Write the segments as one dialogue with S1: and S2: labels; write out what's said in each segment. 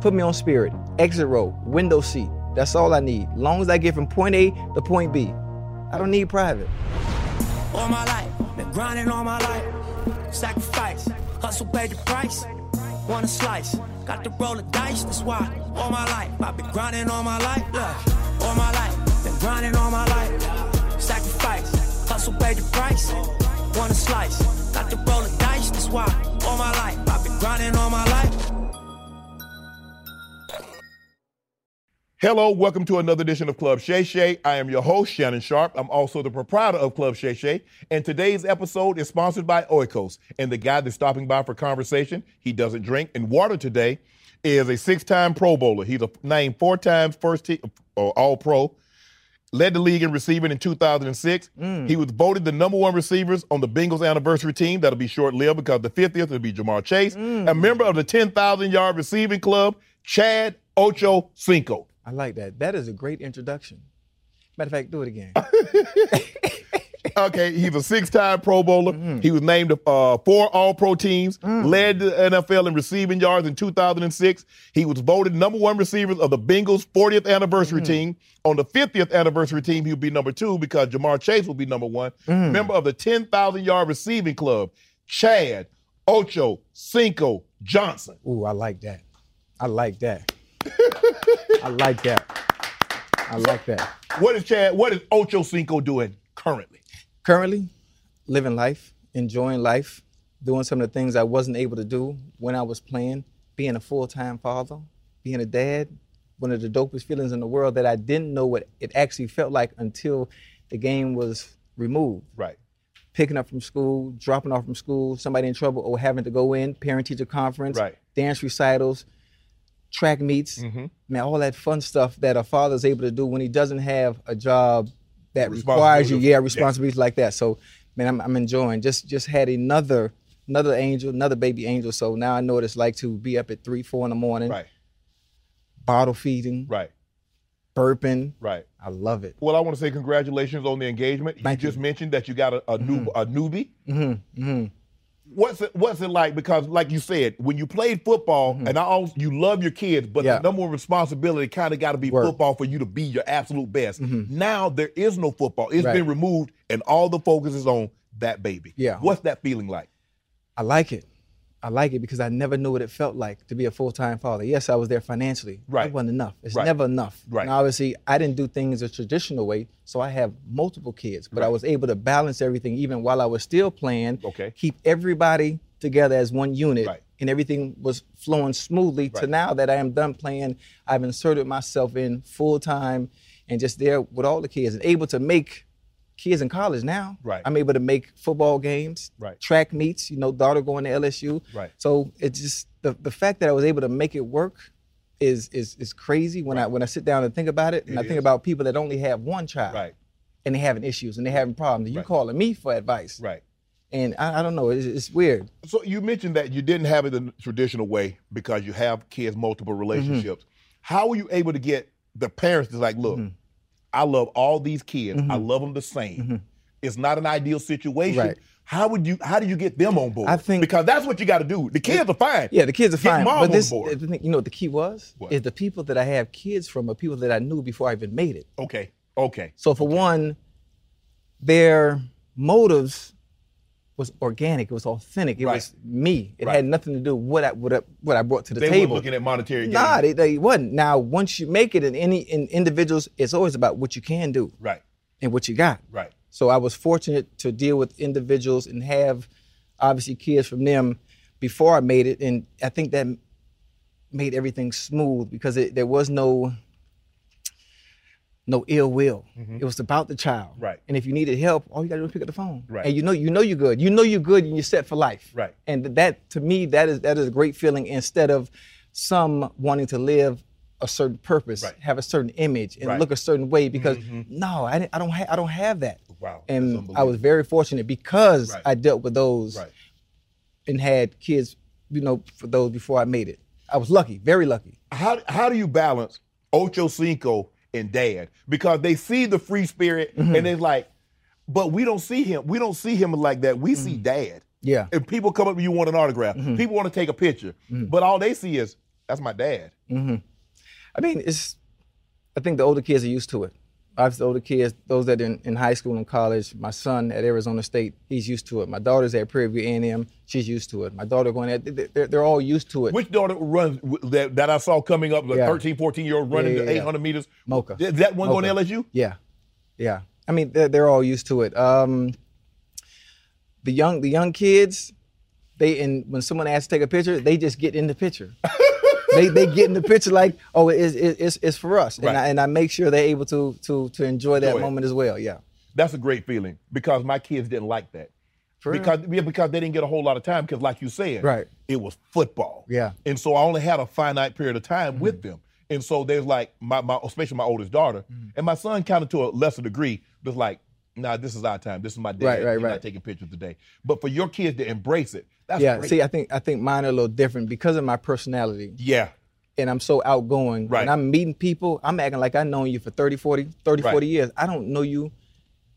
S1: Put me on Spirit, exit row, window seat. That's all I need. Long as I get from point A to point B. I don't need private.
S2: all my life. Been grinding all my life. Sacrifice, hustle paid the price. Wanna slice, got to roll the dice. That's why all my life I've been grinding all my life. Look, all my life been grinding all my life. Sacrifice, hustle paid the price. Wanna slice, got to roll the dice. That's why all my life I've been grinding all my life.
S3: Hello, welcome to another edition of Club Shay Shay. I am your host, Shannon Sharp. I'm also the proprietor of Club Shay Shay. And today's episode is sponsored by Oikos. And the guy that's stopping by for conversation, he doesn't drink. And water today is a six time Pro Bowler. He's a named four times first team, or All Pro, led the league in receiving in 2006. He was voted the number one receivers on the Bengals anniversary team. That'll be short lived because the 50th will be Jamar Chase, a member of the 10,000 yard receiving club, Chad Ocho Cinco.
S1: I like that. That is a great introduction. Matter of fact, do it again.
S3: Okay, he's a six-time Pro Bowler. He was named uh, four All-Pro teams, led the NFL in receiving yards in 2006. He was voted number one receiver of the Bengals' 40th anniversary team. On the 50th anniversary team, he'll be number two because Jamar Chase will be number one. Member of the 10,000-yard receiving club, Chad Ocho Cinco Johnson.
S1: Ooh, I like that. I like that. I like that. I like that.
S3: What is Chad? What is Ocho Cinco doing currently?
S1: Currently, living life, enjoying life, doing some of the things I wasn't able to do when I was playing, being a full time father, being a dad, one of the dopest feelings in the world that I didn't know what it actually felt like until the game was removed.
S3: Right.
S1: picking up from school, dropping off from school, somebody in trouble, or having to go in, parent teacher conference,
S3: Right. Mm-hmm.
S1: dance recitals, track meets, man, all that fun stuff that a father's able to do when he doesn't have a job that requires you,
S3: Responsibility.
S1: yeah, responsibilities like that. So, man, I'm, I'm enjoying. Just just had another another angel, another baby angel. So now I know what it's like to be up at three, four in the morning,
S3: Right.
S1: bottle feeding,
S3: Right.
S1: burping.
S3: Right.
S1: I love it.
S3: Well, I want to say congratulations on the engagement.
S1: Thank
S3: you
S1: you. Mm-hmm.
S3: just mentioned that you got a, a new a newbie. What's it What's it like? Because, like you said, when you played football, and I also, you love your kids, but
S1: Mm-hmm. Yeah.
S3: the number one responsibility kind of got to be
S1: Work. Mm-hmm.
S3: football for you to be your absolute best. Now there is no football; It's
S1: Right.
S3: been removed, and all the focus is on that baby.
S1: Yeah.
S3: What's that feeling like?
S1: I like it. I like it because I never knew what it felt like to be a full time father. Yes, I was there financially.
S3: Right.
S1: It wasn't enough. It's
S3: Right.
S1: never enough.
S3: Right.
S1: Now, obviously, I didn't do things a traditional way, so I have multiple kids, but I was able to balance everything even while I was still playing.
S3: Okay.
S1: Keep everybody together as one unit.
S3: Right.
S1: And everything was flowing smoothly to
S3: Right.
S1: now that I am done playing. I've inserted myself in full time and just there with all the kids and able to make kids in college now.
S3: Right.
S1: I'm able to make football games,
S3: Right.
S1: track meets, you know, daughter going to LSU.
S3: Right.
S1: So it's just the, the fact that I was able to make it work is is is crazy when I when I sit down and think about it. And I think about people that only have one child
S3: Right.
S1: and they're having issues and they're having problems. And you
S3: Right.
S1: calling me for advice.
S3: Right.
S1: And I, I don't know, it's, it's weird.
S3: So you mentioned that you didn't have it the traditional way because you have kids multiple
S1: Mm-hmm.
S3: relationships. How were you able to get the parents to like, look,
S1: Mm-hmm.
S3: I love all these kids. I love them the same. It's not an ideal situation.
S1: Mm-hmm. Right.
S3: How would you? How do you get them on board?
S1: I think-
S3: because that's what you got to do. The kids are fine.
S1: Yeah, the kids are
S3: Get
S1: fine.
S3: mom
S1: But
S3: on
S1: this,
S3: board.
S1: the thing- you know, what the key was
S3: What?
S1: is the people that I have kids from are people that I knew before I even made it.
S3: Okay. Okay.
S1: So for one, their motives was organic. It was authentic. It
S3: Right.
S1: was me. It
S3: Right.
S1: had nothing to do with what I what I, what I brought to the
S3: They were
S1: table.
S3: looking at monetary gain.
S1: Nah, they, they wasn't. Now, once you make it in any in individuals, it's always about what you can do
S3: Right.
S1: and what you got.
S3: Right.
S1: So I was fortunate to deal with individuals and have obviously kids from them before I made it, and I think that made everything smooth because it, there was no no ill will. It was about the child.
S3: Mm-hmm. Right.
S1: And if you needed help, all you gotta do is pick up the phone.
S3: Right.
S1: And you know you know you're good. You know you're good and you're set for life.
S3: Right.
S1: And that to me that is that is a great feeling instead of some wanting to live a certain purpose,
S3: Right.
S1: have a certain image, and
S3: Right. Mm-hmm.
S1: look a certain way because no, I, didn't, I don't ha- I don't have that.
S3: Wow, that's
S1: And I
S3: unbelievable.
S1: was very fortunate because
S3: Right.
S1: I dealt with those
S3: Right.
S1: and had kids, you know, for those before I made it. I was lucky, very lucky.
S3: how how do you balance Ocho Cinco and Dad? Because they see the free spirit
S1: Mm-hmm.
S3: and it's like, but we don't see him. We don't see him like that. We
S1: Mm-hmm.
S3: see Dad.
S1: Yeah.
S3: If people come up to you want an autograph,
S1: Mm-hmm.
S3: people want to take a picture, but all they see is that's my dad.
S1: I mean, it's. I think the older kids are used to it. Obviously, the older kids, those that are in, in high school and college. My son at Arizona State, he's used to it. My daughter's at Prairie View A&M, she's used to it. My daughter going at, they- they're, they're all used to it.
S3: Which daughter runs that, that I saw coming up, the
S1: Yeah.
S3: 13, 14 year old running
S1: Yeah, yeah,
S3: the
S1: yeah.
S3: 800 meters?
S1: Mocha.
S3: Did that one
S1: Mocha.
S3: going to LSU?
S1: Yeah, yeah. I mean, they're, they're all used to it. Um, the young, the young kids, they and when someone asks to take a picture, they just get in the picture. they they get in the picture like, oh, it's it's it's, it's for us,
S3: Right.
S1: and I, and I make sure they're able to to to enjoy that
S3: Enjoy it.
S1: moment as well. Yeah.
S3: That's a great feeling because my kids didn't like that.
S1: For real?
S3: because yeah, because they didn't get a whole lot of time because like you said,
S1: Right.
S3: it was football.
S1: Yeah. Mm-hmm.
S3: And so I only had a finite period of time with them. And so there's like my, my especially my oldest daughter
S1: Mm-hmm.
S3: and my son kind of to a lesser degree was like, nah, this is our time. This is my dad.
S1: Right, right,
S3: You're not
S1: right.
S3: taking pictures today. But for your kids to embrace it, that's
S1: yeah,
S3: great.
S1: see, I think I think mine are a little different because of my personality,
S3: yeah.
S1: and I'm so outgoing.
S3: Right.
S1: When I'm meeting people, I'm acting like I've known you for 30, 40, 30,
S3: Right.
S1: 40 years. I don't know you,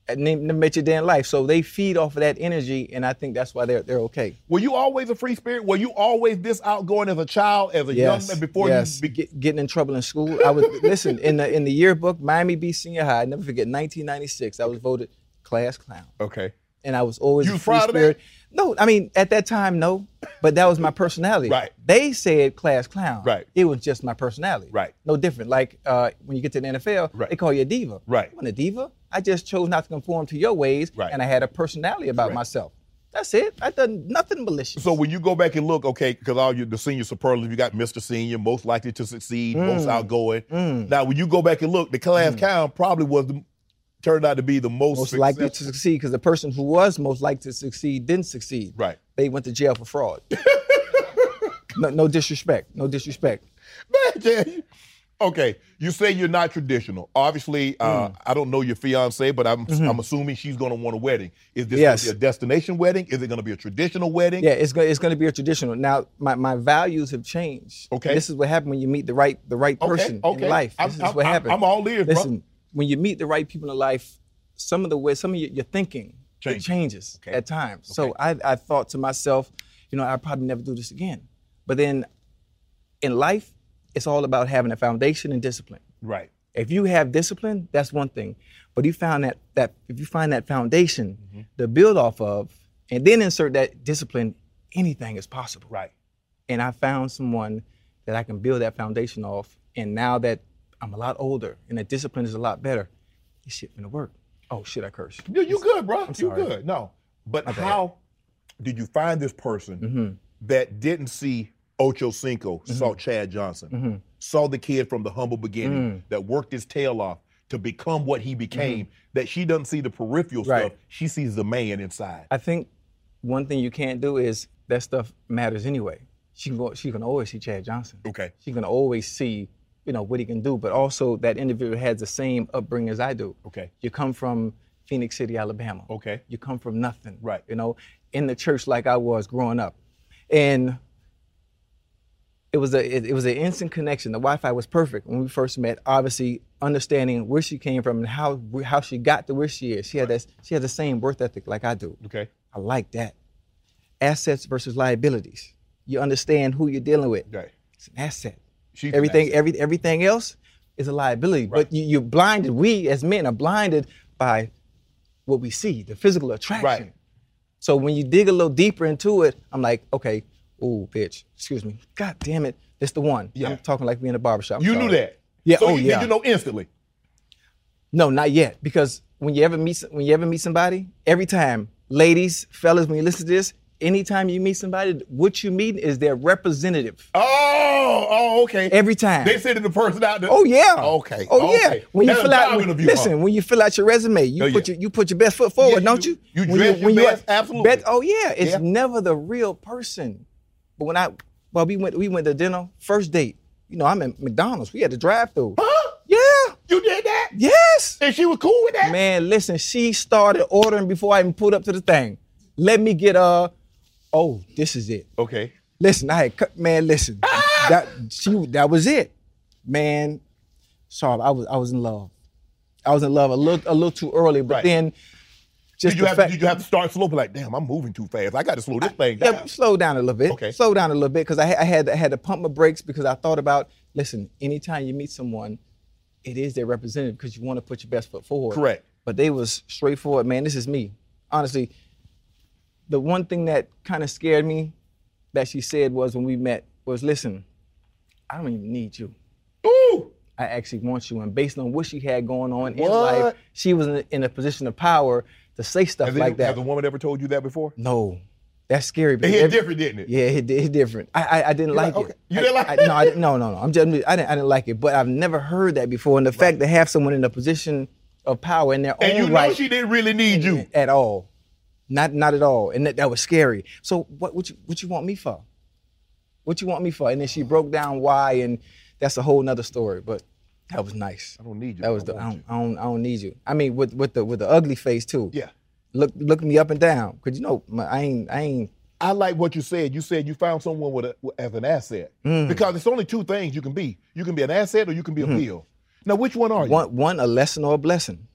S1: and never met your damn life. So they feed off of that energy, and I think that's why they're they're okay.
S3: Were you always a free spirit? Were you always this outgoing as a child, as a
S1: Yes.
S3: young man before
S1: yes.
S3: you
S1: Get- getting in trouble in school, I was listen in the in the yearbook, Miami Beach Senior High. I never forget 1996. I was voted class clown.
S3: Okay.
S1: and I was always
S3: You
S1: a
S3: was
S1: free
S3: proud of that?
S1: spirit. No, I mean at that time, no, but that was my personality.
S3: Right.
S1: They said class clown.
S3: Right.
S1: It was just my personality.
S3: Right.
S1: No different. Like uh, when you get to the NFL,
S3: Right.
S1: they call you a diva.
S3: Right.
S1: I wasn't a diva. I just chose not to conform to your ways,
S3: Right.
S1: and I had a personality about myself. That's it. I done nothing malicious.
S3: So when you go back and look, okay, because all you the senior superlative, you got Mr. Senior, most likely to succeed,
S1: Mm.
S3: most outgoing. Now, when you go back and look, the class clown probably was the, turned out to be the most,
S1: most likely to
S3: successful-
S1: succeed because the person who was most likely to succeed didn't succeed.
S3: Right.
S1: They went to jail for fraud. no, no disrespect. No disrespect.
S3: Man, Jay, okay, you say you're not traditional. Obviously, uh,
S1: Mm.
S3: I don't know your fiance, but I'm I'm assuming she's going to want a wedding. Is this
S1: Mm-hmm. Yes.
S3: going to be a destination wedding? Is it going to be a traditional wedding?
S1: Yeah, it's going it's going to be a traditional. Now, my, my values have changed.
S3: Okay.
S1: This is what happened when you meet the right the right
S3: Okay,
S1: person
S3: okay.
S1: in life.
S3: I'm-
S1: This is
S3: I'm-
S1: what
S3: I'm-
S1: happened.
S3: I'm all ears, bro.
S1: Listen, when you meet the right people in life, some of the way some of your, your thinking it
S3: Changes.
S1: changes
S3: Okay.
S1: at times. So I I thought to myself, you know, I'll probably never do this again. But then, in life, it's all about having a foundation and discipline.
S3: Right.
S1: If you have discipline, that's one thing. But you found that that if you find that foundation to build off of, and then insert that discipline, anything is possible.
S3: Right.
S1: And I found someone that I can build that foundation off. And now that I'm a lot older and the discipline is a lot better, this shit gonna work. Oh shit, I curse.
S3: You, you good, bro. you
S1: sorry.
S3: good. No. But how did you find this person
S1: Mm-hmm.
S3: that didn't see Ocho Cinco, saw Chad Johnson,
S1: Mm-hmm.
S3: saw the kid from the humble beginning
S1: Mm.
S3: that worked his tail off to become what he became, that she doesn't see the peripheral
S1: Mm-hmm. Right.
S3: stuff, she sees the man inside.
S1: I think one thing you can't do is that stuff matters anyway. She can go, she can always see Chad Johnson.
S3: Okay.
S1: She can always see, you know, what he can do. But also that individual has the same upbringing as I do.
S3: Okay.
S1: You come from Phoenix City, Alabama.
S3: Okay.
S1: You come from nothing.
S3: Right.
S1: You know, in the church like I was growing up. And it was a it, it was an instant connection. The Wi-Fi was perfect when we first met. Obviously, understanding where she came from and how how she got to where she is. She had that she had the same worth ethic like I do.
S3: Okay.
S1: I like that. Assets versus liabilities. You understand who you're dealing with.
S3: Right.
S1: It's an asset.
S3: She's an
S1: everything,
S3: asset.
S1: every everything else is a liability. But you, you're blinded. We as men are blinded by what we see, the physical attraction.
S3: Right.
S1: So when you dig a little deeper into it, I'm like, okay, ooh, bitch, excuse me. God damn it, it's the one.
S3: Yeah.
S1: I'm talking like we in a barbershop. I'm
S3: You
S1: sorry.
S3: knew that.
S1: Yeah,
S3: So
S1: oh,
S3: you,
S1: yeah.
S3: Did you know instantly?
S1: No, not yet. Because when you ever meet when you ever meet somebody, every time, ladies, fellas, when you listen to this, anytime you meet somebody, what you meet is their representative.
S3: Oh, oh, okay.
S1: Every time.
S3: They sending the person out. there.
S1: Oh yeah.
S3: Okay.
S1: Oh
S3: okay.
S1: yeah. When you
S3: That's a
S1: fill out
S3: job
S1: when,
S3: interview,
S1: listen,
S3: huh?
S1: when you fill out your resume, you
S3: Oh,
S1: put
S3: yeah.
S1: your you put your best foot forward,
S3: Yeah, you
S1: don't
S3: do.
S1: you?
S3: You
S1: When
S3: dress your
S1: you
S3: best, absolutely.
S1: bet- oh yeah. It's
S3: Yeah.
S1: never the real person. But when I well, we went we went to dinner, first date. You know, I'm at McDonald's. We had to drive through.
S3: Huh?
S1: Yeah.
S3: You did that?
S1: Yes.
S3: And she was cool with that?
S1: Man, listen, she started ordering before I even pulled up to the thing. Let me get uh oh, this is it.
S3: Okay.
S1: Listen, I had cut man, listen.
S3: Ah!
S1: that she that was it. Man, sorry, I was I was in love. I was in love a little a little too early, but
S3: Right.
S1: then just
S3: Did you,
S1: the
S3: have,
S1: fact,
S3: did you have to start slow? Be like, damn, I'm moving too fast. I got to slow this thing
S1: yeah,
S3: down.
S1: slow down a little bit.
S3: Okay.
S1: Slow down a little bit because I, ha- I had I had to pump my brakes because I thought about listen. Anytime you meet someone, it is their representative because you want to put your best foot forward.
S3: Correct.
S1: But they was straightforward. Man, this is me. Honestly, the one thing that kind of scared me that she said was when we met was listen, I don't even need you.
S3: Ooh.
S1: I actually want you. And based on what she had going on in
S3: What?
S1: life, she was in a, in a position of power to say stuff
S3: Has,
S1: like
S3: any-
S1: that.
S3: has a woman ever told you that before?
S1: No, that's scary.
S3: It
S1: because
S3: hit
S1: every-
S3: different, didn't it?
S1: Yeah, it hit, it hit different. I I, I didn't
S3: like,
S1: like,
S3: okay.
S1: it.
S3: You
S1: I-
S3: didn't like
S1: I,
S3: it?
S1: No, I didn't, no, no, no. I'm just, I didn't I didn't like it. But I've never heard that before. And the fact to have someone in a position of power in their
S3: And
S1: own
S3: you know
S1: right
S3: she didn't really need you.
S1: at all, not not at all, and that, that was scary. So what what you what you want me for? What you want me for? And then she broke down why, and that's a whole nother story. But that was nice. I
S3: don't need you,
S1: That was
S3: I
S1: the I
S3: want
S1: don't, I don't I don't need you. I mean with with the with the ugly face too.
S3: Yeah.
S1: Look look me up and down, cause you know my, I ain't I ain't
S3: I like what you said. You said you found someone with a, as an asset because it's only two things you can be. You can be an asset or you can be a bill. Now, which one are you?
S1: one one a lesson or a blessing.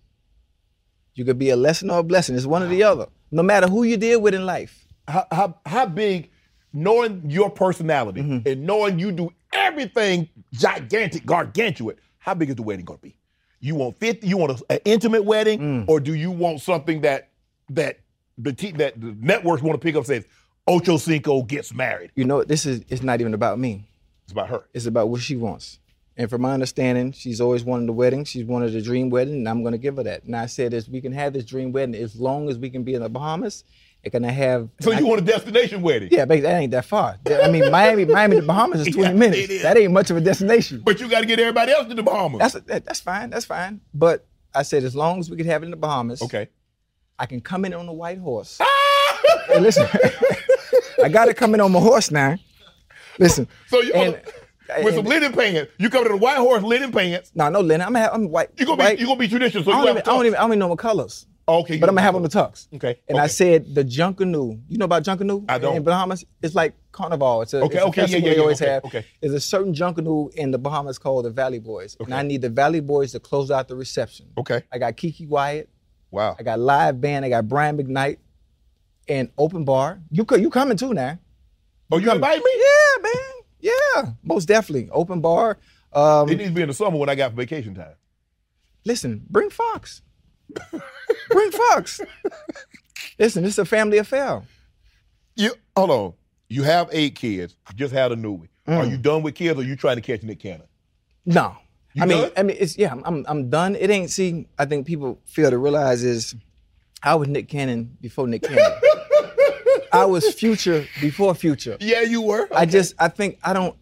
S1: You could be a lesson or a blessing. It's one or the other. No matter who you deal with in life.
S3: How, how, how big, knowing your personality
S1: Mm-hmm.
S3: and knowing you do everything gigantic, gargantuan, how big is the wedding going to be? You want 50, you want a, an intimate wedding
S1: Mm.
S3: or do you want something that that the, te- that the networks want to pick up says, Ocho Cinco gets married.
S1: You know what? this is it's not even about me.
S3: It's about her.
S1: It's about what she wants. And from my understanding, she's always wanted a wedding. She's wanted a dream wedding, and I'm going to give her that. And I said, is we can have this dream wedding as long as we can be in the Bahamas. And can I have?
S3: So
S1: and I-
S3: you want a destination wedding.
S1: yeah, but that ain't that far. I mean, Miami, Miami to Bahamas is 20
S3: Yeah,
S1: minutes.
S3: it is.
S1: That ain't much of a destination.
S3: But you got to get everybody else to the Bahamas.
S1: That's that, that's fine. That's fine. But I said, as long as we can have it in the Bahamas,
S3: okay.
S1: I can come in on a white horse. Hey, listen, I got to come in on my horse now. Listen.
S3: So you
S1: and- uh,
S3: with some
S1: and-
S3: linen pants. You come to the white horse linen pants.
S1: No, no, Lennon. I'm gonna have, I'm white.
S3: You gonna
S1: white.
S3: be you gonna be traditional. So
S1: I don't,
S3: you
S1: even,
S3: have
S1: I don't
S3: tux.
S1: even I don't even know my colors.
S3: Okay, you
S1: But I'm gonna
S3: don't
S1: have
S3: know
S1: on the tux.
S3: Okay,
S1: And I
S3: okay.
S1: said the Junkanoo. You know about Junkanoo?
S3: I don't.
S1: In Bahamas, it's like carnival. It's a,
S3: Okay,
S1: it's a
S3: okay, yeah,
S1: festival
S3: yeah,
S1: they
S3: yeah,
S1: always
S3: okay,
S1: have.
S3: okay.
S1: There's a certain Junkanoo in the Bahamas called the Valley Boys, and I
S3: Okay.
S1: need the Valley Boys to close out the reception.
S3: Okay.
S1: I got Kiki Wyatt.
S3: Wow.
S1: I got live band. I got Brian McKnight, and open bar. You co- you coming too now?
S3: Oh, you invite me?
S1: Yeah, man. Yeah, most definitely. Open bar. Um,
S3: It needs to be in the summer when I got vacation time.
S1: listen, bring Fox. bring Fox. Listen, this is a family affair.
S3: You hold on. You have eight kids. You just had a new one. Are
S1: Mm.
S3: you done with kids? or Are you trying to catch Nick Cannon?
S1: No.
S3: You
S1: I mean,
S3: done?
S1: I mean, it's yeah. I'm, I'm I'm done. It ain't. See, I think people fail to realize is I was Nick Cannon before Nick Cannon. I was Future before Future.
S3: Yeah, you were.
S1: I just I think I don't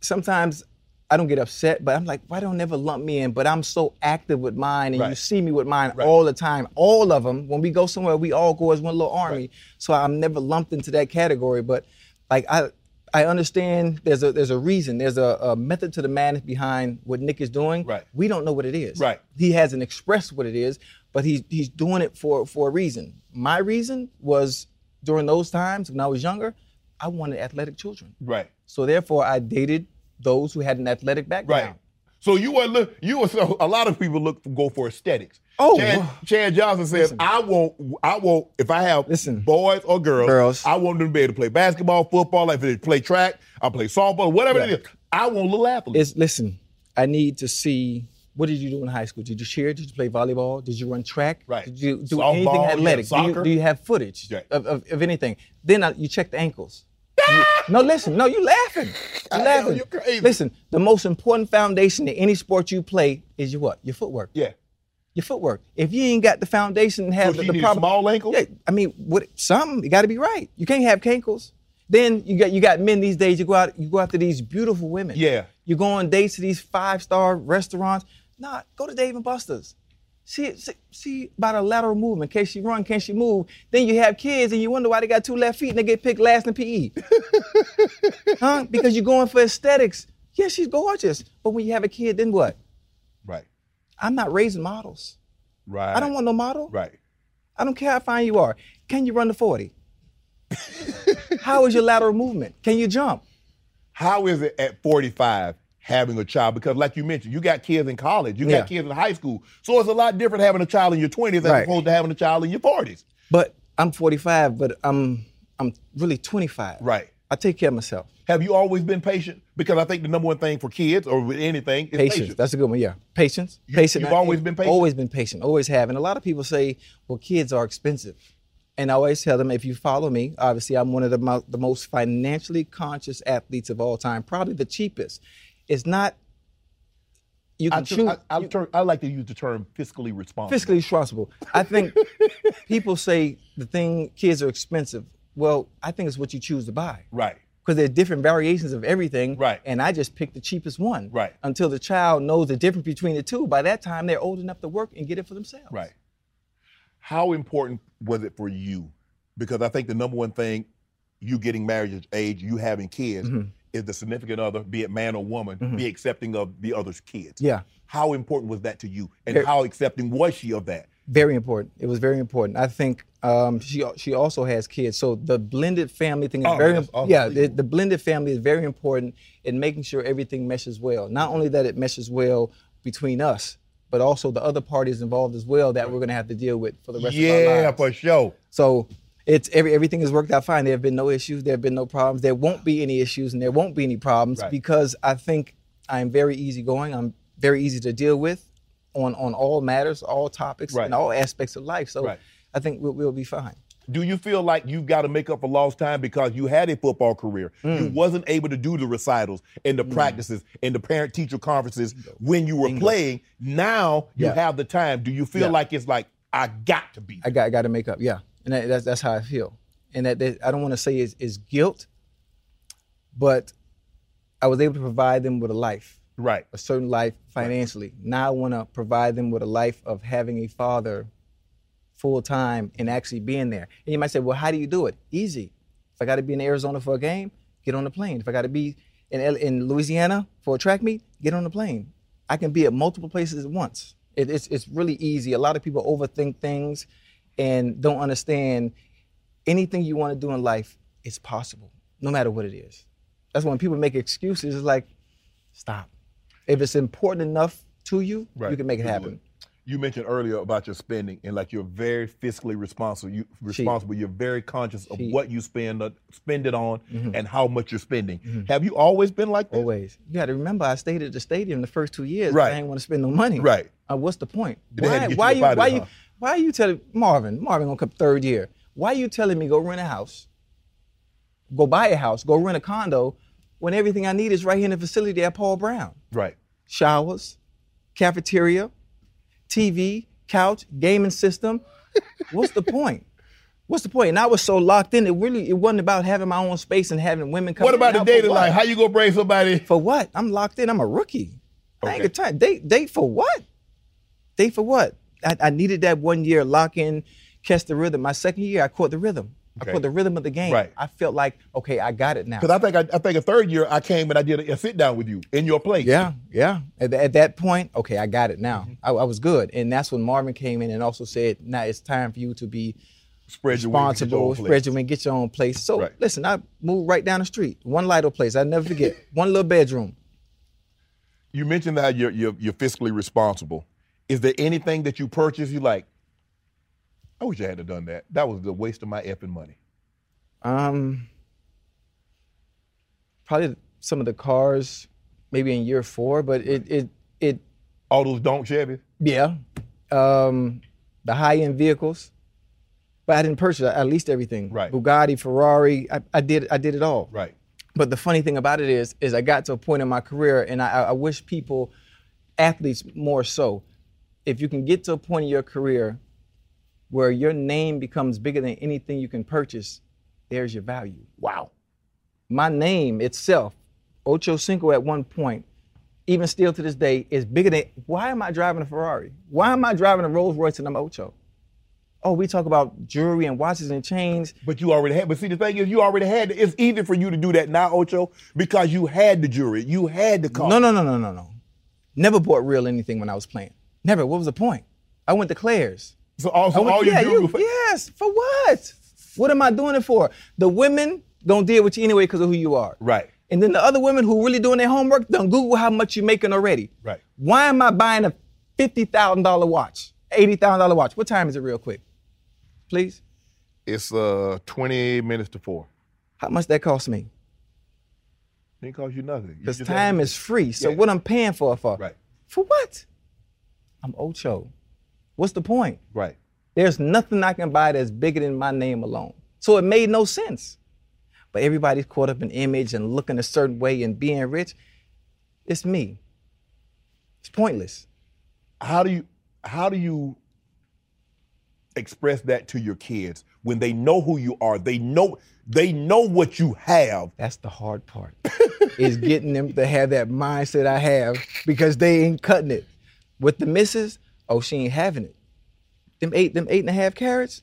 S1: sometimes I don't get upset, but I'm like, why don't never lump me in? But I'm so active with mine, and you
S3: Right.
S1: see me with mine all the time. All of them. When we go somewhere, we all go as one little army. So I'm never lumped into that category. But like I, I understand there's a there's a reason. There's a, a method to the madness behind what Nick is doing.
S3: Right.
S1: We don't know what it is.
S3: Right.
S1: He hasn't expressed what it is, but he's he's doing it for for a reason. My reason was during those times when I was younger, I wanted athletic children.
S3: right.
S1: So therefore, I dated those who had an athletic background.
S3: Right. So you were look. You were so a lot of people look go for aesthetics.
S1: Oh,
S3: Chad,
S1: wow.
S3: Chad Johnson says I won't. I won't. If I have
S1: Listen.
S3: boys or girls,
S1: Girls.
S3: I want them to be able to play basketball, football. If they play track, I play softball, whatever it is. I want little athletes.
S1: It's listen, I need to see What did you do in high school? Did you cheer? Did you play volleyball? Did you run track?
S3: Right.
S1: Did you do
S3: Softball,
S1: anything
S3: yeah,
S1: athletic? do,
S3: soccer.
S1: you, do you have footage
S3: Right.
S1: of, of, of anything? Then uh, you check the ankles. You- no, listen. No, you laughing.
S3: I
S1: You
S3: know,
S1: laughing.
S3: you crazy.
S1: Listen, the most important foundation to any sport you play is your what? Your footwork.
S3: Yeah.
S1: Your footwork. If you ain't got the foundation and have
S3: So
S1: the,
S3: she
S1: the
S3: need a
S1: proper
S3: small ankle?
S1: Yeah, I mean, what? Some you got to be right. You can't have cankles. Then you got you got men these days. You go out you go after these beautiful women.
S3: Yeah.
S1: You go on dates to these five star restaurants. Nah, go to Dave and Buster's. See, see, see about her lateral movement. Can she run? Can she move? Then you have kids and you wonder why they got two left feet and they get picked last in PE. huh? Because you're going for aesthetics. Yeah, she's gorgeous. But when you have a kid, then what?
S3: Right.
S1: I'm not raising models.
S3: Right.
S1: I don't want no model.
S3: Right.
S1: I don't care how fine you are. Can you run the 40? how is your lateral movement? Can you jump?
S3: How is it at 45 having a child? Because, like you mentioned, you got kids in college, you got
S1: Yeah.
S3: kids in high school. So it's a lot different having a child in your 20s as
S1: Right.
S3: opposed to having a child in your 40s.
S1: But I'm 45, but I'm I'm really 25.
S3: Right.
S1: I take care of myself.
S3: Have you always been patient? Because I think the number one thing for kids or with anything is
S1: Patience.
S3: patience.
S1: That's a good one. Yeah. Patience. patient.
S3: you've always been patient?
S1: Always been patient. Always have. And a lot of people say, well, kids are expensive. And I always tell them, if you follow me, obviously I'm one of the, mo- the most financially conscious athletes of all time, probably the cheapest. It's not. You can
S3: I,
S1: choose-
S3: tr- I, I, ter- I like to use the term fiscally responsible.
S1: fiscally responsible. I think people say the thing kids are expensive. Well, I think it's what you choose to buy.
S3: Right.
S1: Because there are different variations of everything.
S3: Right.
S1: And I just picked the cheapest one.
S3: Right.
S1: Until the child knows the difference between the two. By that time, they're old enough to work and get it for themselves.
S3: Right. How important was it for you? Because I think the number one thing, you getting married at age, you having kids,
S1: Mm-hmm.
S3: is the significant other, be it man or woman, be accepting of the other's kids.
S1: Yeah.
S3: How important was that to you? And
S1: Very-
S3: how accepting was she of that?
S1: Very important. It was very important. I think um, she she also has kids, so the blended family thing is
S3: Oh,
S1: very
S3: that's awesome.
S1: yeah. The, the blended family is very important in making sure everything meshes well. Not only that it meshes well between us, but also the other parties involved as well that we're going to have to deal with for the rest of our
S3: Yeah,
S1: lives.
S3: for sure.
S1: So it's every everything has worked out fine. There have been no issues. There have been no problems. There won't be any issues, and there won't be any problems
S3: Right.
S1: because I think I'm very easygoing. I'm very easy to deal with on on all matters, all topics,
S3: Right.
S1: and all aspects of life. So
S3: Right.
S1: I think we'll, we'll be fine.
S3: Do you feel like you've got to make up for lost time because you had a football career?
S1: Mm.
S3: You wasn't able to do the recitals and the practices and the parent teacher conferences when you were playing. Now you
S1: Yeah.
S3: have the time. Do you feel
S1: Yeah.
S3: like it's like I got to be?
S1: I got I got to make up. Yeah, and that, that's that's how I feel. And that, that I don't want to say is is guilt, but I was able to provide them with a life.
S3: right.
S1: a certain life financially. Now I want to provide them with a life of having a father full time and actually being there. And you might say, well, how do you do it? Easy. If I got to be in Arizona for a game, get on the plane. If I got to be in, L- in Louisiana for a track meet, get on the plane. I can be at multiple places at once. It, it's, it's really easy. A lot of people overthink things and don't understand anything you want to do in life is possible, no matter what it is. That's when people make excuses. It's like, stop. If it's important enough to you,
S3: Right.
S1: you can make it
S3: You can do
S1: happen.
S3: You mentioned earlier about your spending and like you're very fiscally responsible. You responsible. You're very conscious of what you spend uh, spend it on and how much you're spending. Have you always been like that?
S1: Mm-hmm. Always. You got to remember, I stayed at the stadium the first two years.
S3: Right.
S1: I ain't want to spend no money.
S3: Right.
S1: Uh, what's the point?
S3: They had to get you
S1: why
S3: up
S1: you?
S3: out of
S1: Why
S3: there,
S1: you?
S3: huh?
S1: Why you telling Marvin? Marvin gonna come third year. Why you telling me go rent a house? Go buy a house. Go rent a condo, when everything I need is right here in the facility at Paul Brown.
S3: Right.
S1: Showers, cafeteria, TV, couch, gaming system. What's the point? What's the point? And I was so locked in. It really it wasn't about having my own space and having women come.
S3: What
S1: in and
S3: about the
S1: out for
S3: dating
S1: what?
S3: life? How you gonna bring somebody?
S1: For what? I'm locked in. I'm a rookie. I ain't
S3: Okay.
S1: got time. Date, date for what? Date for what? I, I needed that one year lock in, catch the rhythm. My second year, I caught the rhythm.
S3: Okay.
S1: I caught the rhythm of the game.
S3: Right.
S1: I felt like, okay, I got it now.
S3: Because I think I, I think a third year I came and I did a, a sit down with you in your place.
S1: yeah, yeah. At, tha- at that point, okay, I got it now.
S3: Mm-hmm.
S1: I, I was good. And that's when Marvin came in and also said, now it's time for you to be
S3: Spread your wings and get
S1: responsible,
S3: your own place.
S1: spread your wings, get your own place. So
S3: Right.
S1: listen, I moved right down the street. One Lido place, I'll never forget. one little bedroom.
S3: You mentioned that you're, you're you're fiscally responsible. Is there anything that you purchase you like? I wish I had have done that. That was the waste of my effing money.
S1: Um, probably some of the cars, maybe in year four, but it it it
S3: All those donk Chevys.
S1: Yeah. Um, the high end vehicles. But I didn't purchase at least everything.
S3: Right.
S1: Bugatti, Ferrari. I, I did I did it all.
S3: Right.
S1: But the funny thing about it is, is I got to a point in my career, and I, I I wish people, athletes more so, if you can get to a point in your career where your name becomes bigger than anything you can purchase, there's your value. Wow. My name itself, Ocho Cinco at one point, even still to this day, is bigger than why am I driving a Ferrari? Why am I driving a Rolls Royce and I'm Ocho? Oh, we talk about jewelry and watches and chains.
S3: But you already had. But see, the thing is, you already had. It's easy for you to do that now, Ocho, because you had the jury, you had the car.
S1: No, no, no, no, no, no. Never bought real anything when I was playing. Never. What was the point? I went to Claire's.
S3: So all, so
S1: I went-
S3: all
S1: Oh, yeah,
S3: Oh, you do, was-
S1: yes. For what? What am I doing it for? The women gonna deal with you anyway because of who you are.
S3: Right.
S1: And then the other women who really doing their homework, done Google how much you're making already.
S3: Right.
S1: Why am I buying a fifty thousand dollar watch, eighty thousand dollar watch? What time is it, real quick? Please.
S3: it's uh twenty minutes to four.
S1: How much that cost me?
S3: It didn't cost you nothing.
S1: Because time is free. So
S3: Yeah.
S1: what I'm paying for for?
S3: Right.
S1: For what? I'm Ocho. What's the point?
S3: right.
S1: There's nothing I can buy that's bigger than my name alone. So it made no sense. But everybody's caught up in image and looking a certain way and being rich. It's me. It's pointless.
S3: How do you how do you express that to your kids when they know who you are? They know they know what you have.
S1: That's the hard part. is getting them to have that mindset I have because they ain't cutting it. With the misses, oh, she ain't having it. Them eight, them eight and a half carats,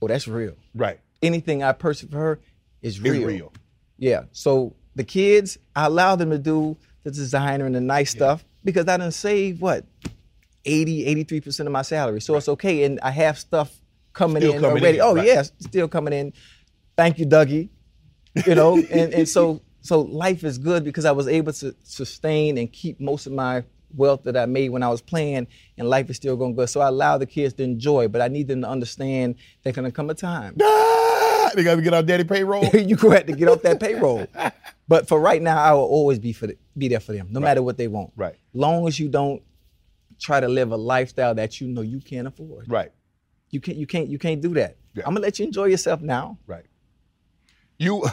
S1: oh, that's real.
S3: Right.
S1: Anything I purchase for her is
S3: It's
S1: real.
S3: real.
S1: Yeah. So the kids, I allow them to do the designer and the nice stuff because I done save what 80, 83% of my salary. So it's okay. And I have stuff coming
S3: Still
S1: in
S3: coming
S1: already.
S3: in,
S1: Oh
S3: right.
S1: yeah, still coming in. Thank you, Dougie. You know, and, and so so life is good because I was able to sustain and keep most of my wealth that I made when I was playing, and life is still going good. So I allow the kids to enjoy, but I need them to understand there's gonna come a time
S3: Ah, they gotta get our daddy payroll.
S1: you gonna have to get off that payroll. But for right now, I will always be for the, be there for them, no matter what they want.
S3: Right.
S1: Long as you don't try to live a lifestyle that you know you can't afford.
S3: right.
S1: You can't. You can't. You can't do that.
S3: Yeah.
S1: I'm gonna let you enjoy yourself now.
S3: Right. You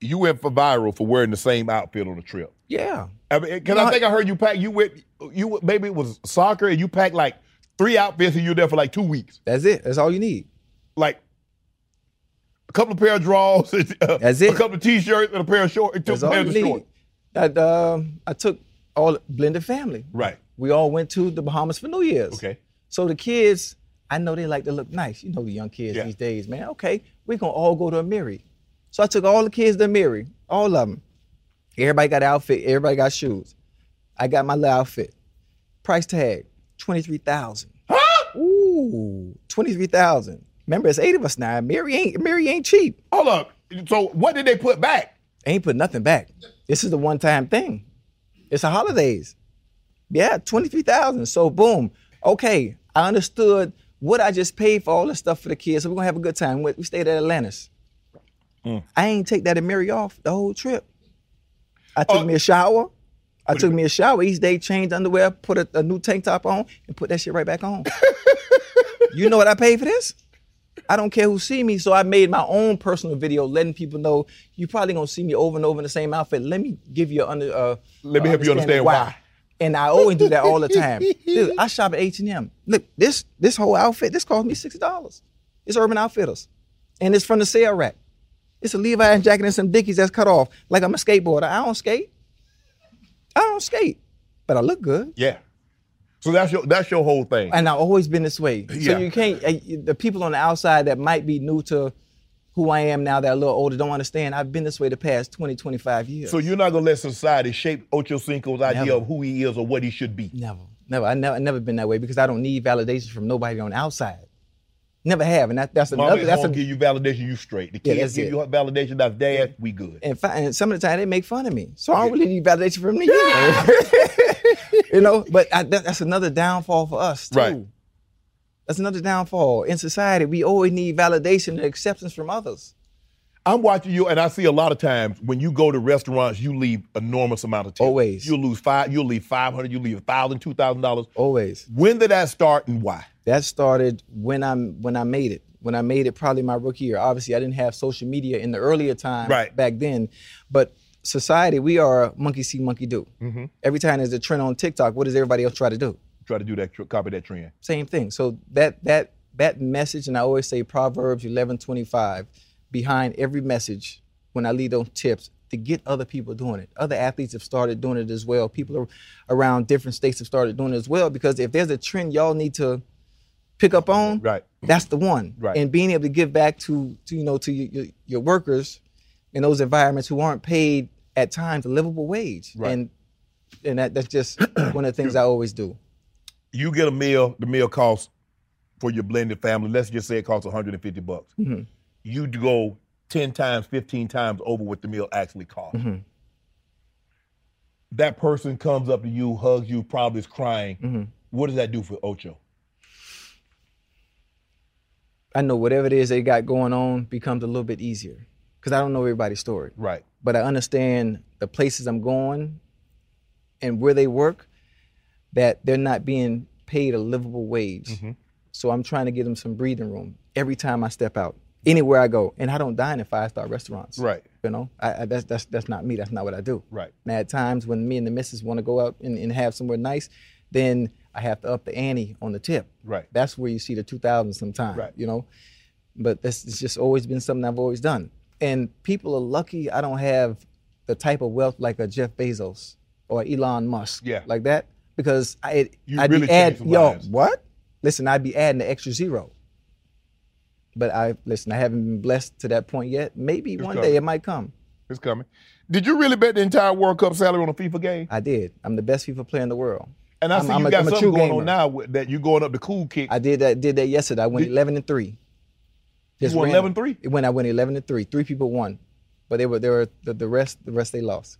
S3: you went for viral for wearing the same outfit on the trip.
S1: Yeah.
S3: I mean, eh, cause
S1: No,
S3: I think I heard you pack. You went. You went- maybe it was soccer, and you packed like three outfits, and you were there for like two weeks.
S1: That's it. That's all you need.
S3: Like a couple of pair of drawers. uh,
S1: That's
S3: A
S1: it.
S3: couple of t-shirts and a pair of shorts. and Two
S1: That's all
S3: pairs
S1: you
S3: of
S1: need.
S3: shorts.
S1: That um, I took all blended family.
S3: Right.
S1: We all went to the Bahamas for New Year's.
S3: Okay.
S1: So the kids, I know they like to look nice. You know the young kids
S3: Yeah.
S1: these days, man. Okay, we're gonna all go to a Amiri. So I took all the kids to Amiri, all of them. Everybody got outfit, everybody got shoes. I got my little outfit. Price tag, 23,000.
S3: Huh?
S1: Ooh, 23,000. Remember, it's eight of us now. Mary ain't Mary ain't cheap.
S3: Hold up. So what did they put back?
S1: Ain't put nothing back. This is the one time thing. It's the holidays. Yeah, 23,000. So boom. Okay, I understood what I just paid for all this stuff for the kids. So we're gonna have a good time. We we stayed at Atlantis. I ain't take that and Mary off the whole trip. I took
S3: Oh.
S1: me a shower. I took me a shower each day, changed underwear, put a, a new tank top on, and put that shit right back on. you know what I paid for this? I don't care who see me. So I made my own personal video letting people know you probably gonna see me over and over in the same outfit. Let me give you an under. Uh,
S3: Let me
S1: uh,
S3: help you
S1: understanding
S3: understand why.
S1: And I always do that all the time. Dude, I shop at H and M. Look, this this whole outfit this cost me sixty dollars. It's Urban Outfitters, and it's from the sale rack. It's a Levi's jacket and some Dickies that's cut off. Like I'm a skateboarder. I don't skate. I don't skate, but I look good.
S3: Yeah. So that's your that's your whole thing.
S1: And I've always been this way.
S3: Yeah.
S1: So you can't, uh, the people on the outside that might be new to who I am now that are a little older don't understand. I've been this way the past 20, 25 years.
S3: So you're not gonna let society shape Ocho Cinco's idea
S1: Never.
S3: of who he is or what he should be.
S1: never, never. I never, I never been that way because I don't need validation from nobody on the outside. Never have. And that, that's
S3: Mama
S1: another,
S3: is
S1: that's
S3: gonna
S1: a,
S3: give you validation. You straight. The
S1: Yeah,
S3: kids
S1: that's
S3: give
S1: it.
S3: you validation. That's dad. We good.
S1: and, fi- and some of the time they make fun of me. So I don't really need validation from them either. you know, but I, that, that's another downfall for us too.
S3: Right.
S1: That's another downfall in society. We always need validation and acceptance from others.
S3: I'm watching you, and I see a lot of times when you go to restaurants, you leave enormous amount of tip.
S1: Always.
S3: You'll lose five. You'll leave five hundred. You leave a thousand, two thousand dollars.
S1: Always.
S3: When did that start, and why?
S1: That started when I when I made it. When I made it, probably my rookie year. Obviously, I didn't have social media in the earlier time
S3: Right.
S1: back then, but society we are monkey see, monkey do. Every time there's a trend on TikTok, what does everybody else try to do?
S3: Try to do that. tr- Copy that trend.
S1: same thing. So that that that message, and I always say Proverbs eleven twenty five, behind every message when I lead those tips to get other people doing it. Other athletes have started doing it as well. People are, around different states have started doing it as well because if there's a trend y'all need to pick up on,
S3: Right.
S1: that's the one.
S3: Right.
S1: And being able to give back to, to you know to your, your, your workers in those environments who aren't paid at times a livable wage.
S3: Right.
S1: And and that, that's just one of the things I always do.
S3: you get a meal, the meal costs for your blended family, let's just say it costs 150 bucks.
S1: Mm-hmm.
S3: You go 10 times, 15 times over what the meal actually costs.
S1: Mm-hmm.
S3: That person comes up to you, hugs you, probably is crying.
S1: Mm-hmm.
S3: What does that do for Ocho?
S1: I know whatever it is they got going on becomes a little bit easier because I don't know everybody's story.
S3: Right.
S1: But I understand the places I'm going and where they work that they're not being paid a livable wage.
S3: Mm-hmm.
S1: So I'm trying to give them some breathing room every time I step out, anywhere I go. And I don't dine in five star restaurants.
S3: Right.
S1: You know, I, I, that's, that's, that's not me. That's not what I do.
S3: Right.
S1: Now, at times when me and the missus want to go out and, and have somewhere nice, then I have to up the ante on the tip.
S3: Right.
S1: That's where you see the 2000 sometimes,
S3: Right.
S1: you know? But that's it's just always been something I've always done. And people are lucky I don't have the type of wealth like a Jeff Bezos or Elon Musk,
S3: Yeah.
S1: like that, because I, it,
S3: You
S1: I'd
S3: really
S1: be add,
S3: changed
S1: yo,
S3: lives.
S1: what? Listen, I'd be adding the extra zero. But I listen, I haven't been blessed to that point yet. Maybe one
S3: coming.
S1: day it might come.
S3: It's coming. Did you really bet the entire World Cup salary on a FIFA game?
S1: I did. I'm the best FIFA player in the world.
S3: And I
S1: I'm-
S3: see
S1: I'm
S3: you
S1: a-
S3: got
S1: I'm a
S3: something
S1: true
S3: going
S1: gamer.
S3: on now with, that you're going up the cool kick.
S1: I did that. Did that yesterday. I went eleven and three. Just
S3: You won
S1: random.
S3: 11-3?
S1: When I went eleven and three, three people won, but they were they were the, the rest the rest they lost.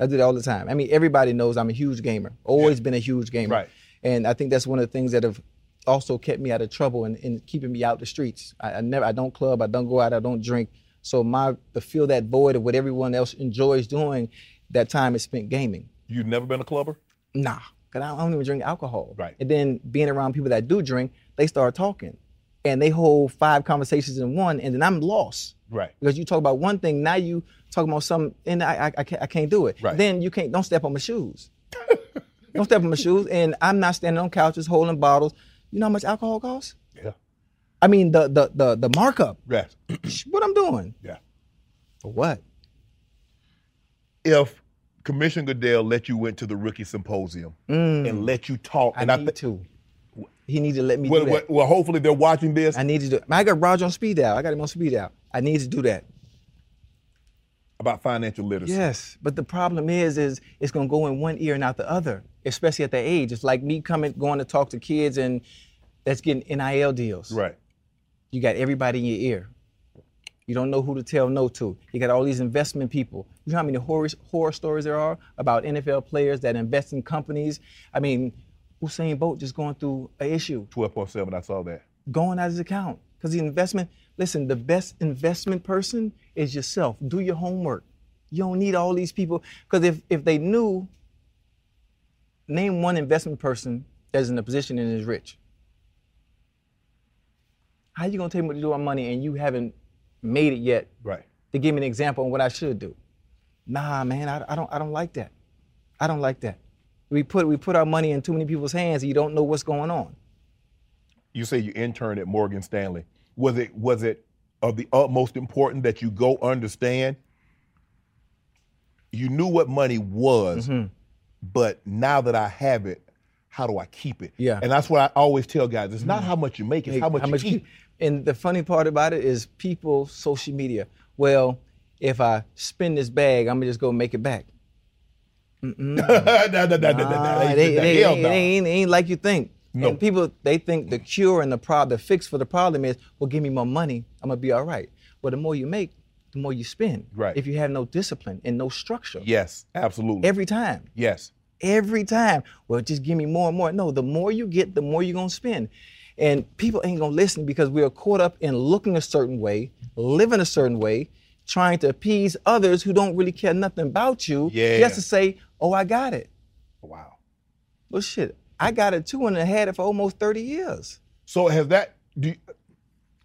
S1: I do that all the time. I mean, everybody knows I'm a huge gamer. Always been a huge gamer.
S3: Right.
S1: And I think that's one of the things that have also kept me out of trouble and, and keeping me out the streets. I, I never I don't club. I don't go out. I don't drink. So my to fill that void of what everyone else enjoys doing, that time is spent gaming.
S3: You've never been a clubber?
S1: Nah, because I don't- I don't even drink alcohol.
S3: Right.
S1: And then being around people that do drink, they start talking. And they hold five conversations in one, and then I'm lost.
S3: Right.
S1: Because you talk about one thing, now you talking about something, and I, I, I, can't, I can't do it.
S3: Right.
S1: Then you can't, don't step on my shoes. don't step on my shoes. And I'm not standing on couches holding bottles. You know how much alcohol costs?
S3: Yeah.
S1: I mean, the the the, the markup.
S3: Yes.
S1: what I'm doing.
S3: yeah.
S1: For what?
S3: if Commissioner Goodell let you went to the rookie symposium and let you talk,
S1: Mm. I
S3: and I
S1: need
S3: think,
S1: to. He needs to let me
S3: well,
S1: do that.
S3: well, well, hopefully they're watching this.
S1: I need to do. I got Roger on speed dial. I got him on speed dial. I need to do that.
S3: about financial literacy.
S1: Yes, but the problem is, is it's gonna go in one ear and out the other, especially at that age. It's like me coming, going to talk to kids, and that's getting NIL deals.
S3: Right.
S1: You got everybody in your ear. You don't know who to tell no to. You got all these investment people. You know how many horror, horror stories there are about NFL players that invest in companies. I mean, Usain Bolt just going through an issue,
S3: 12.7, I saw that.
S1: going out of his account because the investment. Listen, the best investment person is yourself. Do your homework. You don't need all these people because if if they knew, name one investment person that's in a position and is rich. How you gonna tell me what to do with my money and you haven't made it yet
S3: Right.
S1: to give me an example on what I should do? Nah, man, I, I don't I don't like that. I don't like that. We put we put our money in too many people's hands and you don't know what's going on.
S3: You say you interned at Morgan Stanley. Was it was it of the utmost importance that you go understand? You knew what money was,
S1: Mm-hmm.
S3: but now that I have it, how do I keep it?
S1: Yeah. Mm.
S3: And that's what I always tell guys. It's not how much you make, it's how much you keep.
S1: And the funny part about it is people, social media. Well, if I spend this bag, I'm gonna just go make it back.
S3: Nah, nah, nah, nah, nah,
S1: Ah,
S3: nah.
S1: it ain't- it ain't-
S3: Hell
S1: it
S3: no.
S1: ain't- it ain't like you think.
S3: No.
S1: And people they think the cure and the problem, the fix for the problem is, well, give me more money, I'm gonna be all right. Well, the more you make, the more you spend.
S3: Right.
S1: If you have no discipline and no structure.
S3: Yes, absolutely.
S1: Every time.
S3: Yes.
S1: every time. Well, just give me more and more. No, the more you get, the more you're gonna spend. And people ain't gonna listen because we are caught up in looking a certain way, living a certain way, trying to appease others who don't really care nothing about you
S3: Yeah.
S1: just to say, oh, I got it.
S3: Wow.
S1: Well, shit, I got it too and I had it for almost 30 years.
S3: So has that do you,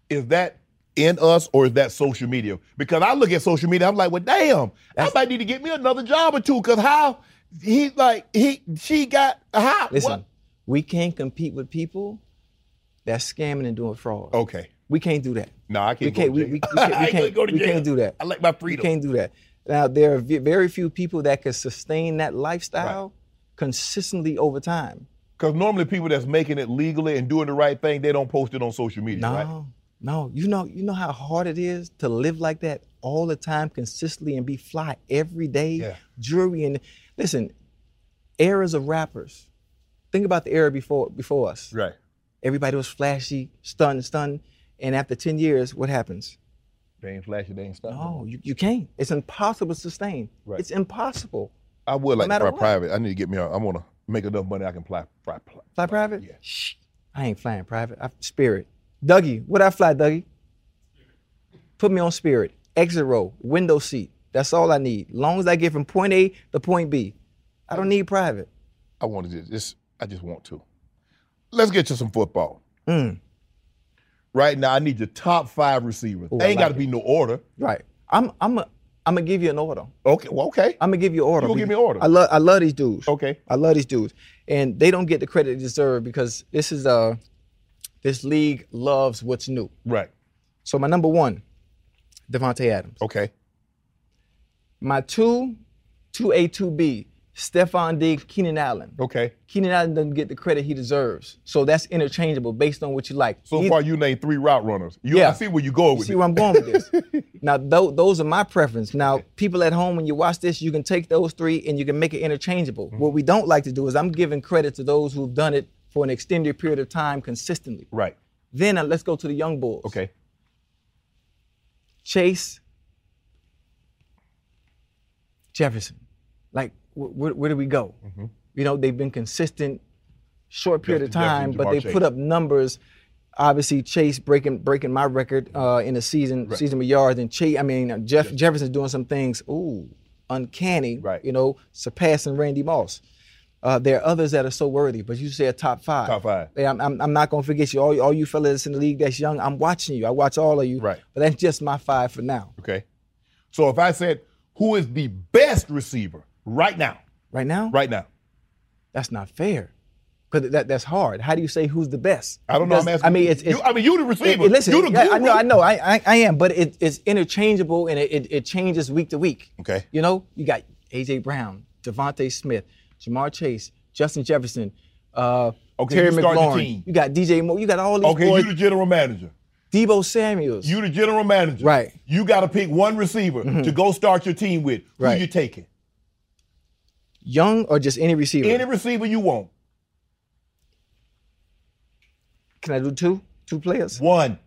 S3: is that in us or is that social media? Because I look at social media, I'm like, well, damn, I might need to get me another job or two. Cause how he like he she got how
S1: Listen,
S3: what?
S1: we can't compete with people that's scamming and doing fraud.
S3: Okay.
S1: We can't do that.
S3: No, I
S1: We
S3: can't.
S1: can't.
S3: go
S1: We,
S3: to jail.
S1: we, we can't,
S3: I
S1: we
S3: ain't
S1: can't,
S3: gonna go to
S1: we
S3: jail.
S1: can't do that.
S3: I like my
S1: We
S3: freedom.
S1: can't do that. Now there are ve- very few people that can sustain that lifestyle consistently over time.
S3: Because normally people that's making it legally and doing the right thing, they don't post it on social media,
S1: No,
S3: right?
S1: no. You know, you know how hard it is to live like that all the time, consistently, and be fly every day.
S3: Yeah.
S1: Jury and listen, eras of rappers. Think about the era before before us.
S3: Right.
S1: Everybody was flashy, stunned, stunned, and after ten years, what happens?
S3: They ain't flashy, they ain't stuff.
S1: No, you, you can't. It's impossible to sustain.
S3: Right.
S1: It's impossible.
S3: I would like
S1: matter
S3: to fly
S1: what.
S3: private. I need to get me. A, I want to make enough money I can fly. fly, fly.
S1: Fly private?
S3: Yeah.
S1: Shh. I ain't flying private. I, Spirit. Dougie, what I fly, Dougie? Put me on Spirit. Exit row, window seat. That's all I need. Long as I get from point A to point B. I don't need private.
S3: I want to just, just. I just want to. Let's get to some football.
S1: Mm.
S3: Right now, I need your top five receivers.
S1: Ooh, I
S3: ain't got to
S1: like
S3: be no order.
S1: Right. I'm I'm a, I'm gonna give you an order.
S3: Okay. Well, okay.
S1: I'm gonna give you an order.
S3: You gonna give me an
S1: because
S3: order?
S1: I love I love these dudes.
S3: Okay.
S1: I love these dudes, and they don't get the credit they deserve because this is uh this league loves what's new.
S3: right.
S1: So my number one, Devonte Adams.
S3: Okay.
S1: My two, two A, two B, Stephon Diggs, Keenan Allen.
S3: Okay.
S1: Keenan Allen doesn't get the credit he deserves. So that's interchangeable based on what you like.
S3: So
S1: Neith-
S3: far, you named three route runners. You, I
S1: Yeah.
S3: see where you going
S1: you
S3: with
S1: see
S3: it.
S1: where I'm going with this. now, tho- those are my preference. Now, people at home, when you watch this, you can take those three and you can make it interchangeable.
S3: Mm-hmm.
S1: What we don't like to do is I'm giving credit to those who've done it for an extended period of time consistently.
S3: right.
S1: Then uh, let's go to the young bulls.
S3: Okay.
S1: Chase Jefferson. Like, wh- where, where do we go? You know, they've been consistent, short period of time,
S3: Justin Mm-hmm. Jefferson,
S1: but they
S3: Ja'Marr
S1: put
S3: Chase.
S1: up numbers. Obviously, Chase breaking breaking my record uh, in the season season with yards, and Chase. I mean, uh, Jeff Jefferson's doing some things. Ooh, uncanny.
S3: Right.
S1: You know, surpassing Randy Moss. Uh, there are others that are so worthy, but you said top five.
S3: Top five.
S1: Yeah, I'm, I'm, I'm not gonna forget you. All, all you fellas that's in the league that's young, I'm watching you. I watch all of you.
S3: Right.
S1: But that's just my five for now.
S3: Okay. So if I said, who is the best receiver right now?
S1: Right now,
S3: Right now.
S1: that's not fair. Because that, that's hard. How do you say who's the best?
S3: I don't know. I'm
S1: Because,
S3: asking
S1: I mean,
S3: you.
S1: it's, it's
S3: You- I mean, you the receiver.
S1: it- listen,
S3: You the
S1: yeah, I
S3: guru.
S1: know, I know, I, I, I am, but it, it's interchangeable and it, it, it changes week to week.
S3: Okay.
S1: You know, you got AJ Brown, Devontae Smith, Jamar Chase, Justin Jefferson, uh,
S3: Okay,
S1: Terry
S3: you starting the
S1: McLaurin.
S3: team.
S1: You got DJ Moore. You got all these
S3: Okay,
S1: boys.
S3: you the general manager.
S1: Debo Samuels.
S3: You the general manager.
S1: Right. Mm-hmm.
S3: You got to pick one receiver to go start your team with. Who
S1: Right.
S3: you taking?
S1: young or just any receiver?
S3: Any receiver you want.
S1: Can I do two? Two players?
S3: One.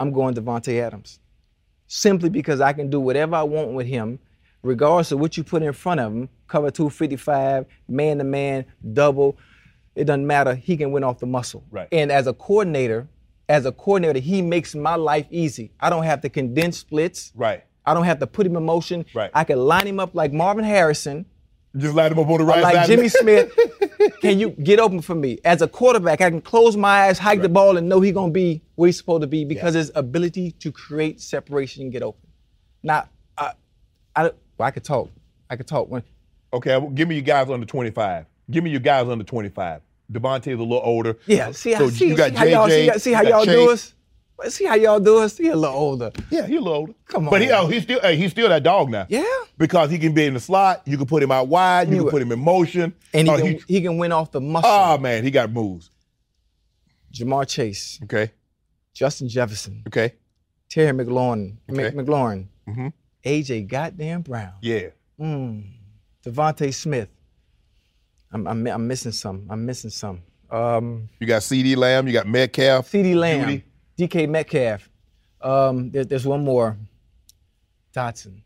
S1: I'm going Devontae Adams. Simply because I can do whatever I want with him, regardless of what you put in front of him, cover 255, man to man, double, it doesn't matter. He can win off the muscle.
S3: Right.
S1: And as a coordinator, as a coordinator, he makes my life easy. I don't have to condense splits.
S3: Right.
S1: I don't have to put him in motion.
S3: Right.
S1: I can line him up like Marvin Harrison
S3: Just light him up on the right
S1: like
S3: side.
S1: Jimmy Smith, can you get open for me? As a quarterback, I can close my eyes, hike the ball, and know he's gonna be where he's supposed to be because his ability to create separation and get open. Now, I, I, well, I could talk. I could talk. When
S3: Okay, well, give me your guys under 25. Give me your guys under 25. Devontae's a little older. Uh,
S1: yeah, see,
S3: So
S1: I, see,
S3: you got
S1: see how y'all, see,
S3: JJ,
S1: see how
S3: you got
S1: y'all do
S3: Chase.
S1: us. Well, See how y'all do us. He a little older.
S3: Yeah, he a little older.
S1: Come
S3: But he,
S1: on.
S3: oh, he's still hey, he's still that dog now.
S1: Yeah.
S3: Because he can be in the slot. You can put him out wide. You
S1: Knew
S3: can
S1: it.
S3: put him in motion.
S1: And he,
S3: oh,
S1: can,
S3: he-
S1: he can win off the muscle.
S3: oh, man, he got moves.
S1: Jamar Chase,
S3: Okay.
S1: Justin Jefferson,
S3: Okay.
S1: Terry McLaurin,
S3: Okay. Mm-hmm.
S1: McLaurin, AJ Goddamn Brown.
S3: Yeah.
S1: Devonte Smith. I'm, I'm, I'm missing some. I'm missing some. Um,
S3: You got CD Lamb, you got Metcalf.
S1: C.D. Lamb,
S3: Judy.
S1: DK Metcalf. Um, there- there's one more. Dotson.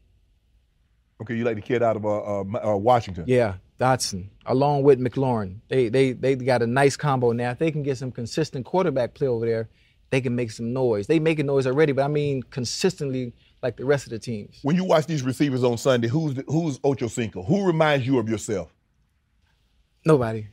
S3: Okay, you like the kid out of uh, uh, Ma- uh, Washington.
S1: Yeah, Dotson, along with McLaurin. They they they got a nice combo now. If they can get some consistent quarterback play over there, they can make some noise. They making noise already, but I mean consistently like the rest of the teams.
S3: When you watch these receivers on Sunday, who's the, who's Ocho Cinco? Who reminds you of yourself?
S1: Nobody.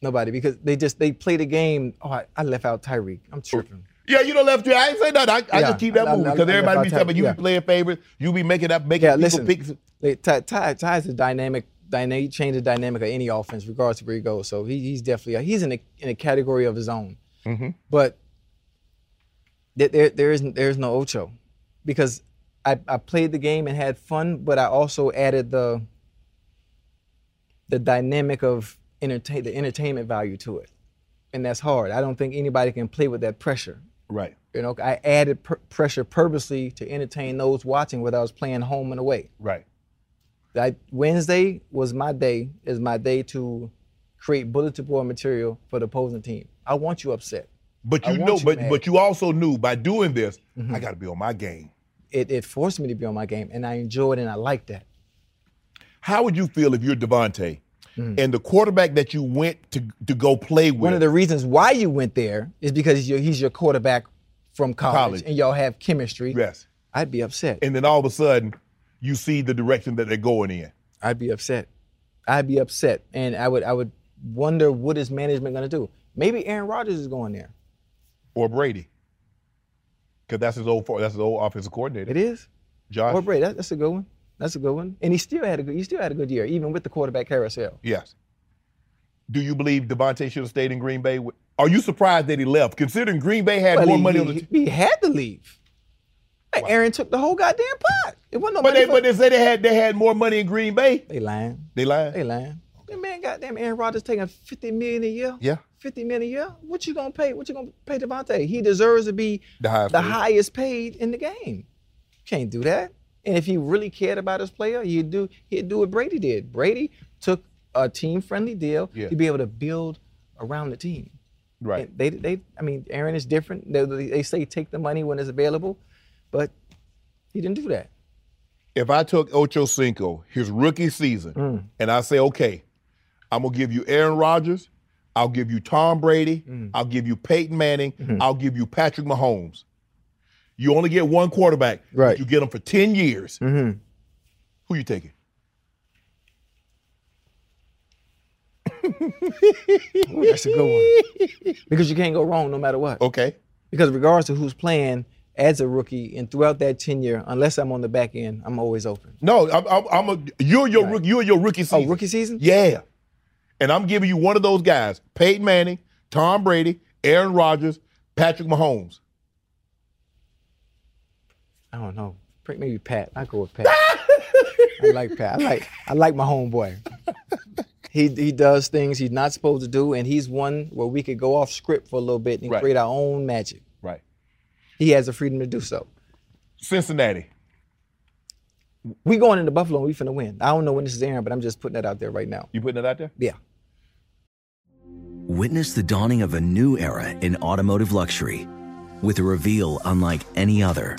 S1: Nobody. Because they just they play the game. Oh, I, I left out Tyreek. I'm tripping.
S3: Yeah, you don't left. I ain't say nothing. I, I
S1: Yeah.
S3: just keep that
S1: I- I-
S3: moving
S1: I-
S3: because
S1: I- I
S3: everybody
S1: got
S3: be
S1: time.
S3: talking. about You
S1: Yeah.
S3: be playing favorites. You be making up, making
S1: Yeah,
S3: people
S1: listen.
S3: pick.
S1: Like, Ty, Ty, Ty is the dynamic, dynamic, change the dynamic of any offense, regardless of where he goes. So he, he's definitely a, he's in a in a category of his own.
S3: Mm-hmm.
S1: But there, there there is there is no Ocho, because I, I played the game and had fun, but I also added the the dynamic of entertain the entertainment value to it, and that's hard. I don't think anybody can play with that pressure.
S3: Right,
S1: You know, I added pr- pressure purposely to entertain those watching, whether I was playing home and away.
S3: right.
S1: I, Wednesday was my day, is my day to create bulletin board material for the opposing team. I want you upset.
S3: But
S1: I
S3: you
S1: want
S3: know,
S1: you,
S3: but
S1: man. Mm-hmm.
S3: but you also knew by doing this, I got to be on my game.
S1: It, it forced me to be on my game, and I enjoyed and I liked that.
S3: How would you feel if you're Devontae and the quarterback that you went to to go play with?
S1: Mm-hmm. One of the reasons why you went there is because he's your, he's your quarterback from college,
S3: College.
S1: and y'all have chemistry.
S3: yes,
S1: I'd be upset.
S3: and then all of a sudden, you see the direction that they're going in.
S1: I'd be upset. I'd be upset, and I would I would wonder what is management going to do. Maybe Aaron Rodgers is going there.
S3: or Brady. Because that's his old that's his old offensive coordinator.
S1: It is.
S3: Josh.
S1: Or Brady. That, that's a good one. That's a good one. And he still had a good. He still had a good year, even with the quarterback carousel.
S3: Yes. Do you believe Devontae should have stayed in Green Bay? with- Are you surprised that he left? Considering Green Bay had
S1: Well,
S3: more
S1: he,
S3: money
S1: he,
S3: on the team.
S1: he had to leave. Like, Aaron took the whole goddamn pot. It wasn't no
S3: But
S1: money.
S3: they
S1: for-
S3: but they say they had they had more money in Green Bay.
S1: they lying.
S3: They lied.
S1: They lying. That man, goddamn Aaron Rodgers taking fifty million a year.
S3: Yeah.
S1: Fifty million a year. What you gonna pay? What you gonna pay Devontae? He deserves to be
S3: The highest
S1: the
S3: paid.
S1: highest paid in the game. Can't do that. And if he really cared about his player, he'd do he'd do what Brady did. Brady took a team friendly deal
S3: Yeah.
S1: to be able to build around the team.
S3: Right.
S1: And They, they, I mean, Aaron is different. They, they- they say take the money when it's available, but he didn't do that.
S3: If I took Ocho Cinco, his rookie season,
S1: Mm.
S3: and I say, okay, I'm gonna give you Aaron Rodgers, I'll give you Tom Brady,
S1: Mm.
S3: I'll give you Peyton Manning,
S1: Mm-hmm.
S3: I'll give you Patrick Mahomes. You only get one quarterback. but
S1: Right. Mm-hmm.
S3: You get him for 10 years. Who you taking?
S1: Ooh, that's a good one. Oh. because you can't go wrong no matter what.
S3: Okay.
S1: Because regardless of who's playing as a rookie and throughout that tenure, unless I'm on the back end, I'm always open.
S3: No, I'm, I'm, I'm a, you're your rookie. You're your rookie season.
S1: Oh, rookie season?
S3: Yeah, and I'm giving you one of those guys: Peyton Manning, Tom Brady, Aaron Rodgers, Patrick Mahomes.
S1: I don't know. Pr- Maybe Pat. I go with Pat. I like Pat. I like I like my homeboy. He he does things he's not supposed to do, and he's one where we could go off script for a little bit and
S3: Right.
S1: create our own magic.
S3: Right.
S1: He has the freedom to do so.
S3: Cincinnati.
S1: We going into Buffalo and we finna win. I don't know when this is airing, but I'm just putting that out there right now.
S3: You putting that out there?
S1: Yeah.
S4: Witness the dawning of a new era in automotive luxury with a reveal unlike any other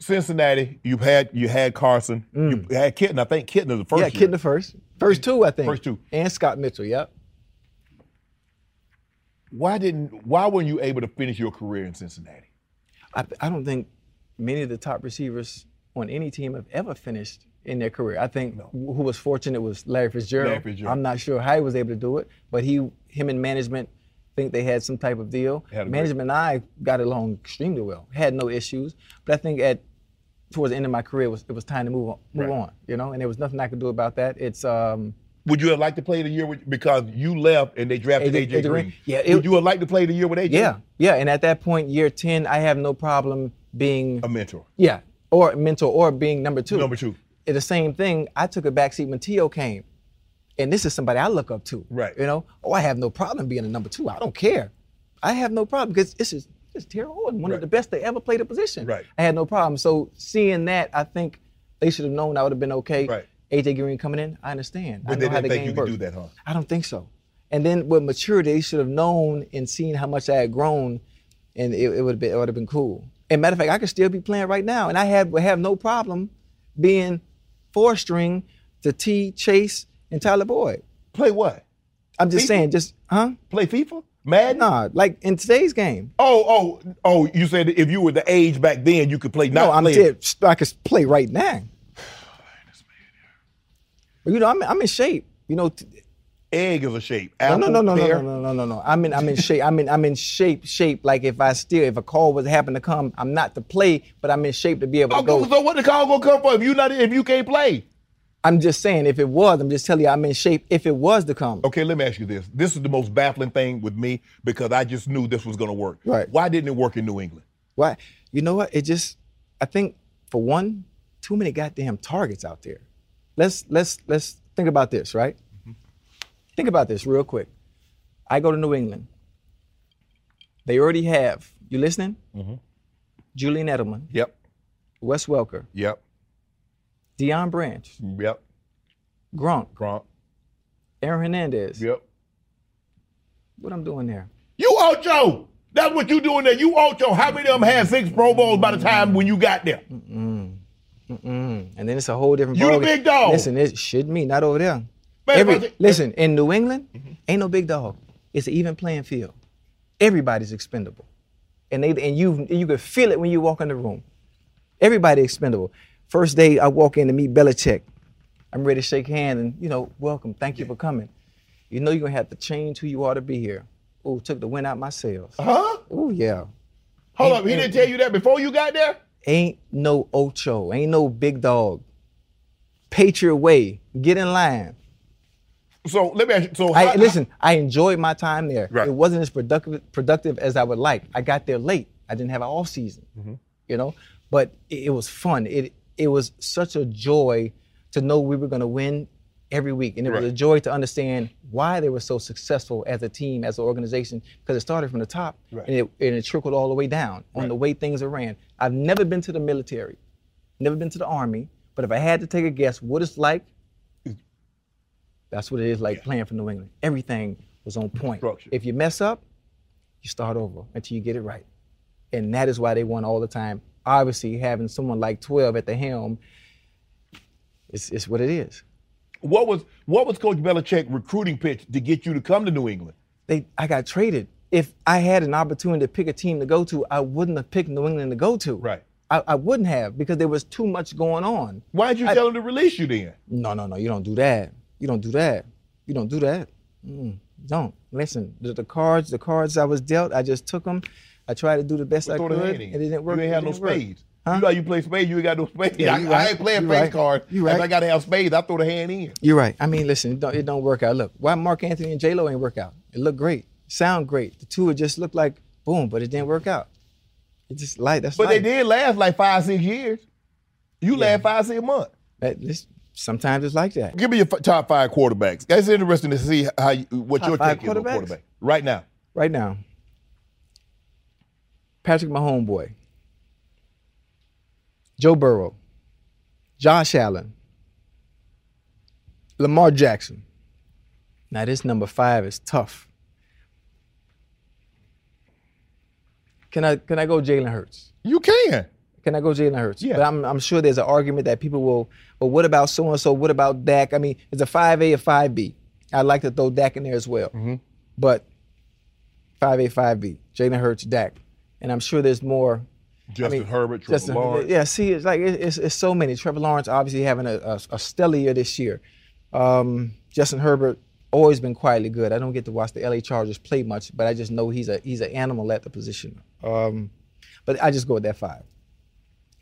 S3: Cincinnati. You've had you had Carson. You had Kitten. I think Kitten is the first.
S1: Mm. yeah,
S3: year.
S1: Kid the first. First two, I think.
S3: First two.
S1: And Scott Mitchell, yep.
S3: Why didn't? Why weren't you able to finish your career in Cincinnati?
S1: I, I don't think many of the top receivers on any team have ever finished in their career. I think wh- who was fortunate was Larry Fitzgerald.
S3: Larry Fitzgerald.
S1: I'm not sure how he was able to do it, but he, him and management think they had some type of deal.
S3: Had a great-
S1: management and I got along extremely well, had no issues. But I think at towards the end of my career, it was, it was time to move on, move
S3: Right.
S1: on, you know, and there was nothing I could do about that. It's, um,
S3: Would you have liked to play the year with, because you left and they drafted
S1: AJ
S3: AJ, Green?
S1: Green. Yeah,
S3: Would
S1: it-
S3: you have liked to play the year with AJ?
S1: yeah, yeah. And at that point, year 10, I have no problem being,
S3: A mentor.
S1: yeah, or mentor or being number two.
S3: Number two.
S1: It's the same thing. I took a backseat when Tio came. And this is somebody I look up to.
S3: Right.
S1: You know, oh, I have no problem being a number two. I don't care. I have no problem because this is this is Terry Orton, one
S3: Right.
S1: of the best to ever play the position.
S3: Right.
S1: I had no problem. So seeing that, I think they should have known I would have been okay.
S3: Right.
S1: AJ Green coming in, I understand. I
S3: But
S1: know
S3: they
S1: how
S3: didn't
S1: the
S3: think you
S1: game
S3: could
S1: works.
S3: do that, huh?
S1: I don't think so. And then with maturity, they should have known and seen how much I had grown, and it, it would have been it would have been cool. And matter of fact, I could still be playing right now, and I have would have no problem being four string to T Chase and Tyler Boyd.
S3: Play what?
S1: I'm just saying, just huh?
S3: Play FIFA? Madden?
S1: Nah, like in today's game.
S3: Oh, oh, oh! You said if you were the age back then, you could play. Not
S1: no, I'm
S3: play.
S1: dead. I could play right now. But you know, I'm I'm in shape. You know, t-
S3: Egg is a shape.
S1: No,
S3: Apple,
S1: no, no, no, no, no,
S3: pear.
S1: no, no, no, no. I'm in, I'm in shape. I'm in, I'm in shape, shape. Like if I still, if a call was to happen to come, I'm not to play, but I'm in shape to be able to
S3: Okay,
S1: go.
S3: Oh, so what the call gonna come for if you not if you can't play?
S1: I'm just saying, if it was, I'm just telling you, I'm in shape. If it was to come,
S3: Okay, let me ask you this. This is the most baffling thing with me because I just knew this was gonna work.
S1: Right.
S3: Why didn't it work in New England?
S1: why? You know what? It just, I think, for one, too many goddamn targets out there. Let's let's let's think about this, right?
S3: Mm-hmm.
S1: Think about this real quick. I go to New England. They already have. You listening?
S3: Mm-hmm.
S1: Julian Edelman,
S3: Yep.
S1: Wes Welker,
S3: Yep.
S1: Deion Branch,
S3: Yep.
S1: Gronk,
S3: Gronk.
S1: Aaron Hernandez.
S3: Yep.
S1: What I'm doing there.
S3: You Ocho. That's what you doing there. You Ocho. How many of them had six Pro Bowls by the time when you got there?
S1: And then it's a whole different
S3: You the
S1: ballgame.
S3: big dog.
S1: Listen, it shouldn't me, not over there.
S3: Man,
S1: Every-
S3: but the-
S1: listen, in New England,
S3: Mm-hmm.
S1: ain't no big dog. It's an even playing field. Everybody's expendable. And they and you you can feel it when you walk in the room. Everybody expendable. First day I walk in to meet Belichick. I'm ready to shake hands and, you know, welcome. Thank you for coming. You know you're gonna have to change who you are to be here. Ooh, took the wind out my sails.
S3: Huh?
S1: Ooh, yeah.
S3: Hold up. He didn't tell you that before you got there.
S1: ain't no Ocho, ain't no big dog. Patriot way, get in line.
S3: So let me ask you. So
S1: I
S3: how-
S1: listen. I enjoyed my time there.
S3: Right.
S1: It wasn't as productive productive as I would like. I got there late. I didn't have an off season,
S3: Mm-hmm.
S1: you know. But it, it was fun. It it was such a joy to know we were going to win every week, and it was
S3: Right.
S1: a joy to understand why they were so successful as a team, as an organization, because it started from the top
S3: Right.
S1: and, it, and it trickled all the way down on the way things are ran. I've never been to the military, never been to the army, but if I had to take a guess, what it's like
S3: Mm.
S1: that's what it is like playing for New England. Everything was on point.
S3: Structure.
S1: If you mess up, you start over until you get it right. And that is why they won all the time. Obviously, having someone like 12 at the helm, it's, it's what it is.
S3: what was what was Coach Belichick recruiting pitch to get you to come to New England?
S1: They, I got traded. If I had an opportunity to pick a team to go to, I wouldn't have picked New England to go to.
S3: Right.
S1: I, I wouldn't have because there was too much going on.
S3: Why did you tell him to release you then?
S1: No, no, no. You don't do that. You don't do that. You don't do that. Mm, don't listen. The, the cards, the cards I was dealt, I just took them. I tried to do the best I
S3: Throw
S1: could,
S3: the hand
S1: and
S3: in.
S1: it didn't work.
S3: You ain't
S1: It
S3: had no
S1: didn't work.
S3: spades. You know how you play spades, you ain't got no spades.
S1: Yeah,
S3: I,
S1: you
S3: I
S1: right.
S3: ain't playing
S1: You
S3: face
S1: right.
S3: card.
S1: You
S3: If
S1: right.
S3: I gotta have spades, I throw the hand in.
S1: You're right. I mean, listen, it don't, it don't work out. Look, why Mark Anthony and J Lo ain't work out? It looked great, sound great. The two it just looked like boom, but it didn't work out. It just like that's.
S3: But they
S1: life.
S3: did last like five, six years. You last five, six months.
S1: That- this- sometimes it's like that.
S3: Give me your f- top five quarterbacks. That's interesting to see how you, what
S1: Top
S3: your
S1: five
S3: take is on
S1: quarterbacks?
S3: quarterback right now.
S1: Right now, Patrick, my homeboy, Joe Burrow, Josh Allen, Lamar Jackson. Now, this number five is tough. Can I, can I go Jalen Hurts?
S3: You can.
S1: Can I go Jalen Hurts?
S3: Yeah.
S1: But I'm, I'm sure there's an argument that people will, well, what about so and so? What about Dak? I mean, it's a 5A or 5B. I'd like to throw Dak in there as well. But 5A, 5B, Jalen Hurts, Dak. And I'm sure there's more.
S3: Justin
S1: mean,
S3: Herbert, Trevor
S1: Justin-
S3: Lawrence.
S1: Yeah, see, it's like it- it's, it's so many. Trevor Lawrence obviously having a, a, a stellar year this year. Um, Justin Herbert always been quietly good. I don't get to watch the LA Chargers play much, but I just know he's a he's an animal at the position. Um, but I just go with that five.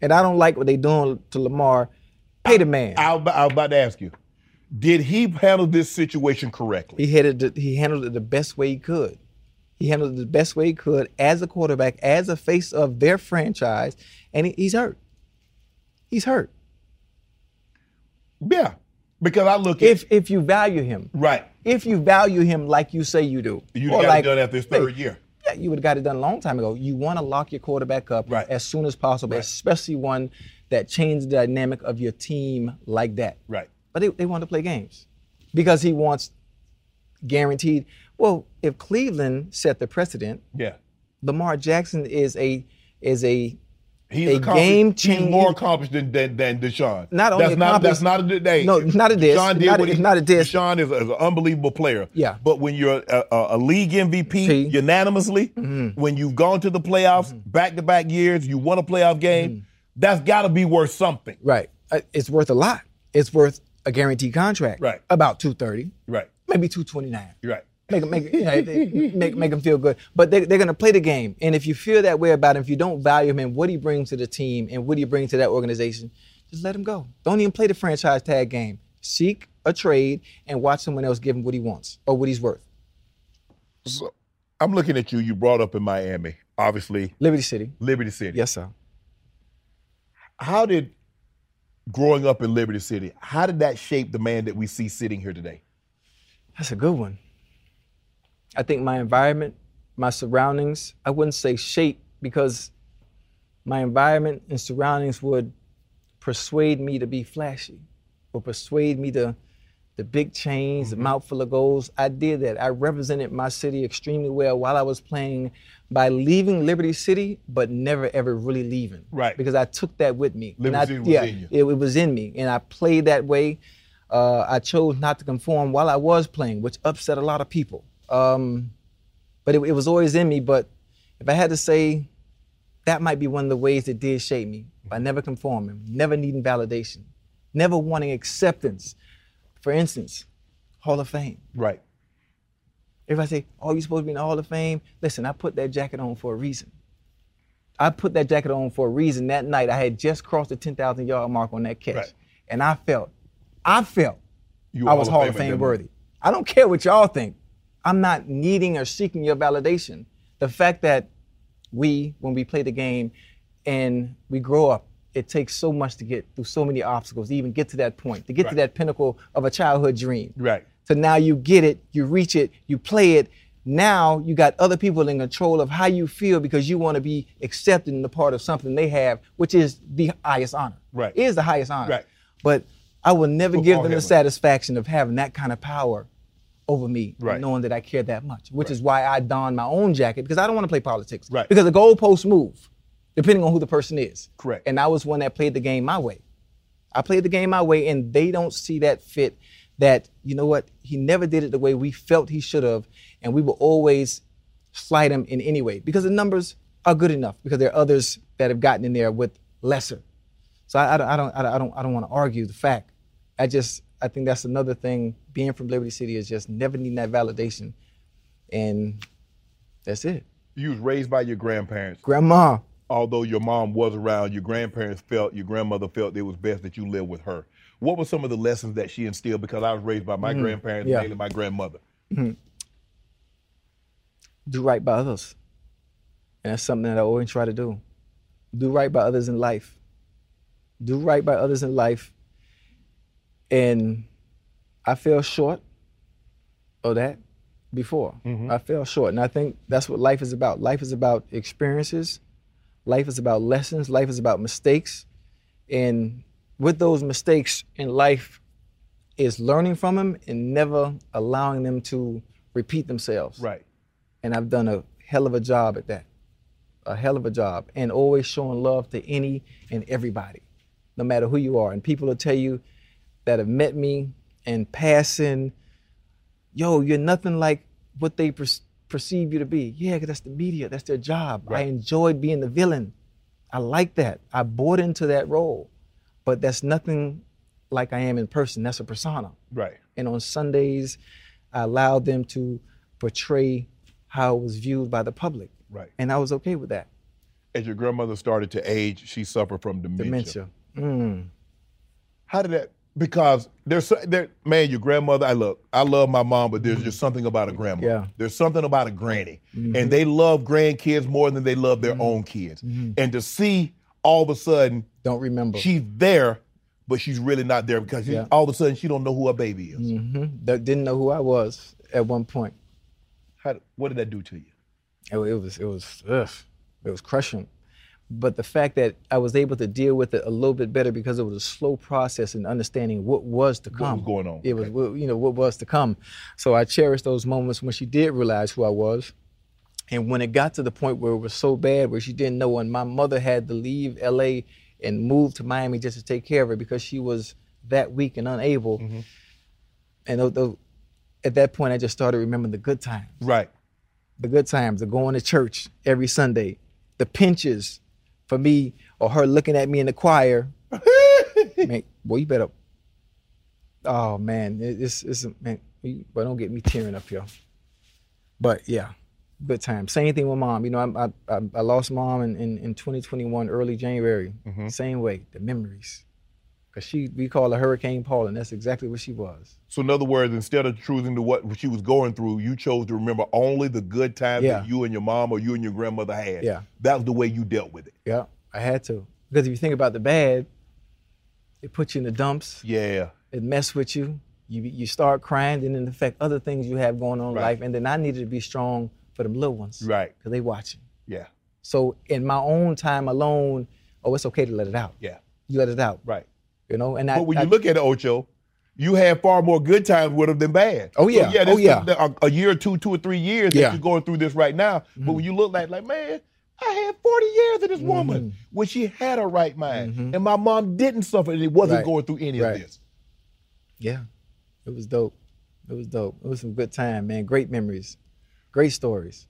S1: And I don't like what they doing to Lamar. Pay the man.
S3: I was about I was about to ask you, did he handle this situation correctly?
S1: He headed the, he handled it the best way he could. He handled it the best way he could as a quarterback, as a face of their franchise, and he, he's hurt. He's hurt.
S3: Yeah, because I look at
S1: If if you value him,
S3: right,
S1: if you value him like you say you do,
S3: you
S1: or
S3: got
S1: like-
S3: it done after his third
S1: Hey,
S3: year.
S1: Yeah, you would have got it done a long time ago. You want to lock your quarterback up
S3: Right.
S1: as soon as possible, especially one that changed the dynamic of your team like that.
S3: Right.
S1: But they, they want to play games because he wants guaranteed. Well, if Cleveland set the precedent,
S3: Yeah,
S1: Lamar Jackson is a is a
S3: he's
S1: A
S3: accomplished-
S1: game
S3: He's
S1: change-
S3: more accomplished than than, than Deshaun.
S1: Not only
S3: that's not that's
S1: accomplished-
S3: not a day.
S1: No, not a diss.
S3: Deshaun did
S1: Not a-
S3: what he,
S1: not a diss.
S3: Deshaun is, a- is an unbelievable player.
S1: Yeah.
S3: but when you're a, a, a league MVP
S1: P. Mm-hmm.
S3: unanimously, when you've gone to the playoffs back to back years, you won a playoff game.
S1: Mm-hmm.
S3: That's got to be worth something.
S1: right. Uh, It's worth a lot. It's worth a guaranteed contract.
S3: Right.
S1: About two thirty,
S3: Right,
S1: maybe two twenty nine.
S3: right.
S1: Make 'em- make you know, they- make make them feel good. But they, they're gonna play the game, and if you feel that way about him, if you don't value him and what he brings to the team and what he brings to that organization, just let him go. Don't even play the franchise tag game. Seek a trade and watch someone else give him what he wants or what he's worth.
S3: I'm looking at you. You brought up in Miami, obviously
S1: Liberty City.
S3: Liberty City.
S1: Yes, sir.
S3: How did growing up in Liberty City? How did that shape the man that we see sitting here today?
S1: That's a good one. I think my environment, my surroundings, I wouldn't say shape because my environment and surroundings would persuade me to be flashy or persuade me to the big chains, the mouthful of goals. I did that. I represented my city extremely well while I was playing by leaving Liberty City, but never ever really leaving.
S3: Right.
S1: Because I took that with me. And
S3: Liberty
S1: I-
S3: City was
S1: yeah,
S3: in you.
S1: it, it was in me, and I played that way. Uh, I chose not to conform while I was playing, which upset a lot of people. Um, but it, it was always in me. But if I had to say, that might be one of the ways that did shape me by never conforming, never needing validation, never wanting acceptance. For instance, Hall of Fame.
S3: Right.
S1: Everybody say, "Oh, you supposed to be in the Hall of Fame." Listen, I put that jacket on for a reason. I put that jacket on for a reason. That night, I had just crossed the 10,000 yard mark on that catch,
S3: Right.
S1: and I felt, I felt,
S3: You
S1: I
S3: were
S1: was Hall of
S3: Famer at
S1: Fame
S3: that
S1: worthy.
S3: moment.
S1: I don't care what y'all think. I'm not needing or seeking your validation. The fact that we, when we play the game, and we grow up, it takes so much to get through so many obstacles to even get to that point, to get to
S3: Right.
S1: that pinnacle of a childhood dream.
S3: Right.
S1: So now you get it, you reach it, you play it. Now you got other people in control of how you feel because you want to be accepted in the part of something they have, which is the highest honor.
S3: Right.
S1: It Is the highest honor.
S3: Right.
S1: But I will never give
S3: Football
S1: them the
S3: heaven.
S1: satisfaction of having that kind of power over me, and
S3: Right.
S1: knowing that I care that much, which is why I don my own jacket because I don't want to play politics.
S3: Right.
S1: Because the goalposts move depending on who the person is.
S3: Correct.
S1: And I was one that played the game my way. I played the game my way, and they don't see that fit. That you know what? He never did it the way we felt he should have, and we will always slight him in any way because the numbers are good enough. Because there are others that have gotten in there with lesser. So I, I don't, I don't, I don't, I don't want to argue the fact. I just, I think that's another thing. Being from Liberty City is just never needing that validation, and that's it.
S3: You was raised by your grandparents.
S1: Grandma,
S3: Although your mom was around, your grandparents felt, your grandmother felt it was best that you live with her. What were some of the lessons that she instilled? Because I was raised by my grandparents,
S1: Mm, Yeah.
S3: mainly my grandmother.
S1: do right by others, and that's something that I always try to do. Do right by others in life. Do right by others in life, and I fell short of that before. I fell short, and I think that's what life is about. Life is about experiences. Life is about lessons. Life is about mistakes. And with those mistakes in life is learning from them and never allowing them to repeat themselves.
S3: Right.
S1: And I've done a hell of a job at that. A hell of a job. And always showing love to any and everybody, no matter who you are. And people will tell you that have met me and passing, yo, you're nothing like what they per- perceive you to be. Yeah, 'cause that's the media, that's their job. I enjoyed being the villain. I like that. I bought into that role, but that's nothing like I am in person. That's a persona.
S3: Right.
S1: And on Sundays, I allowed them to portray how it was viewed by the public.
S3: Right.
S1: And I was okay with that.
S3: as your grandmother started to age, she suffered from dementia.
S1: Dementia.
S3: How did that? Because there's so- there, man, your grandmother. I look, I love my mom, but there's just something about a grandma.
S1: Mm-hmm. Yeah. Mm-hmm.
S3: There's something about a granny, and they love grandkids more than they love their own kids.
S1: Mm-hmm.
S3: And to see all of a sudden
S1: Don't remember.
S3: she's there, but she's really not there because she-
S1: Oh. Yeah. Mm-hmm.
S3: all of a sudden she don't know who her baby is.
S1: that didn't know who I was at one point.
S3: How, what did that do to you?
S1: It, wa- it was it was ugh, it was crushing. But the fact that I was able to deal with it a little bit better because it was a slow process in understanding what was to come.
S3: was going on,
S1: It was what- you know what was to come. So I cherished those moments when she did realize who I was. And when it got to the point where it was so bad, where she didn't know, and my mother had to leave LA and move to Miami just to take care of her because she was that weak and unable.
S3: Mm-hmm.
S1: And tho- tho- at that point, I just started remembering the good times
S3: Right.
S1: the good times, the going to church every Sunday, the pinches for me or her looking at me in the choir. man, boy, you better. Oh man, it- it's it's man. You, but don't get me tearing up here. But yeah, good time. Same thing with mom. You know, I I, I, I lost mom in, in, in 2021, early January. Same way, the memories. Cause she, we call her Hurricane Paul, and that's exactly what she was.
S3: So in other words, instead of choosing to what she was going through, you chose to remember only the good times
S1: Yeah.
S3: that you and your mom or you and your grandmother had.
S1: Yeah.
S3: That was the way you dealt with it.
S1: Yeah, I had to. Because if you think about the bad, it puts you in the dumps.
S3: Yeah.
S1: it mess with you. You you start crying, then it affect other things you have going on in
S3: Right.
S1: life. And then I needed to be strong for them little ones,
S3: Right.
S1: Because they watching.
S3: Yeah.
S1: So in my own time alone, oh, it's okay to let it out.
S3: Yeah.
S1: You let it out,
S3: Right.
S1: You know. And I,
S3: But when
S1: I-
S3: you look at it, Ocho, you had far more good times with them than bad.
S1: Oh, yeah.
S3: So, yeah.
S1: Oh,
S3: this-
S1: yeah.
S3: the- A, a year or two, two or three years
S1: Yeah. Mm-hmm.
S3: that you're going through this right now. But when you look like, like, man, I had 40 years of this woman when she had her right mind. And my mom didn't suffer and it
S1: Mm-hmm.
S3: wasn't
S1: Right.
S3: going through any
S1: Right.
S3: of this.
S1: yeah, it was dope. It was dope. It was some good time, man. Great memories, great stories.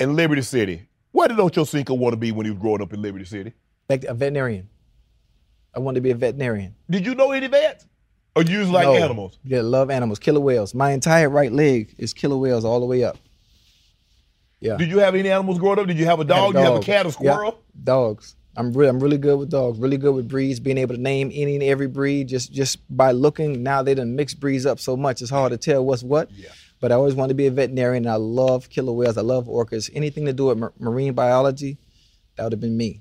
S3: In Liberty City, what did Ocho Cinco want to be when he was growing up in Liberty City?
S1: Like a veterinarian. I wanted to be a veterinarian.
S3: Did you know any vets? Or you just like
S1: No.
S3: animals?
S1: Yeah, love animals. Killer whales. My entire right leg is killer whales all the way up. Yeah.
S3: Did you have any animals growing up? Did you have a dog?
S1: Had
S3: You have a
S1: dog.
S3: cat, a
S1: Yeah,
S3: squirrel?
S1: dogs. I'm really, I'm really good with dogs. Really good with breeds. Being able to name any and every breed just just by looking. Now they done mixed breeds up so much, it's hard to tell what's what. Yeah. But I always wanted to be a veterinarian. And I love killer whales. I love orcas. Anything to do with mar- marine biology, that would have been me.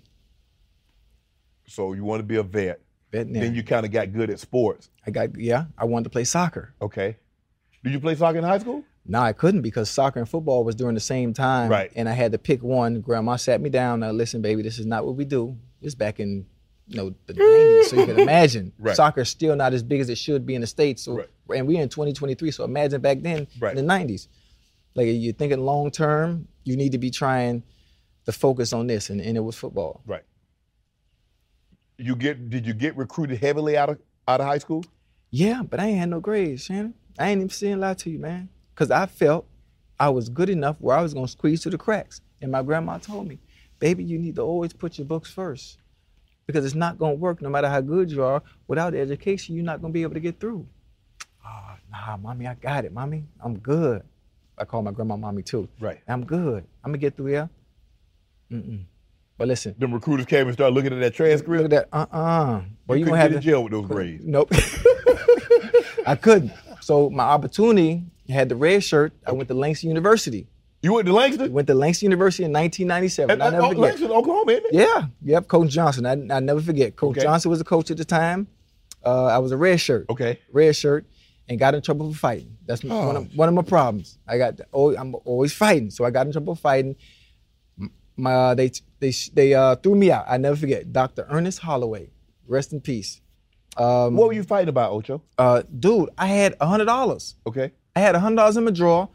S3: So you want to be a vet.
S1: Veterinarian.
S3: Then you kind of got good at sports.
S1: I got yeah. I wanted to play soccer.
S3: Okay. Did you play soccer in high school?
S1: No, I couldn't because soccer and football was during the same time.
S3: Right.
S1: And I had to pick one. Grandma sat me down. Now, listen, baby, this is not what we do. This back in you know, the 90s. So you can imagine.
S3: Right.
S1: Soccer's still not as big as it should be in the States. So,
S3: Right.
S1: And we're in 2023. So imagine back then
S3: Right.
S1: in the 90s. Like you're thinking long term, you need to be trying to focus on this. And, and it was football.
S3: Right. You get did you get recruited heavily out of out of high school?
S1: Yeah, but I ain't had no grades, Shannon. I ain't even saying lie to you, man. Cause I felt I was good enough where I was gonna squeeze through the cracks. And my grandma told me, baby, you need to always put your books first. Because it's not gonna work no matter how good you are. Without education, you're not gonna be able to get through. Ah, nah, mommy, I got it, mommy. I'm good. I call my grandma mommy too.
S3: Right.
S1: I'm good. I'm gonna get through here. Mm-mm. But listen,
S3: Them recruiters came and started looking at that transcript.
S1: look at that. Uh-uh. Boy,
S3: you
S1: you
S3: couldn't
S1: gonna have to-
S3: get in jail with those grades.
S1: Nope. I couldn't. So my opportunity had the red shirt. I went to Langston University.
S3: You went to Langston?
S1: Went to Langston University in 1997.
S3: At-
S1: I
S3: at-
S1: never
S3: oh,
S1: forget.
S3: Langston, Oklahoma, isn't it?
S1: Yeah, yep. Coach Johnson. I I never forget. Coach
S3: Okay.
S1: Johnson was the coach at the time. Uh, I was a red shirt.
S3: Okay. Oh.
S1: Red shirt, and got in trouble for fighting. That's my- one, of, one of my problems. I got oh, I'm always fighting, so I got in trouble fighting. M- My they they they uh, threw me out. I never forget. Dr. Ernest Holloway, rest in peace.
S3: What were you fighting about, Ocho?
S1: Uh, dude, I had hundred dollars.
S3: Okay.
S1: I had hundred dollars in my drawer.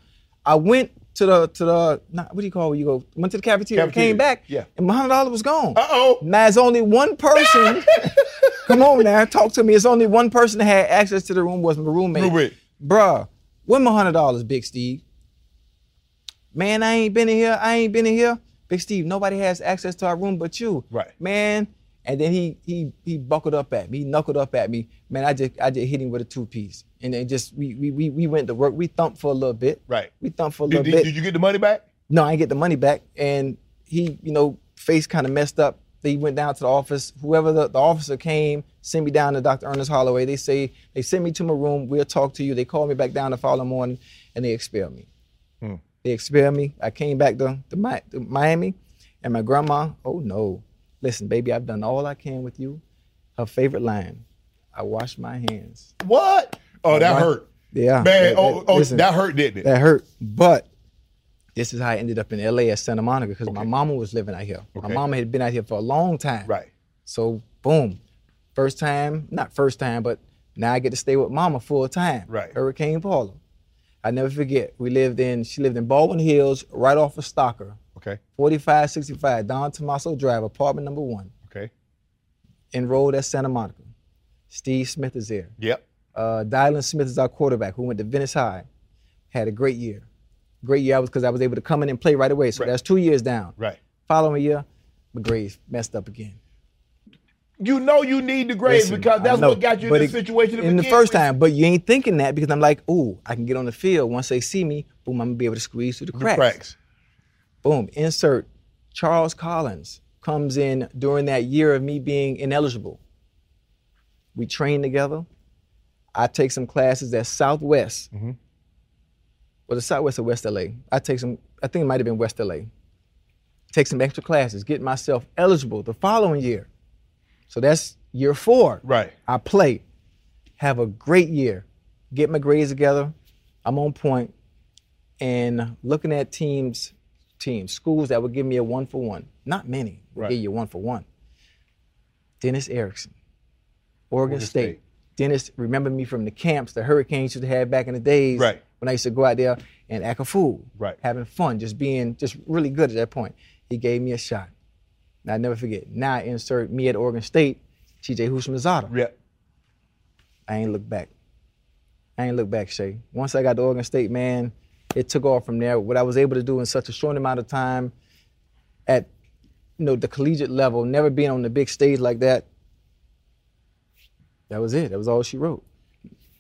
S1: I went to the to the not, what do you call it when you go went to the cafeteria,
S3: Cafeteria,
S1: came back,
S3: yeah. Uh-uh.
S1: and my hundred dollars was gone.
S3: Uh-oh.
S1: Now it's only one person. come on now, talk to me. It's only one person that had access to the room was my roommate.
S3: Roommate.
S1: Bruh, where my hundred dollars, Big Steve? Man, I ain't been in here. I ain't been in here. Big Steve, nobody has access to our room but you.
S3: Right.
S1: Man. And then he he he buckled up at me, he knuckled up at me. Man, I just I just hit him with a two piece. And then just we we we, we went to work. We thumped for a little bit.
S3: Right.
S1: We thumped for a
S3: Did,
S1: little
S3: did,
S1: bit.
S3: did you get the money back?
S1: no, I didn't get the money back. And he, you know, face kind of messed up. They went down to the office. Whoever the, the officer came, sent me down to Dr. Ernest Holloway. They say they sent me to my room. We'll talk to you. They called me back down the following morning, and they expelled me. They expelled me. I came back to, to, Mi- to Miami, and my grandma, oh no, listen, baby, I've done all I can with you. Her favorite line, I wash my hands.
S3: What? Oh, that
S1: Right.
S3: hurt.
S1: Yeah.
S3: Man,
S1: That-
S3: oh,
S1: that-
S3: oh
S1: listen.
S3: that hurt, didn't it?
S1: That hurt, but this is how I ended up in LA at Santa Monica because my mama was living out here. My
S3: Okay.
S1: mama had been out here for a long time.
S3: Right.
S1: So boom, first time, not first time, but now I get to stay with mama full time.
S3: Right.
S1: Hurricane Paula. I never forget. We lived in, she lived in Baldwin Hills, right off of Stocker.
S3: Okay.
S1: 4565 Don Tomaso Drive, apartment number one,
S3: Okay.
S1: enrolled at Santa Monica. Steve Smith is there.
S3: Yep.
S1: Uh, Dylan Smith is our quarterback who went to Venice High. Had a great year. Great year I was because I was able to come in and play right away. So that's two years down.
S3: Right.
S1: Following year, my grades messed up again.
S3: You know you need the grades
S1: Listen,
S3: because
S1: I
S3: that's
S1: know,
S3: what got you
S1: but
S3: in the
S1: it-
S3: situation to
S1: in the
S3: begin
S1: first
S3: with.
S1: time. But you ain't thinking that because I'm like, ooh, I can get on the field. Once they see me, boom, I'm gonna be able to squeeze through the cracks.
S3: Cracks.
S1: Boom. Insert Charles Collins comes in during that year of me being ineligible. We train together. I take some classes at Southwest. Well, the Southwest or West LA. I take some, I think it might have been West LA. Take some extra classes, get myself eligible the following year. So that's year four.
S3: Right.
S1: I play, have a great year, get my grades together, I'm on point, and looking at teams, teams, schools that would give me a one for one. Not many would
S3: Right.
S1: give you a one for one. Dennis Erickson, Oregon,
S3: Oregon
S1: State.
S3: State.
S1: Dennis remembered me from the camps the Hurricanes used to have back in the days
S3: Right.
S1: when I used to go out there and act a fool,
S3: Right.
S1: having fun, just being just really good at that point. He gave me a shot. And I never forget. Now I insert me at Oregon State, TJ Hushmanzada.
S3: Yep.
S1: I ain't look back. I ain't look back, Shay. Once I got to Oregon State, man, it took off from there. What I was able to do in such a short amount of time at you know the collegiate level, never being on the big stage like that, that was it. That was all she wrote.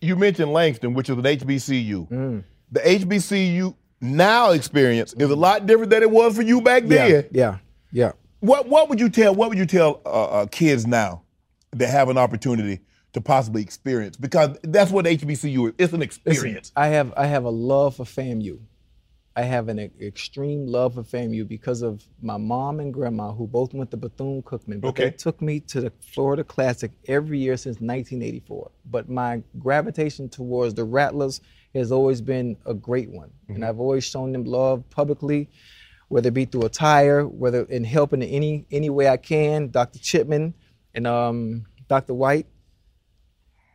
S3: You mentioned Langston, which is an HBCU.
S1: Mm.
S3: The HBCU now experience is a lot different than it was for you back
S1: Yeah.
S3: then.
S1: Yeah. Yeah.
S3: What What would you tell What would you tell uh, uh, kids now that have an opportunity to possibly experience? Because that's what HBCU is. It's an
S1: Listen,
S3: experience.
S1: I have I have a love for FAMU. I have an e- extreme love for FAMU because of my mom and grandma who both went to Bethune Cookman. But They
S3: Okay.
S1: took me to the Florida Classic every year since 1984. But my gravitation towards the Rattlers has always been a great one, and I've always shown them love publicly, whether it be through attire, whether in helping in any any way I can. Dr. Chipman and um, Dr. White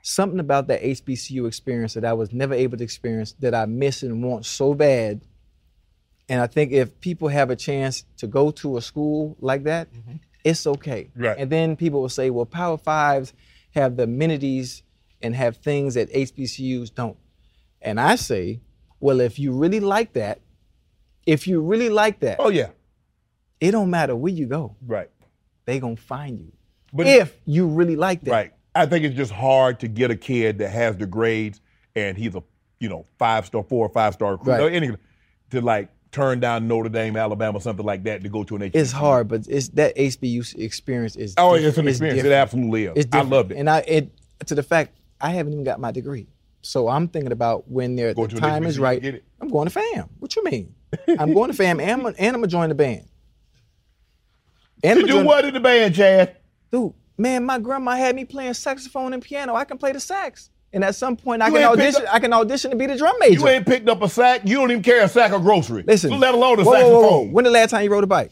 S1: something about that HBCU experience that I was never able to experience that I miss and want so bad. And I think if people have a chance to go to a school like that, it's okay.
S3: Mm-hmm. Right.
S1: And then people will say, well, Power Fives have the amenities and have things that HBCUs don't. And I say, well, if you really like that, if you really like that,
S3: oh yeah.
S1: it don't matter where you go,
S3: Right.
S1: they gonna find you.
S3: But-
S1: if you really like that,
S3: Right. I think it's just hard to get a kid that has the grades and he's a you know five star, four or five star recruit,
S1: Right.
S3: or any, to like turn down Notre Dame, Alabama, something like that to go to an HBCU.
S1: it's hard, but it's that HBU experience is
S3: Oh,
S1: diff-
S3: it's an
S1: is
S3: experience. It
S1: different.
S3: absolutely is.
S1: It's
S3: I
S1: different.
S3: loved it.
S1: And I it to the fact I haven't even got my degree. So I'm thinking about when their
S3: Go
S1: the
S3: to an
S1: time is
S3: HBCU,
S1: right.
S3: get it.
S1: I'm going to fam. What you mean? I'm going to fam and, I'm- and I'm gonna join the band. And
S3: to
S1: I'ma
S3: do
S1: join-
S3: what in the band, Chad?
S1: Dude, man, my grandma had me playing saxophone and piano. I can play the sax. And at some point I
S3: You
S1: can
S3: ain't picked
S1: audition
S3: up-
S1: I can audition to be the drum major.
S3: You ain't picked up a sack. You don't even carry a sack of grocery.
S1: Listen.
S3: let alone a
S1: whoa, whoa,
S3: saxophone.
S1: whoa, whoa. When the last time you rode a bike?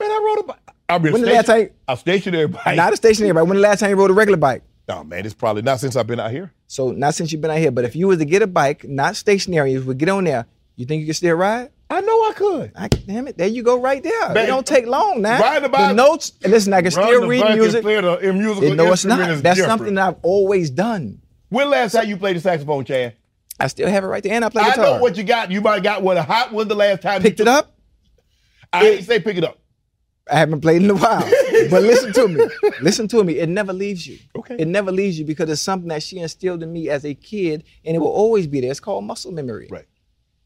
S3: Man, I rode a bike. I mean,
S1: When
S3: a
S1: did that
S3: station-
S1: take-
S3: a stationary bike.
S1: Not a stationary bike. When the last time you rode a regular bike?
S3: no, man, it's probably not since I've been out here.
S1: So not since you've been out here, but if you was to get a bike, not stationary, if you would get on there, you think you could still ride?
S3: I know I could.
S1: I, damn it, there you go right there.
S3: Man,
S1: it don't take long now.
S3: ride the bike-
S1: notes, and listen, I can
S3: Run
S1: still
S3: the
S1: read
S3: bike and
S1: music.
S3: play the- a musical
S1: And no, it's
S3: instrument
S1: not.
S3: is
S1: That's
S3: different.
S1: something that I've always done.
S3: When last time you played the saxophone, Chad?
S1: I still have it right there, and I play
S3: I
S1: guitar.
S3: know what you got. You might have got what a hot one the last time. you
S1: Picked it
S3: took-
S1: up.
S3: I didn't say pick it up.
S1: I haven't played in a while. but listen to me. Listen to me. It never leaves you.
S3: Okay.
S1: It never leaves you because it's something that she instilled in me as a kid, and it will always be there. It's called muscle memory.
S3: Right.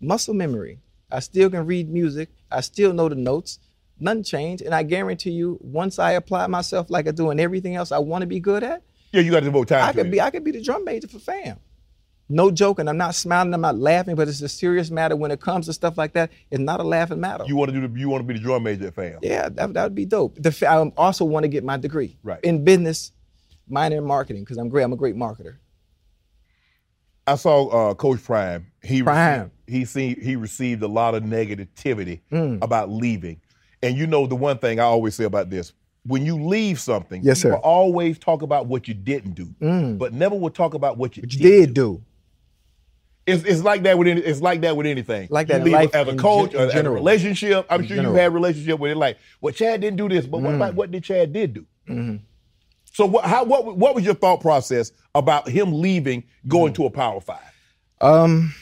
S1: Muscle memory. I still can read music. I still know the notes. Nothing changed. And I guarantee you, once I apply myself like I do in everything else I want to be good at,
S3: Yeah, you got to devote time.
S1: I
S3: to
S1: could
S3: it.
S1: be I could be the drum major for fam. No joking. I'm not smiling. I'm not laughing. But it's a serious matter when it comes to stuff like that. It's not a laughing matter.
S3: You want to do the, you want to be the drum major at FAM.
S1: yeah, that, that would be dope. The, fa- I also want to get my degree
S3: Right.
S1: in business, minor in marketing because I'm great. I'm a great marketer.
S3: I saw uh, Coach Prime. He
S1: Prime.
S3: received- he seen, he received a lot of negativity
S1: Mm.
S3: about leaving, and you know the one thing I always say about this: when you leave something,
S1: Yes, sir.
S3: people always talk about what you didn't do, but never will talk about what you,
S1: But you
S3: did.
S1: did do.
S3: It's, it's like that with any, it's like that with anything.
S1: Like that
S3: You
S1: in
S3: leave
S1: life
S3: as a
S1: in
S3: coach,
S1: gen- in
S3: or as a
S1: general.
S3: relationship. I'm
S1: In
S3: sure
S1: general. Mm.
S3: you had relationship where they're like, "Well, Chad didn't do this, but what about what did Chad did do?"
S1: Mm-hmm.
S3: So what? How? What? What was your thought process about him leaving, going
S1: Mm.
S3: to a Power Five?
S1: Um,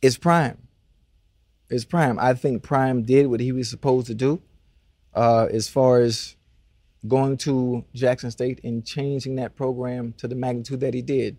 S1: it's Prime. It's Prime. I think Prime did what he was supposed to do, uh, as far as going to Jackson State and changing that program to the magnitude that he did.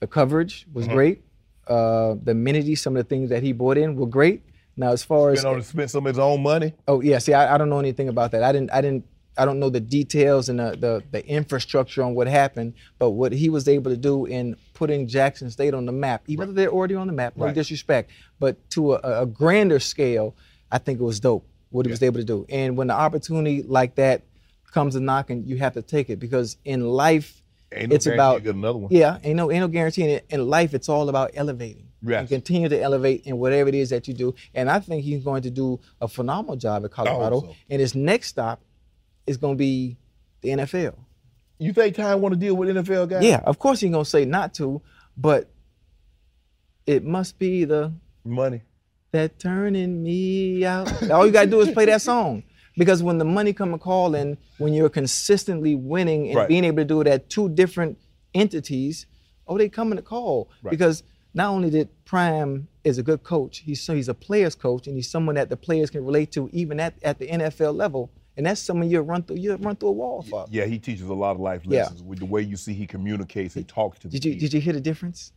S1: The coverage was great. Uh, the amenities, some of the things that he brought in were great. Now, as far as
S3: Been on to spend some of his own money.
S1: Oh yeah, see, I, I don't know anything about that. I didn't, I didn't, I don't know the details and the, the the infrastructure on what happened. But what he was able to do in putting Jackson State on the map, even though they're already on the map, no
S3: Right.
S1: disrespect, but to a, a grander scale, I think it was dope what he was able to do. And when the opportunity like that comes a knocking, you have to take it because in life,
S3: Ain't no
S1: it's
S3: guarantee
S1: about
S3: you get another one.
S1: Yeah, ain't no ain't no guarantee. In, it. in life, it's all about elevating.
S3: Yes.
S1: And continue to elevate in whatever it is that you do. And I think he's going to do a phenomenal job at Colorado.
S3: so.
S1: And his next stop is going to be the NFL.
S3: You think Ty want to deal with NFL guys?
S1: Yeah, of course he's going to say not to, but it must be the
S3: Money.
S1: that turning me out. All you gotta do is play that song. Because when the money come a calling, when you're consistently winning and
S3: Right.
S1: being able to do it at two different entities, oh, they come in a call. Because not only did Prime is a good coach, he's so he's a players coach and he's someone that the players can relate to even at, at the NFL level. And that's someone you run through you run through a wall for.
S3: Yeah, he teaches a lot of life
S1: Yeah.
S3: lessons with the way you see he communicates and talks to the
S1: Did you
S3: people.
S1: did you hear the difference?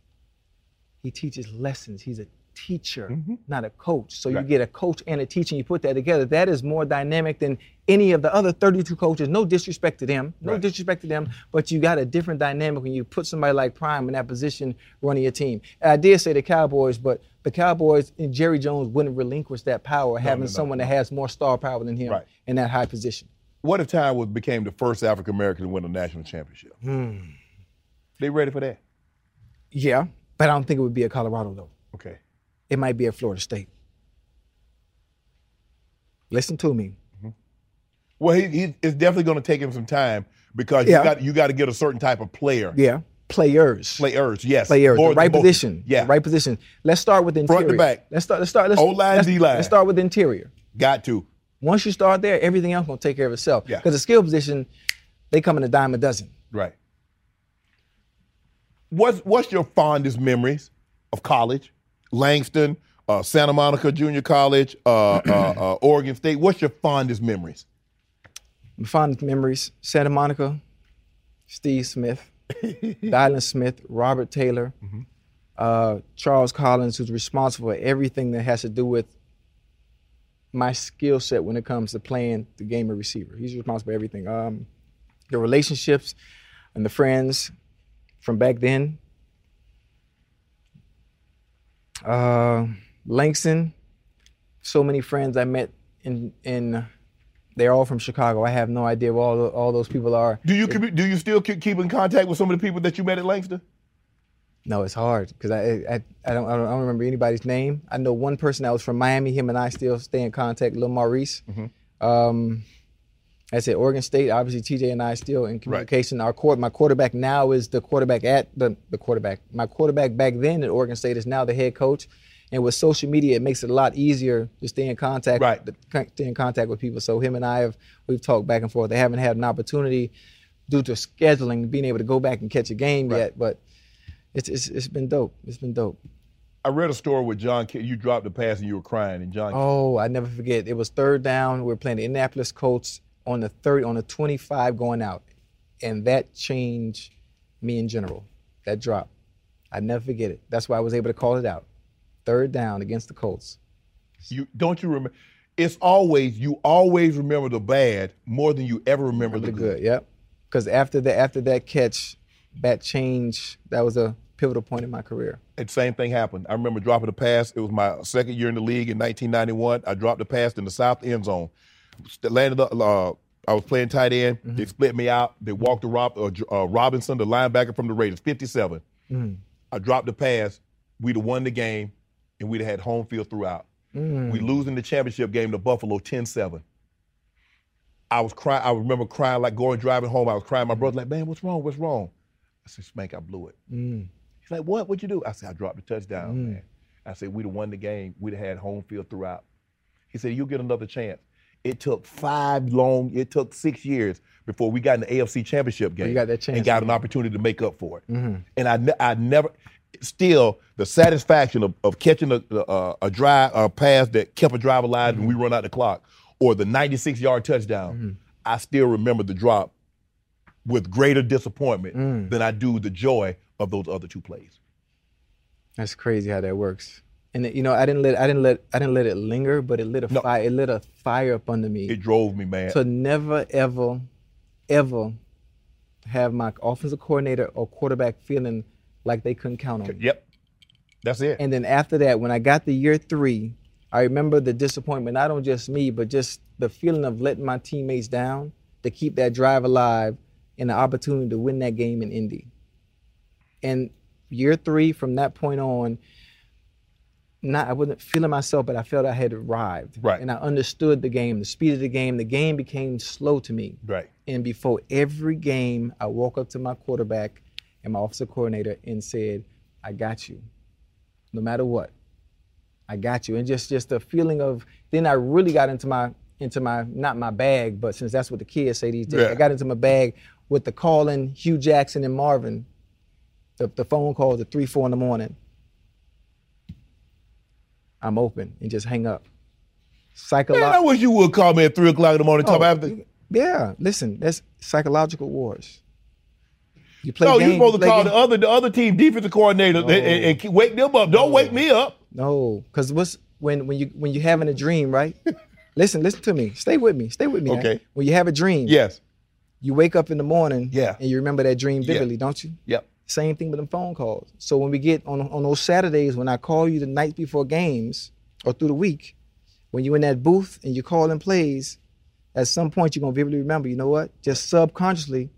S1: He teaches lessons. He's a teacher, not a coach. So you
S3: Mm-hmm. Right.
S1: get a coach and a teacher, and you put that together. That is more dynamic than any of the other 32 coaches. No disrespect to them. No
S3: Right.
S1: disrespect to them, but you got a different dynamic when you put somebody like Prime in that position running your team. And I did say the Cowboys, but the Cowboys and Jerry Jones wouldn't relinquish that power having someone that has more star power than him
S3: Right.
S1: in that high position.
S3: what if Ty was became the first African American to win a national championship? They ready for that?
S1: Yeah, but I don't think it would be a Colorado though.
S3: Okay.
S1: it might be at Florida State. Listen to me.
S3: Well, he, he it's definitely going to take him some time because
S1: Yeah.
S3: you got you got to get a certain type of player.
S1: Yeah. Players.
S3: Players, yes.
S1: Players.
S3: Both-
S1: the right
S3: both-
S1: position.
S3: Yeah.
S1: The right position. Let's start with interior.
S3: to back.
S1: Let's start. Let's start. Let's,
S3: O-line,
S1: let's-
S3: D-line.
S1: Let's start with interior.
S3: Got to.
S1: Once you start there, everything else gonna take care of itself.
S3: Yeah.
S1: Because the skill position, they come in a dime a dozen.
S3: Right. What's what's your fondest memories of college? Langston, uh, Santa Monica Junior College, uh, uh, uh, Oregon State. What's your fondest memories?
S1: My fondest memories: Santa Monica, Steve Smith, Dylan Smith, Robert Taylor, uh, Charles Collins, who's responsible for everything that has to do with my skill set when it comes to playing the game of receiver. He's responsible for everything. Um, the relationships and the friends from back then. Uh, Langston, so many friends I met in in. They're all from Chicago. I have no idea where all, all those people are.
S3: Do you commu- do you still keep keep in contact with some of the people that you met at Langston?
S1: No, it's hard because I, I I don't I don't I don't remember anybody's name. I know one person that was from Miami. Him and I still stay in contact. Lil Maurice. Um, I said Oregon State. Obviously, TJ and I still in communication. Our court, my quarterback now is the quarterback at the, the quarterback. My quarterback back then at Oregon State is now the head coach. And with social media, it makes it a lot easier to stay in contact.
S3: Right.
S1: to con- Stay in contact with people. So him and I have we've talked back and forth. They haven't had an opportunity due to scheduling, being able to go back and catch a game yet, but it's, it's it's been dope. It's been dope.
S3: I read a story where John K- you dropped a pass and you were crying, and John
S1: Oh, I never forget. It was third down. We were playing the Indianapolis Colts on the third on the 25 going out, and that changed me in general. That drop, I never forget it. That's why I was able to call it out. Third down against the Colts.
S3: You don't you remember? It's always you always remember the bad more than you ever remember,
S1: Really
S3: the
S1: good.
S3: good.
S1: Yep. Because after that, after that catch, that change, that was a pivotal point in my career.
S3: And same thing happened. I remember dropping a pass. It was my second year in the league in 1991. I dropped a pass in the south end zone. Landed up. Uh, I was playing tight end. They split me out. They walked to Rob, uh, J- uh, Robinson, the linebacker from the Raiders, 57. I dropped the pass. We'd have won the game, and we'd have had home field throughout. We losing the championship game to Buffalo 10-7. I was crying. I remember crying like going driving home. I was crying. My brother like, man, what's wrong? What's wrong? I said, Spank, I blew it.
S1: Mm.
S3: He's like, what? What'd you do? I said, I dropped the touchdown, man. I said, we'd have won the game. We'd have had home field throughout. He said, you'll get another chance. It took five long, it took six years before we got an AFC championship game.
S1: you got that
S3: And
S1: chance, Mm-hmm.
S3: got an opportunity to make up for it. And I, ne- I never, still, the satisfaction of, of catching a, a, a drive, a pass that kept a drive alive
S1: Mm-hmm.
S3: and we run out the clock, or the 96 yard touchdown, I still remember the drop with greater disappointment
S1: Mm.
S3: than I do the joy of those other two plays.
S1: That's crazy how that works. And it- you know, I didn't let I didn't let I didn't let it linger, but it lit a fire. It lit a fire up under me.
S3: It drove me mad.
S1: to never ever, ever have my offensive coordinator or quarterback feeling like they couldn't count on me.
S3: yep, that's it.
S1: And then after that, when I got the year three, I remember the disappointment, not on just me, but just the feeling of letting my teammates down to keep that drive alive and the opportunity to win that game in Indy. And year three, from that point on, not I wasn't feeling myself, but I felt I had arrived.
S3: Right.
S1: And I understood the game, the speed of the game. The game became slow to me.
S3: right.
S1: And before every game, I walk up to my quarterback and my offensive coordinator and said, I got you. No matter what. I got you. And just just the feeling of then I really got into my into my not my bag, but since that's what the kids say these days,
S3: Yeah.
S1: I got into my bag with the calling Hugh Jackson and Marvin. The, the phone calls at three, four in the morning. I'm open and just hang up. Psychological.
S3: Man, I wish you would call me at three o'clock in the morning. and Talk
S1: Oh,
S3: about after.
S1: you- Yeah, listen, that's psychological wars. You play.
S3: No,
S1: game,
S3: you supposed to
S1: play
S3: call
S1: game-
S3: the other the other team defensive coordinator and, and- and keep- wake them up. Don't wake me up.
S1: No, because what's when when you when you having a dream, right? listen, listen to me. Stay with me. Stay with me. now.
S3: Okay.
S1: When you have a dream,
S3: Yes.
S1: you wake up in the morning,
S3: Yeah.
S1: and you remember that dream vividly, don't you?
S3: Yep.
S1: Same thing with them phone calls. So when we get on on those Saturdays, when I call you the night before games or through the week, when you're in that booth and you're calling plays, at some point you're gonna vividly remember. You know what? Just subconsciously,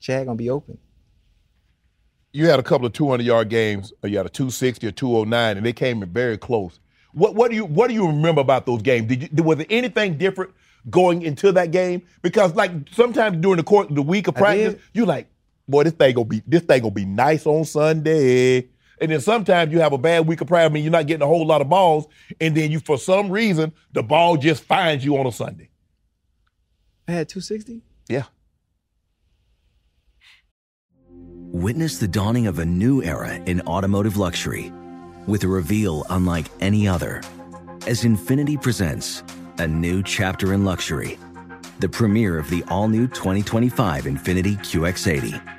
S1: Chad gonna be open.
S3: You had a couple of 200 yard games. Or you had a 260 or 209, and they came in very close. What what do you what do you remember about those games? Did you was there anything different going into that game? Because like sometimes during the course the week of practice,
S1: did.
S3: you like, boy, this thing gonna be this thing gonna be nice on Sunday. And then sometimes you have a bad week of practice, and you're not getting a whole lot of balls, and then you for some reason the ball just finds you on a Sunday.
S1: I had 260.
S3: Yeah.
S4: Witness the dawning of a new era in automotive luxury with a reveal unlike any other as Infinity presents a new chapter in luxury, the premiere of the all new 2025 Infinity QX80.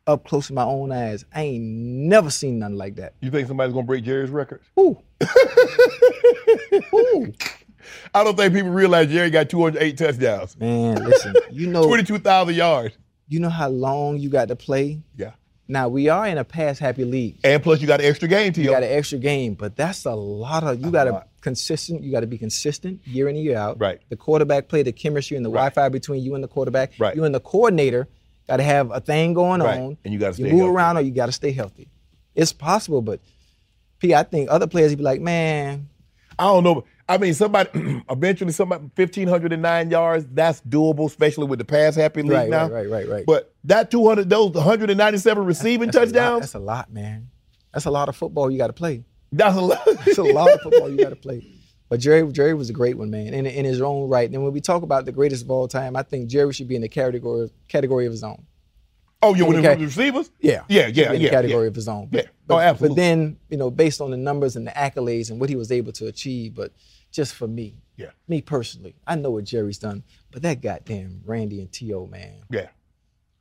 S1: Up close with my own eyes. I ain't never seen nothing like that.
S3: You think somebody's gonna break Jerry's record?
S1: Ooh. Ooh.
S3: I don't think people realize Jerry got 208 touchdowns,
S1: Man, listen, you know
S3: 22,000 yards.
S1: you know how long you got to play?
S3: Yeah.
S1: Now we are in a pass happy league.
S3: And plus, you got an extra game to
S1: You
S3: you.
S1: got an extra game, but that's a lot of you got to consistent. You got to be consistent year in and year out.
S3: Right.
S1: The quarterback play, the chemistry, and the
S3: Right.
S1: Wi-Fi between you and the quarterback.
S3: Right.
S1: You and the coordinator got to have a thing going
S3: Right.
S1: on.
S3: And you gotta
S1: you
S3: stay
S1: move
S3: healthy.
S1: around or you got to stay healthy. It's possible, but P, I think other players would be like, man,
S3: I don't know. I mean, somebody eventually somebody 1509 yards. That's doable, especially with the pass happy league
S1: Right,
S3: now.
S1: right, right, right, right.
S3: But that 200, those 197 receiving
S1: that's a lot-
S3: touchdowns.
S1: that's a lot, man. That's a lot of football you got to play.
S3: that's a lot.
S1: It's a lot of football you got to play. But Jerry, Jerry was a great one, man, in, in his own right. And when we talk about the greatest of all time, I think Jerry should be in the category category of his own.
S3: oh, you
S1: In
S3: with
S1: the
S3: the
S1: ca-
S3: receivers?
S1: Yeah,
S3: yeah, yeah,
S1: should be in
S3: yeah.
S1: the category
S3: yeah.
S1: of his own.
S3: Yeah.
S1: But,
S3: Oh, absolutely.
S1: But then you know, based on the numbers and the accolades and what he was able to achieve, but just for me,
S3: Yeah.
S1: me personally, I know what Jerry's done. But that goddamn Randy and To man,
S3: Yeah.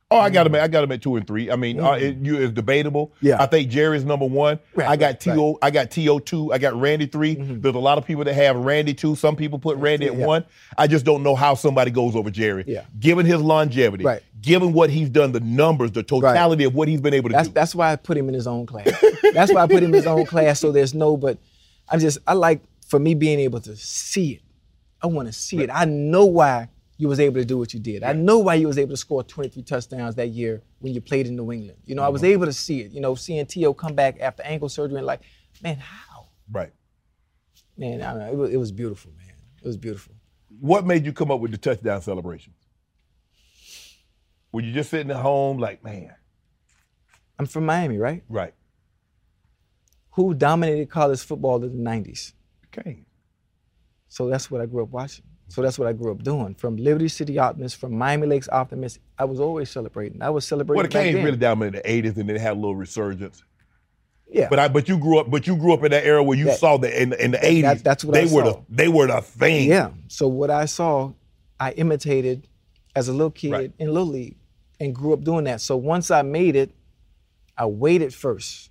S3: Oh, I got him. at- I got him at two and three. I mean, uh, it, you is debatable.
S1: Mm. Yeah.
S3: I think Jerry's number one.
S1: Right,
S3: I got
S1: right, Mm-hmm.
S3: To. I got To two. I got Randy 3 There's a lot of people that have Randy two. Some people put Randy at
S1: yeah.
S3: one. I just don't know how somebody goes over Jerry.
S1: Yeah.
S3: Given his longevity.
S1: Right.
S3: Given what he's done, the numbers, the totality of what he's been able to
S1: That's
S3: do.
S1: that's why I put him in his own class. that's why I put him in his own class. So there's no, but I'm just I like for me being able to see it. I want to see it. I know why you was able to do what you did. I know why you was able to score 23 touchdowns that year when you played in New England. You know, I was able to see it. You know, seeing T.O. come back after ankle surgery and like, man, how?
S3: right.
S1: Man, I don't know. It was, it was beautiful, man. It was beautiful.
S3: What made you come up with the touchdown celebration? Were you just sitting at home like, man,
S1: I'm from Miami, right?
S3: right?
S1: Who dominated college football in the 90s?
S3: Okay.
S1: So that's what I grew up watching. So that's what I grew up doing. From Liberty City Optimist, from Miami Lakes Optimist, I was always celebrating. I was celebrating.
S3: Well, the
S1: back
S3: Canes
S1: then.
S3: really dominated the '80s, and then had a little resurgence.
S1: Yeah.
S3: But I, but you grew up, but you grew up in that era where you
S1: That-
S3: saw the in, in the eighties.
S1: that- that's what
S3: they
S1: I
S3: were.
S1: saw.
S3: The, they were the thing.
S1: yeah. So what I saw, I imitated as a little kid
S3: Right.
S1: in Little League and grew up doing that. So once I made it, I waited first.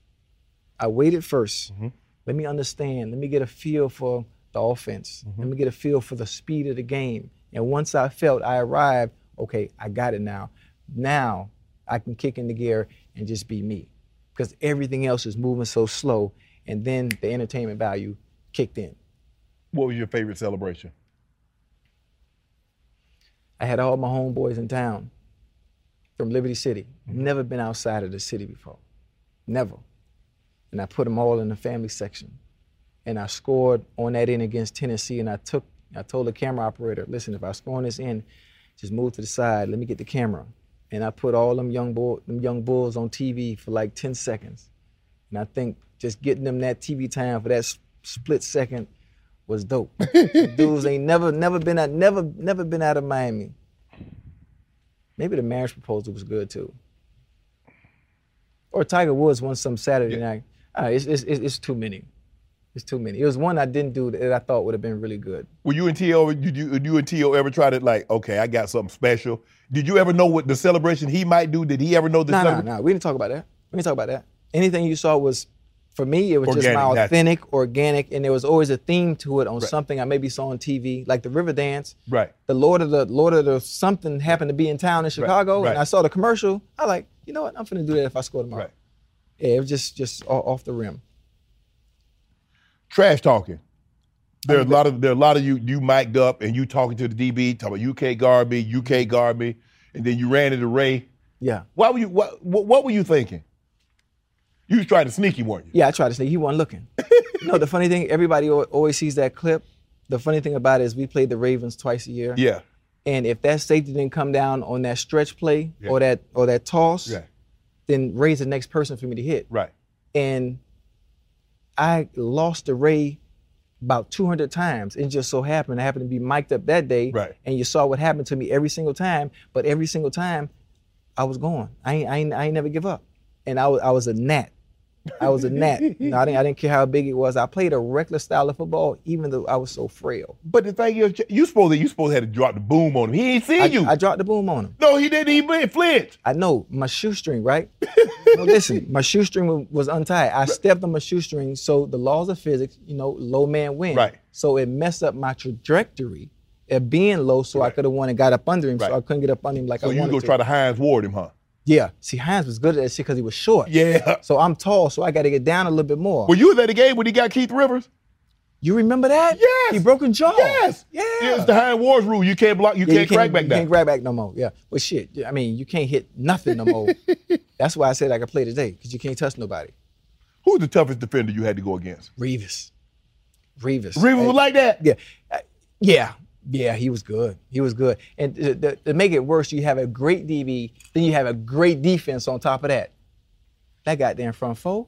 S1: I waited 1st Let me understand. Let me get a feel for the offense. Let me get a feel for the speed of the game. And once I felt I arrived, okay, I got it now. Now I can kick in the gear and just be me. Because everything else is moving so slow. And then the entertainment value kicked in.
S3: What was your favorite celebration?
S1: I had all my homeboys in town from Liberty City. Never been outside of the city before. Never. And I put them all in the family section. And I scored on that end against Tennessee. And I took, I told the camera operator, listen, if I score on this end, just move to the side. Let me get the camera. And I put all them young bull, them young bulls on TV for like 10 seconds. And I think just getting them that TV time for that s- split second was dope. Dudes ain't never, never been out, never, never been out of Miami. Maybe the marriage proposal was good too. Or Tiger Woods won some Saturday night. Ah, it's, it's, it's, it's too many. It's too many. It was one I didn't do that I thought would have been really good.
S3: Were you and T.O. Did you, did you and T.O. ever try to like, okay, I got something special? Did you ever know what the celebration he might do? Did he ever know the
S1: No, no,
S3: celebration?
S1: no. We didn't talk about that. We didn't talk about that. Anything you saw was for me, it was just
S3: Organic,
S1: my
S3: natural.
S1: authentic, organic, and there was always a theme to it on something I maybe saw on TV, like the River Dance.
S3: Right.
S1: The Lord of the Lord of the something happened to be in town in Chicago,
S3: right.
S1: and I saw the commercial. I like, you know what? I'm finna do that if I score tomorrow.
S3: Right.
S1: Yeah, it was just just o- off the rim.
S3: Trash talking. There are a lot of there are a lot of you you mic'd up and you talking to the DB talking about UK Garby, UK Garby, and then you ran into Ray.
S1: Yeah.
S3: Why were you what what, what were you thinking? You was trying to sneaky, weren't you?
S1: Yeah, I tried to say he wasn't looking. you know, the funny thing, everybody al- always sees that clip. The funny thing about it is we played the Ravens twice a year.
S3: Yeah.
S1: And if that safety didn't come down on that stretch play or that or that toss,
S3: Yeah.
S1: then Ray's the next person for me to hit.
S3: Right.
S1: And I lost to Ray about 200 times. It just so happened I happened to be mic'd up that day.
S3: Right.
S1: And you saw what happened to me every single time. But every single time, I was going. I ain't, I ain't, I ain't never give up. And I was, I was a gnat. I was a gnat. No, I, didn't, I didn't care how big it was. I played a reckless style of football, even though I was so frail.
S3: But the thing is, you supposed to, you supposed to have to drop the boom on him. He ain't see
S1: I,
S3: you.
S1: I dropped the boom on him.
S3: no, he didn't. He blin- flinched.
S1: I know my shoestring, right? no, listen, my shoestring wa- was untied. I stepped on my shoestring, so the laws of physics, you know, low man win.
S3: Right.
S1: So it messed up my trajectory at being low, so I could have won and got up under him,
S3: Right.
S1: so I couldn't get up under him like
S3: So
S1: I
S3: you
S1: wanted
S3: go
S1: to.
S3: try to Heinz Ward him, huh?
S1: yeah. See, Hines was good at that shit because he was short.
S3: Yeah.
S1: So I'm tall, so I got to get down a little bit more.
S3: Well, you was at the game when he got Keith Rivers.
S1: you remember that?
S3: Yes.
S1: He broke his jaw.
S3: Yes.
S1: Yeah.
S3: It's the Heinz Ward's rule. You can't block. You
S1: Yeah,
S3: can't crack back
S1: you
S3: down.
S1: can't crack back no more. Yeah. Well, shit. I mean, you can't hit nothing no more. That's why I said I could play today because you can't touch nobody.
S3: Who's the toughest defender you had to go against?
S1: Revis. Revis.
S3: Reeves
S1: Hey,
S3: was like that.
S1: yeah, Uh, yeah, yeah. He was good. He was good. And to, to- to make it worse, you have a great DB, then you have a great defense on top of that. That goddamn front four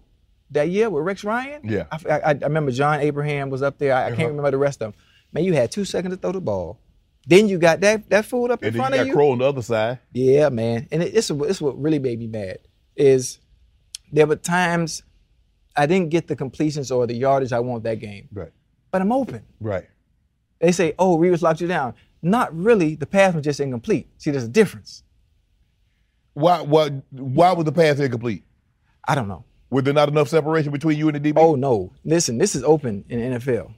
S1: that year with Rex Ryan.
S3: Yeah. Uh-huh.
S1: I, I, I remember John Abraham was up there. I, I can't remember the rest of them. Man, you had two seconds to throw the ball. Then you got that that fool up in
S3: And then
S1: front
S3: you
S1: of
S3: got
S1: you.
S3: Crow on the other side.
S1: Yeah, man. And it, this, is what- this is what really made me mad is there were times I didn't get the completions or the yardage I want that game,
S3: Right.
S1: but I'm open.
S3: Right.
S1: They say, oh, Revis locked you down. Not really. The pass was just incomplete. See, there's a difference.
S3: Why? Why? Why was the pass incomplete?
S1: I don't know.
S3: Was there not enough separation between you and the DB?
S1: Oh, no. Listen, this is open in the NFL.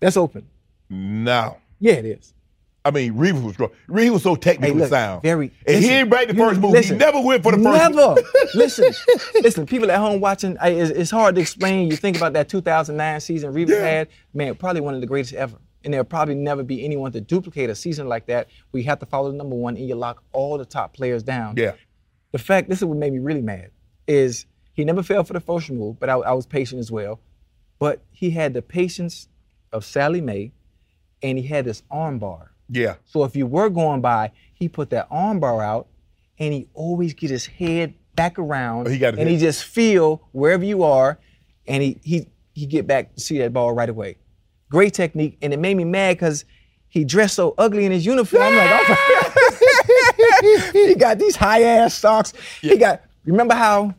S1: That's open.
S3: no.
S1: Yeah, it is.
S3: I mean, Reeves was strong. Reeves was so technically
S1: Hey, look,
S3: sound.
S1: very-
S3: And he
S1: listen,
S3: didn't break the
S1: you-
S3: first move.
S1: listen,
S3: he never went for the first move.
S1: Never. listen, listen, people at home watching, I, it's, it's hard to explain. You think about that 2009 season Revis had, man, probably one of the greatest ever. And there'll probably never be anyone to duplicate a season like that where you have to follow the number one and you lock all the top players down.
S3: Yeah.
S1: the fact this is what made me really mad is he never fell for the first move, but I, I was patient as well. But he had the patience of Sally Mae, and he had this arm bar.
S3: Yeah.
S1: So if you were going by, he put that arm bar out, and he always get his head back around,
S3: Oh, He got it
S1: and he
S3: hit.
S1: just feel wherever you are, and he he he get back to see that ball right away. Great technique, and it made me mad because he dressed so ugly in his uniform. I'm like, oh. he got these high ass socks. He got. Remember how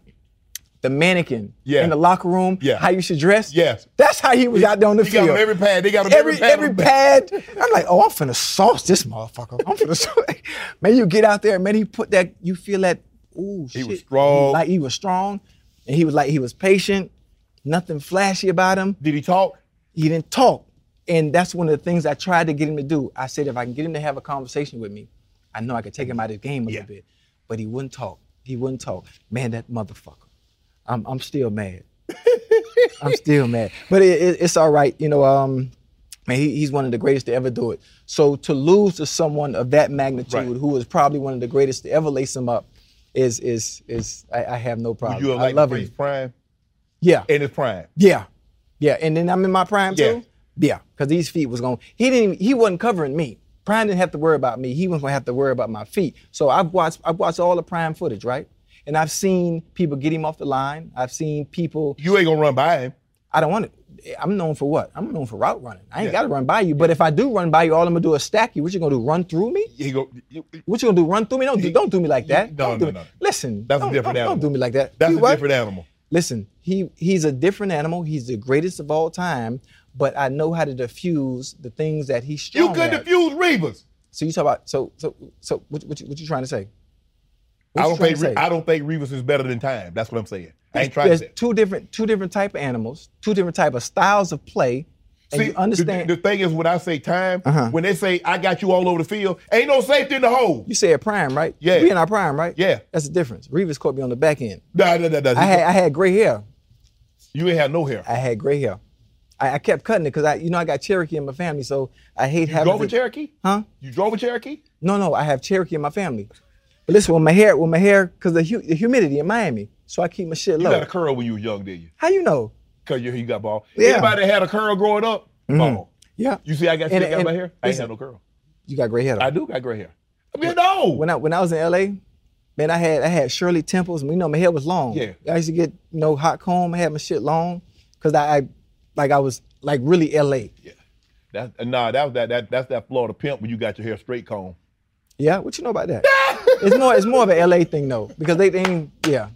S1: the mannequin
S3: Yeah.
S1: in the locker room?
S3: Yeah.
S1: How you should dress?
S3: Yes.
S1: That's how he was out there on the
S3: He got
S1: field.
S3: on every pad. They got on every
S1: every
S3: pad.
S1: every pad. I'm like, oh, I'm finna sauce this motherfucker. I'm finna sauce. man, you get out there, man. He put that. You feel that? Ooh, shit.
S3: was strong.
S1: Like he was strong, and he was like he was patient. Nothing flashy about him.
S3: Did he talk?
S1: He didn't talk, and that's one of the things I tried to get him to do. I said, if I can get him to have a conversation with me, I know I could take him out of his game a little bit. But he wouldn't talk. He wouldn't talk. Man, that motherfucker. I'm I'm still mad. I'm still mad, but it, it, it's all right. You know, um, man, he, he's one of the greatest to ever do it. So to lose to someone of that magnitude,
S3: Right.
S1: who was probably one of the greatest to ever lace him up, is is is I, I have no problem.
S3: You were
S1: I
S3: like
S1: love
S3: his
S1: him.
S3: prime.
S1: Yeah,
S3: In his prime.
S1: yeah, yeah. And then I'm in my prime
S3: Yeah.
S1: too. Yeah, because these feet was going. He didn't. Even, he wasn't covering me. Prime didn't have to worry about me. He wasn't gonna have to worry about my feet. So I've watched. I've watched all the prime footage, right? And I've seen people get him off the line. I've seen people
S3: You ain't gonna run by him.
S1: I don't want to. I'm known for what? I'm known for route running. I ain't got to run by you. But if I do run by you, all I'm gonna do is stack you. What you gonna do? Run through me?
S3: He go. you-
S1: What you gonna do? Run through me? Don't do, don't do me like that.
S3: no,
S1: Don't do
S3: no,
S1: me-
S3: no.
S1: Listen,
S3: That's a
S1: don't-
S3: different
S1: don't-
S3: animal.
S1: Don't do me like that.
S3: That's
S1: You
S3: a
S1: what?
S3: different animal.
S1: Listen, he he's a different animal. He's the greatest of all time. But I know how to diffuse the things that he's strong
S3: You could
S1: at.
S3: defuse Reavers.
S1: So you talk about so so so what what you, what you trying to say? What
S3: I
S1: you
S3: don't
S1: trying
S3: think
S1: to
S3: Re-
S1: say?
S3: I don't think Reavers is better than time. That's what I'm saying. I ain't trying to
S1: there's
S3: say.
S1: two different two different type of animals, two different type of styles of play, and
S3: See,
S1: you understand. Uh-huh.
S3: The, the thing is, when I say time, when they say I got you all over the field, ain't no safety in the hole.
S1: you said prime, right?
S3: Yeah.
S1: We in our prime, right?
S3: Yeah.
S1: That's the difference. Reeves caught me on the back end.
S3: Nah, nah, nah, nah.
S1: I had I had gray hair.
S3: you ain't had no hair.
S1: I had gray hair. I, I kept cutting it because I, you know, I got Cherokee in my family, so I hate
S3: you
S1: having.
S3: drove a
S1: to-
S3: Cherokee?
S1: Huh?
S3: You drove a Cherokee?
S1: No, no, I have Cherokee in my family. But listen, with my hair, with my hair, because the, hu- the humidity in Miami, so I keep my shit
S3: You
S1: low.
S3: got a curl when you was young, did you?
S1: How you know?
S3: Cause you, you got bald.
S1: Yeah.
S3: Anybody that had a curl growing up, bald.
S1: Yeah.
S3: You see, I got
S1: And-
S3: shit out
S1: and-
S3: my hair. I ain't
S1: listen.
S3: had no curl.
S1: You got gray hair. Though.
S3: I do got gray hair. I mean, no.
S1: when I when I was in LA, man, I had I had Shirley Temples. and You know, my hair was long.
S3: Yeah.
S1: I used to get you know hot comb. I had my shit long because I, I like I was like really LA. Yeah.
S3: that, nah, that was that, that. That's that Florida pimp when you got your hair straight combed.
S1: What you know about that? it's more it's more of an LA thing though because they think yeah.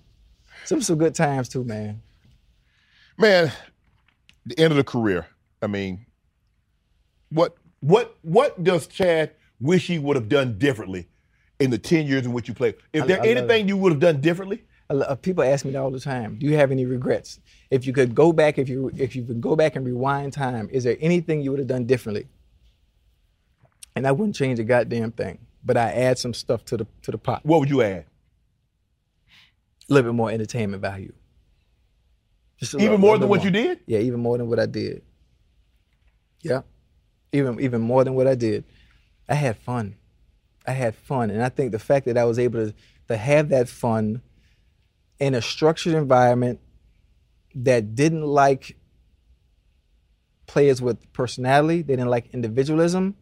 S1: Some some good times too, man.
S3: man, the end of the career. I mean, what what what does Chad wish he would have done differently in the ten years in which you played? Is there
S1: I love
S3: anything you would have done differently?
S1: I lo- uh, People ask me that all the time. Do you have any regrets? If you could go back, if you if you could go back and rewind time, is there anything you would have done differently? And I wouldn't change a goddamn thing, but I add some stuff to the to the pot.
S3: What would you add?
S1: a little bit more entertainment value. Just a
S3: Even
S1: little-
S3: more
S1: little
S3: than what
S1: bit
S3: you did?
S1: Yeah, even more than what I did. Yeah, even even more than what I did. I had fun. I had fun, and I think the fact that I was able to to have that fun in a structured environment that didn't like players with personality, they didn't like individualism.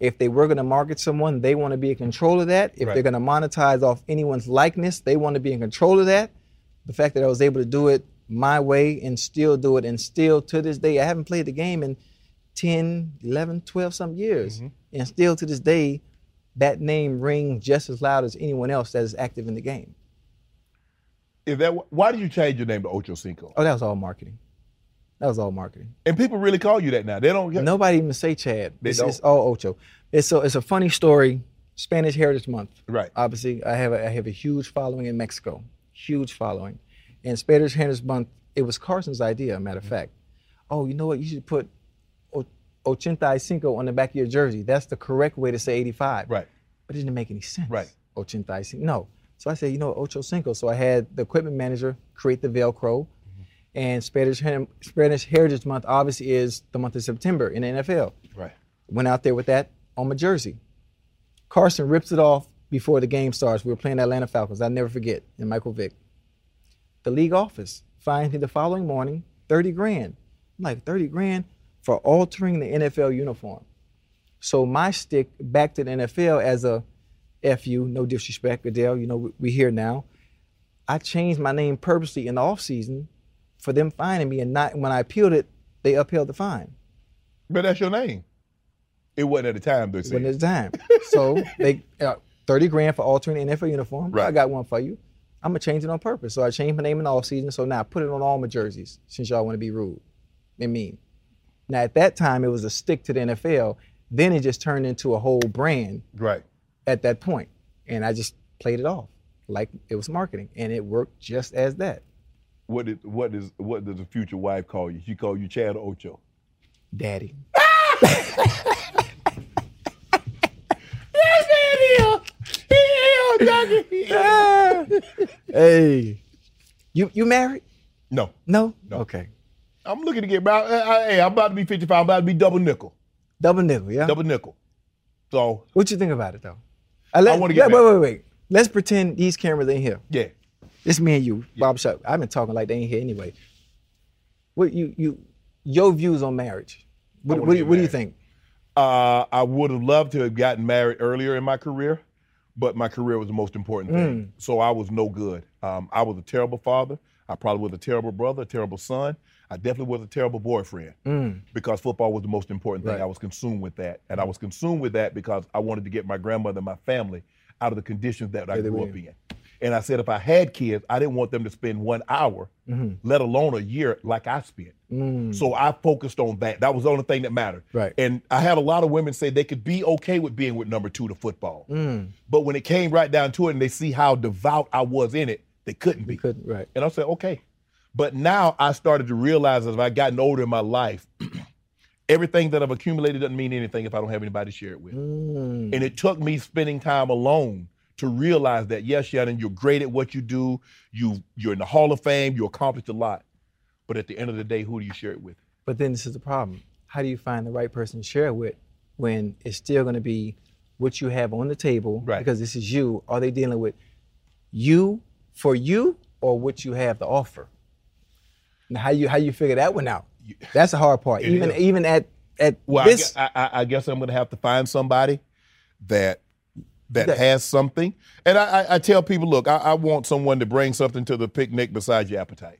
S1: If they were going to market someone, they want to be in control of that. If they're going to monetize off anyone's likeness, they want to be in control of that. The fact that I was able to do it my way and still do it, and still to this day, I haven't played the game in 10, 11, 12 some years. And still to this day, that name rings just as loud as anyone else that is active in the game.
S3: Is that wh- why did you change your name to Ocho Cinco?
S1: Oh, that was all marketing. That was all marketing.
S3: And people really call you that now. They don't. get
S1: Nobody even say Chad.
S3: They
S1: it's,
S3: don't.
S1: it's all Ocho. It's a, it's a funny story. Spanish Heritage Month.
S3: Right.
S1: Obviously, I have a, I have a huge following in Mexico. Huge following. And Spanish Heritage Month, it was Carson's idea, matter
S3: Mm-hmm.
S1: of fact. Oh, you know what? You should put o- ochenta y cinco on the back of your jersey. That's the correct way to say 85.
S3: Right.
S1: But it didn't make any sense.
S3: Right.
S1: Ochenta y cinco. No. So I said, you know, ocho cinco. So I had the equipment manager create the Velcro.
S3: Mm-hmm.
S1: And Spanish, Her- Spanish Heritage Month obviously is the month of September in the NFL.
S3: Right.
S1: Went out there with that on my jersey. Carson rips it off before the game starts. We were playing the Atlanta Falcons. I'll never forget. And Michael Vick. The league office fined me the following morning 30 grand. I'm like, 30 grand for altering the NFL uniform. So my stick back to the NFL as a FU, no disrespect, Goodell, you know, we, we here now. I changed my name purposely in the offseason for them finding me and not when I appealed it, they upheld the fine.
S3: But that's your name. It wasn't at the time. They
S1: when
S3: said.
S1: it's time. So they uh, thirty grand for altering the NFL uniform. I
S3: Right.
S1: got one for you. I'm gonna change it on purpose. So I changed my name in the offseason. So now I put it on all my jerseys since y'all want to be rude and mean. Now at that time it was a stick to the NFL. Then it just turned into a whole brand
S3: Right.
S1: at that point, and I just played it off like it was marketing, and it worked just as that.
S3: What did what is what does the future wife call you? She called you Chad Ocho.
S1: Daddy. hey, you you married?
S3: No.
S1: No?
S3: No.
S1: Okay.
S3: I'm looking to get about. Hey, I'm about to be 55. I'm about to be double nickel.
S1: Double nickel, yeah.
S3: Double nickel. So
S1: What you think about it though? I, let,
S3: wanna get
S1: wait,
S3: back.
S1: wait, wait, wait. Let's pretend these cameras ain't here.
S3: yeah,
S1: It's me and you, Bob Shop. I've been talking like they ain't here anyway. What you you your views on marriage? What,
S3: wanna
S1: what, do you-
S3: get
S1: what do you
S3: married.
S1: think?
S3: uh, I would have loved to have gotten married earlier in my career, but my career was the most important
S1: Mm.
S3: thing. So I was no good. Um, I was a terrible father. I probably was a terrible brother, a terrible son. I definitely was a terrible boyfriend because football was the most important thing.
S1: Mm. Right.
S3: I was consumed with that, and I was consumed with that because I wanted to get my grandmother and my family out of the conditions that I
S1: they
S3: grew
S1: were
S3: up in. And I said, if I had kids, I didn't want them to spend one hour, let alone a year, like I spent. So I focused on that. That was the only thing that mattered.
S1: Right.
S3: And I had a lot of women say they could be okay with being with number two to football. But when it came right down to it and they see how devout I was in it, they couldn't be.
S1: Couldn't right.
S3: And I said, okay, But now I started to realize as I've gotten older in my life, everything that I've accumulated doesn't mean anything if I don't have anybody to share it with. And it took me spending time alone to realize that yes, Shannon, you're great at what you do. You you're in the Hall of Fame. You accomplished a lot. But at the end of the day, who do you share it with?
S1: But then this is the problem. How do you find the right person to share it with when it's still going to be what you have on the table?
S3: Right.
S1: Because this is you. Are they dealing with you for you or what you have to offer? And how you how you figure that one out? That's the hard part. Even
S3: is.
S1: even at at
S3: Well, I gue-
S1: this
S3: I, I, I guess I'm going to have to find somebody that that,
S1: That-
S3: has something. And I, I, I tell people, look, I, I want someone to bring something to the picnic besides your appetite.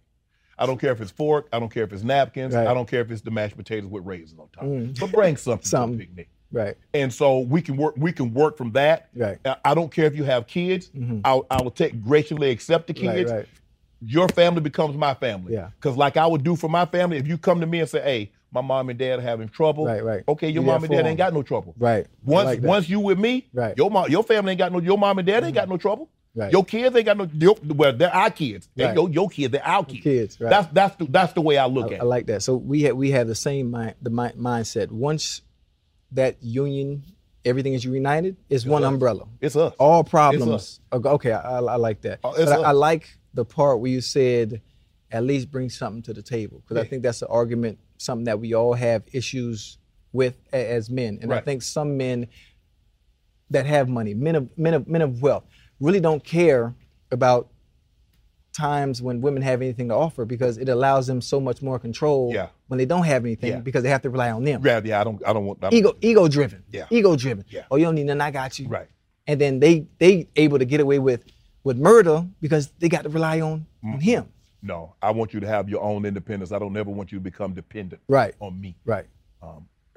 S3: I don't care if it's fork. I don't care if it's napkins.
S1: Right. Mm.
S3: I don't care if it's the mashed potatoes with raisins on top. But bring something,
S1: Something.
S3: to the picnic.
S1: right.
S3: And so we can work. We can work from that.
S1: Right. Mm-hmm.
S3: I- I don't care if you have kids. I'll, I will take graciously accept the
S1: Right,
S3: kids
S1: right.
S3: your family becomes my family.
S1: Yeah.
S3: Because like I would do for my family, if you come to me and say, "Hey, my mom and dad are having trouble,"
S1: Right, right.
S3: Okay, your
S1: You there
S3: mom and dad
S1: for 'em.
S3: ain't got no trouble.
S1: Right. I
S3: Once
S1: like that.
S3: once you with me,
S1: Right. Mm-hmm.
S3: Your mom, your family ain't got no. Your mom and dad ain't got no trouble.
S1: Right.
S3: Your kids ain't got no. Your, well, they're our kids. They-
S1: Right.
S3: your, your kids, they're our kids.
S1: Kids, right.
S3: That's that's the, that's the way I look
S1: I,
S3: at.
S1: I
S3: it.
S1: like that. So we had we have the same mind the mi- mindset. Once that union, everything is united, it's one umbrella.
S3: It's us.
S1: All
S3: us.
S1: problems. are go- Okay, I, I, I like that.
S3: Oh, it's
S1: but I, I
S3: us.
S1: like the part where you said, at least bring something to the table, because I think that's the argument, something that we all have issues with a- as men, and I
S3: Right.
S1: think some men that have money, men of men of men of wealth, really don't care about times when women have anything to offer because it allows them so much more control
S3: Yeah.
S1: when they don't have anything
S3: Yeah.
S1: because they have to rely on them.
S3: yeah, yeah. I don't. I don't want. I don't-
S1: Ego ego driven.
S3: Yeah.
S1: Ego driven.
S3: Yeah.
S1: Oh, you don't need nothing, I got you.
S3: Right.
S1: And then they they able to get away with with murder because they got to rely on,
S3: Mm-hmm.
S1: on him.
S3: No, I want you to have your own independence. I don't ever want you to become dependent.
S1: Right.
S3: On me.
S1: Right.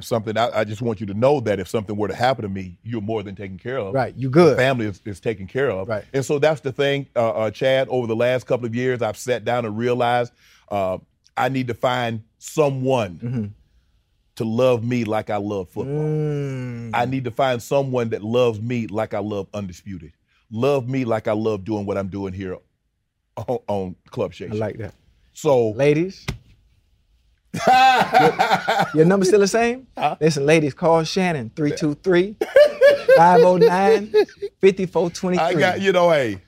S3: Something. I, I just want you to know that if something were to happen to me, you're more than taken care of.
S1: Right. You good.
S3: family is, is taken care of.
S1: Right.
S3: And so that's the thing, uh, uh, Chad. Over the last couple of years, I've sat down and realized uh, I need to find someone
S1: Mm-hmm.
S3: to love me like I love football.
S1: Mm.
S3: I need to find someone that loves me like I love Undisputed. Love me like I love doing what I'm doing here on, on Club Shake.
S1: I like that.
S3: so
S1: Ladies. your, your number still the same? Listen, ladies, call Shannon 323 509 5423.
S3: I got you know, hey,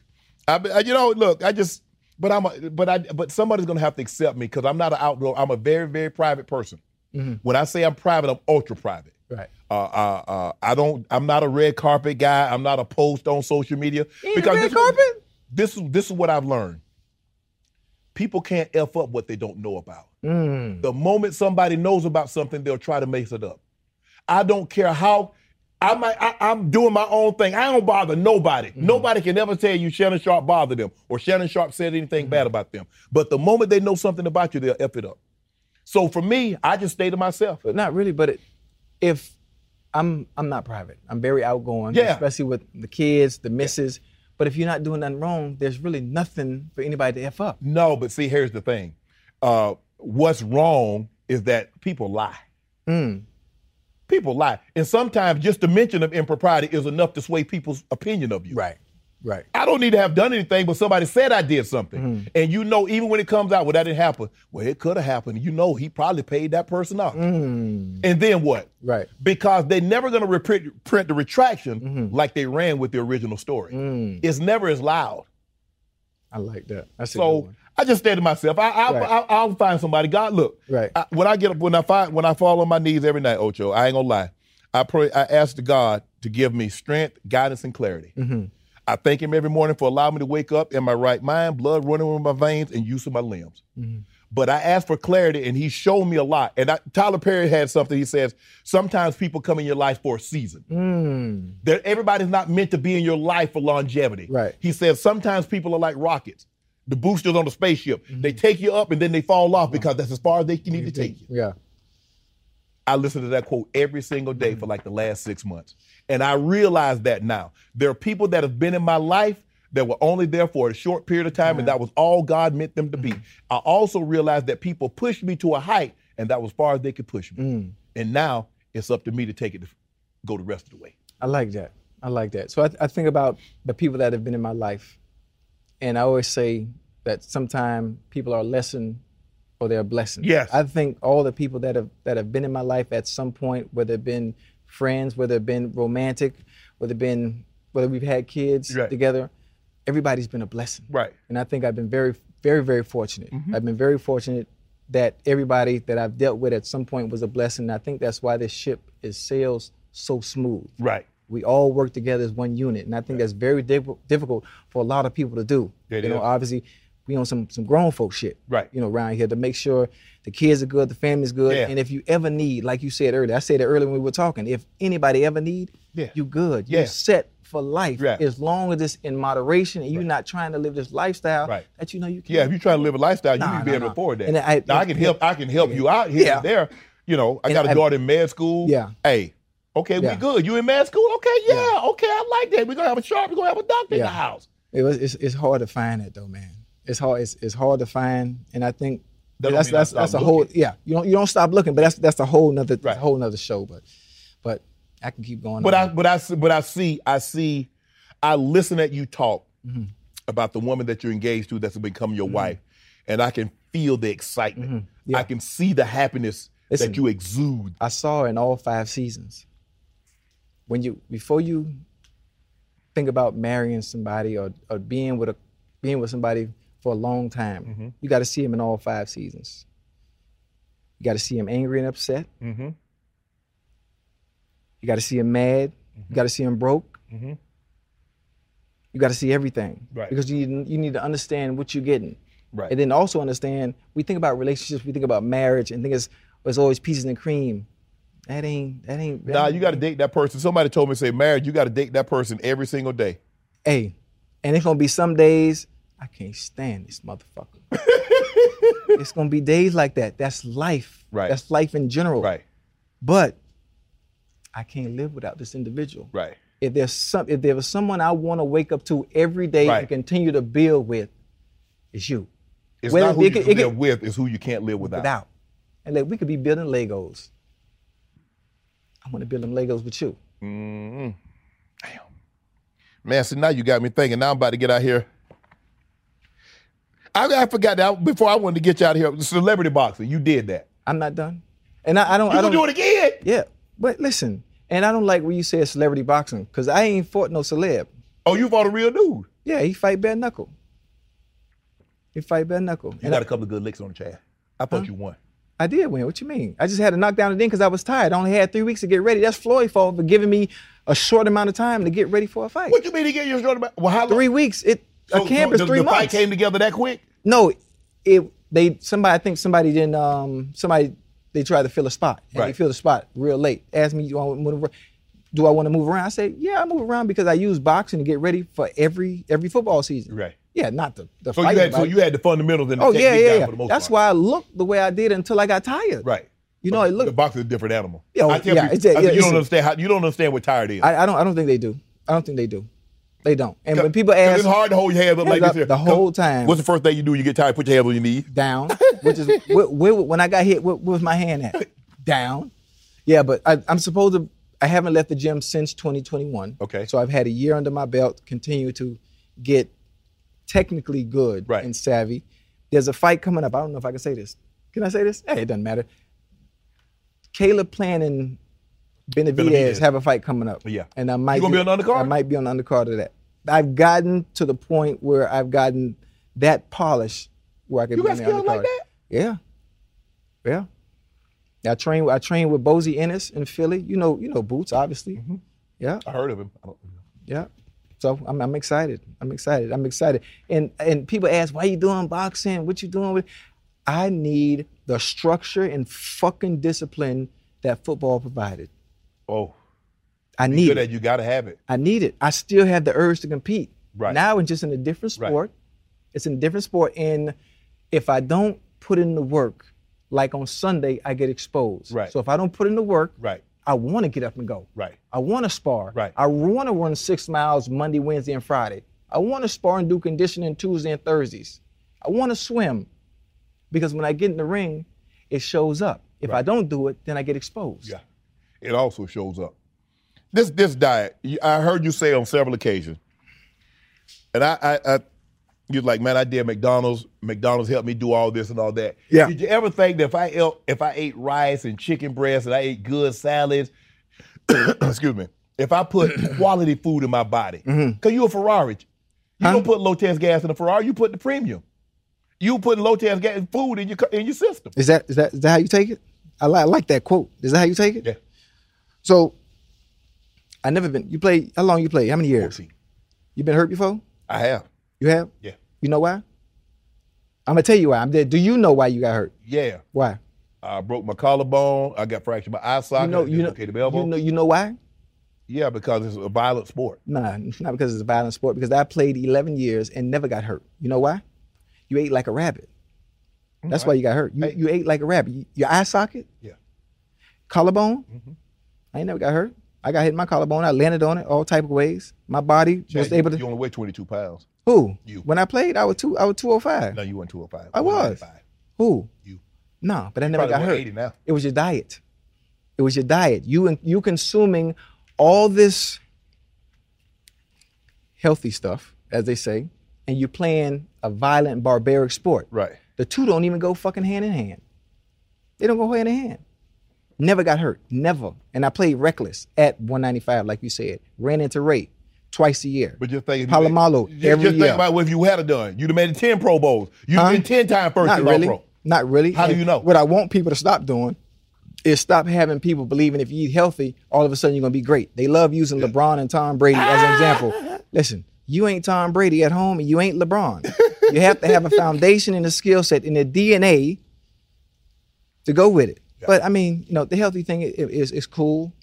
S3: I, be- I- you know, look, I just, but I'm, a, but I, but somebody's gonna have to accept me because I'm not an outdoor. I'm a very, very private person.
S1: Mm-hmm.
S3: When I say I'm private, I'm ultra private.
S1: Right.
S3: Uh, uh, uh, I don't. I'm not a red carpet guy. I'm not a post on social media
S1: ain't a red
S3: this was-
S1: carpet?
S3: This is this is what I've learned. People can't f up what they don't know about. The moment somebody knows about something, they'll try to mess it up. I don't care how. I might, I, I'm doing my own thing. I don't bother nobody. Nobody can ever tell you Shannon Sharp bothered them or Shannon Sharp said anything bad about them. But the moment they know something about you, they'll F it up. So for me, I just stay to myself.
S1: But not really, but it, if I'm I'm not private. I'm very outgoing,
S3: Yeah.
S1: especially with the kids, the missus. But if you're not doing nothing wrong, there's really nothing for anybody to F up.
S3: No, but see, here's the thing. Uh, what's wrong is that people lie.
S1: Hmm.
S3: People lie. And sometimes just the mention of impropriety is enough to sway people's opinion of you.
S1: Right. Hmm.
S3: I don't need to have done anything, but somebody said I did something. And you know, even when it comes out, well, that didn't happen. Well, it could have happened. You know, he probably paid that person off.
S1: Hmm.
S3: And then what?
S1: Right.
S3: Because they're never going to reprint print the retraction
S1: Hmm.
S3: like they ran with the original story. It's never as loud.
S1: I like that. That's a good
S3: So
S1: one.
S3: I just say to myself, I, I,
S1: Right.
S3: I, I'll find somebody. God, look.
S1: Right.
S3: I, when I get up, when I find, when I fall on my knees every night, Ocho, I ain't gonna lie. I pray. I ask the God to give me strength, guidance, and clarity.
S1: Mm-hmm.
S3: I thank Him every morning for allowing me to wake up in my right mind, blood running through my veins, and use of my limbs.
S1: Mm-hmm.
S3: But I asked for clarity, and He showed me a lot. And I, Tyler Perry had something. He says, "Sometimes people come in your life for a season.
S1: Mm.
S3: They're- everybody's not meant to be in your life for longevity."
S1: Right.
S3: He says, "Sometimes people are like rockets." The boosters on the spaceship. They take you up and then they fall off because that's as far as Mm-hmm. they need to take you.
S1: Yeah.
S3: I listened to that quote every single day for like the last six months. And I realize that now. There are people that have been in my life that were only there for a short period of time, and that was all God meant them to be. I also realized that people pushed me to a height, and that was far as they could push me. And now it's up to me to take it to go the rest of the way.
S1: I like that. I like that. So I, I think about the people that have been in my life, and I always say that sometimes people are lesson or they're a blessing.
S3: Yes.
S1: I think all the people that have that have been in my life at some point, whether it been friends, whether it been romantic, whether it been whether we've had kids
S3: Right.
S1: together, everybody's been a blessing.
S3: Right. Mm-hmm.
S1: And I think I've been very, very, very fortunate. I've been very fortunate that everybody that I've dealt with at some point was a blessing. And I think that's why this ship is sails so smooth.
S3: Right.
S1: We all work together as one unit, and I think that's very diff- difficult for a lot of people to do.
S3: It
S1: you
S3: is.
S1: know, obviously, we on some some grown folk shit,
S3: Right.
S1: You know, around here to make sure the kids are good, the family's good,
S3: Yeah.
S1: and if you ever need, like you said earlier, I said it earlier when we were talking, if anybody ever need,
S3: Yeah.
S1: you good,
S3: Yeah.
S1: you set for life,
S3: Yeah.
S1: as long as it's in moderation and you're not trying to live this lifestyle
S3: Right.
S1: that you know you can.
S3: Yeah, if you try to live a lifestyle, you
S1: Nah,
S3: need to be
S1: nah,
S3: able to
S1: nah.
S3: afford that.
S1: And I-
S3: now, I can help. I can help you out here
S1: Yeah.
S3: and there. You know, I
S1: And
S3: got a
S1: I-
S3: daughter in med school.
S1: Yeah.
S3: Hey, okay,
S1: Yeah.
S3: we good. You in med school? Okay, yeah,
S1: Yeah.
S3: Okay, I like that. We're gonna have a sharp. We're gonna have a doctor in the
S1: Yeah.
S3: house.
S1: It was, it's, it's hard to find that though, man. It's hard. It's, it's hard to find, and I think
S3: That don't
S1: that's
S3: mean I
S1: that's,
S3: stop
S1: that's a whole
S3: looking.
S1: yeah. You don't you don't stop looking, but that's that's a whole nother
S3: Right.
S1: whole nother show. But but I can keep going.
S3: But I,
S1: on.
S3: but I, s- but I see, I see, I listen at you talk
S1: Mm-hmm.
S3: about the woman that you're engaged to that's become your wife, and I can feel the excitement. I can see the happiness
S1: Mm-hmm. Listen.
S3: that you exude.
S1: I saw in all five seasons. When you before you think about marrying somebody or, or being with a being with somebody for a long time,
S3: Mm-hmm.
S1: you got to see him in all five seasons. You got to see him angry and upset.
S3: Mm-hmm.
S1: You got to see him mad.
S3: Mm-hmm.
S1: You got to see him broke. You got to see everything
S3: Right.
S1: because you need you need to understand what you're getting.
S3: Right.
S1: And then also understand we think about relationships, we think about marriage, and think it's it's always peaches and cream. That ain't that ain't. that
S3: Nah,
S1: ain't-
S3: you got to date that person. Somebody told me, say, marriage, you got to date that person every single day.
S1: hey, and it's gonna be some days I can't stand this motherfucker. it's gonna be days like that. That's life.
S3: Right.
S1: That's life in general.
S3: Right,
S1: But I can't live without this individual.
S3: right,
S1: If there's some, if there was someone I want to wake up to every day
S3: Right.
S1: and continue to build with, it's you.
S3: It's
S1: Well,
S3: not who
S1: it
S3: you
S1: could-
S3: can
S1: it
S3: live
S1: could-
S3: with, it's who you can't live without.
S1: without. And like we could be building Legos. I want to build them Legos with you.
S3: Man, so now you got me thinking. Now I'm about to get out here. I, I forgot that before I wanted to get you out of here. Celebrity boxing, you did that.
S1: I'm not done. And I, I don't.
S3: You
S1: I don't
S3: gonna do it again?
S1: Yeah, but listen, and I don't like when you say celebrity boxing because I ain't fought no celeb.
S3: Oh, you fought a real dude.
S1: Yeah, he fight bare knuckle. He fight bare knuckle.
S3: You
S1: and
S3: got
S1: I,
S3: a couple of good licks on the chair. I thought you won.
S1: I did win. What you mean? I just had to knock down the thing because I was tired. I only had three weeks to get ready. That's Floyd fault for giving me a short amount of time to get ready for a fight.
S3: What you mean he gave you a short amount? Well, how long?
S1: Three weeks. It
S3: So-
S1: a camp
S3: so
S1: is
S3: the-
S1: three
S3: the
S1: months.
S3: fight came together that quick?
S1: No, it they somebody I think somebody didn't um somebody they tried to fill a spot and they
S3: Right.
S1: filled a spot real late. Asked me, do I want to move? ar- Do I want to move around? I said, yeah, I move around because I use boxing to get ready for every every football season.
S3: Right.
S1: Yeah, not the the
S3: So you
S1: fighting
S3: had so
S1: bout.
S3: you had the fundamentals and the
S1: Oh yeah,
S3: technique
S1: yeah,
S3: down
S1: yeah.
S3: for the most
S1: That's
S3: part.
S1: why I looked the way I did until I got tired.
S3: Right.
S1: You know, it
S3: The
S1: looked.
S3: boxer is a different animal.
S1: Yeah,
S3: I tell
S1: yeah,
S3: people,
S1: it's a-
S3: I
S1: yeah,
S3: said, you
S1: it's
S3: don't
S1: a-
S3: understand how you don't understand what tired is.
S1: I, I don't. I don't think they do. I don't think they do. They don't. And when people
S3: 'Cause
S1: ask
S3: it's hard to hold your head up
S1: Yeah,
S3: like
S1: the-
S3: this. here.
S1: the
S3: Come-
S1: whole time.
S3: What's the first thing you do? You get tired, put your head on your knee.
S1: down, which is where, where, when I got hit, where, where was my hand at? Down. Yeah, but I, I'm supposed to. I haven't left the gym since 2021.
S3: Okay.
S1: So I've had a year under my belt. Continue to get technically good
S3: Right.
S1: and savvy. There's a fight coming up. I don't know if I can say this. Can I say this? Hey, it doesn't matter. Caleb Plan and Benavidez,
S3: Benavidez.
S1: have a fight coming up.
S3: Yeah.
S1: And I might
S3: You gonna be on the undercard?
S1: I might be on the undercard of that. I've gotten to the point where I've gotten that polish where I could
S3: You
S1: be
S3: got
S1: on the
S3: skills like
S1: undercard.
S3: that?
S1: Yeah. Yeah. I train I train with Bozy Ennis in Philly. You know, you know Boots, obviously.
S3: Mm-hmm.
S1: Yeah.
S3: I heard of him. I don't-
S1: Yeah. So I'm, I'm excited. I'm excited. I'm excited. And and people ask, why you doing boxing? What you doing with? I need the structure and fucking discipline that football provided.
S3: Oh,
S1: I
S3: good
S1: need
S3: that
S1: it.
S3: you got to have it.
S1: I need it. I still have the urge to compete.
S3: Right.
S1: Now it's just in a different
S3: Right.
S1: sport. It's in a different sport. And if I don't put in the work, like on Sunday, I get exposed.
S3: Right.
S1: So if I don't put in the work,
S3: Right.
S1: I want to get up and go.
S3: Right.
S1: I want to spar.
S3: Right.
S1: I want to run six miles Monday, Wednesday, and Friday. I want to spar and do conditioning Tuesday and Thursdays. I want to swim because when I get in the ring, it shows up. If I don't do it, then I get exposed.
S3: Yeah. It also shows up. This this diet, you- I heard you say on several occasions, and I I, I You're like, man, I did McDonald's. McDonald's helped me do all this and all that.
S1: Yeah.
S3: Did you ever think that if I el- if I ate rice and chicken breast and I ate good salads, excuse me, if I put quality food in my body, because you a Ferrari, you don't put low test gas in a Ferrari. You put the premium. You putting low test gas food in your cu- in your system.
S1: Is that is that is that how you take it? I like, I like that quote. Is that how you take it?
S3: Yeah.
S1: So I never been. You play how long? You play how many years?
S3: See,
S1: You been hurt before?
S3: I have.
S1: You have?
S3: Yeah.
S1: You know why? I'm gonna tell you why. I'm dead. Do you know why you got hurt?
S3: Yeah.
S1: Why?
S3: I broke my collarbone. I got fractured my eye socket.
S1: You know.
S3: I
S1: You know.
S3: dislocated my elbow.
S1: You know. You know why?
S3: yeah, because it's a violent sport.
S1: Nah, not because it's a violent sport. Because I played 11 years and never got hurt. You know why? You ate like a rabbit. That's why you got hurt. You, you ate like a rabbit. You- Your eye socket,
S3: Yeah.
S1: collarbone.
S3: Mm-hmm.
S1: I ain't never got hurt. I got hit in my collarbone. I landed on it all type of ways. My body was
S3: Yeah,
S1: able
S3: You
S1: to.
S3: only weigh 22 pounds.
S1: Who?
S3: you.
S1: When I played, I was two. oh I was 205.
S3: No, you went 205.
S1: I was.
S3: 195.
S1: Who?
S3: You.
S1: Nah, but I never
S3: probably
S1: got
S3: weigh
S1: hurt.
S3: 80 now.
S1: It was your diet. It was your diet. You and you consuming all this healthy stuff, as they say, and you playing a violent, barbaric sport.
S3: Right.
S1: The two don't even go fucking hand in hand. They don't go hand in hand. Never got hurt. Never. And I played reckless at 195, like you said. Ran into rate twice a year.
S3: But just think,
S1: Palomalo
S3: just,
S1: every
S3: just think
S1: year.
S3: about what if you had a done. You'd have made it 10 Pro Bowls. You'd
S1: Huh?
S3: been 10 time first
S1: Not
S3: team All
S1: really.
S3: Pro.
S1: Not really.
S3: How do
S1: And
S3: you know?
S1: What I want people to stop doing is stop having people believing if you eat healthy, all of a sudden you're gonna be great. They love using LeBron and Tom Brady as an example. Listen, you ain't Tom Brady at home, and you ain't LeBron. you have to have a foundation and a skill set and a DNA to go with it. But I mean, you know, the healthy thing i- i- is is cool,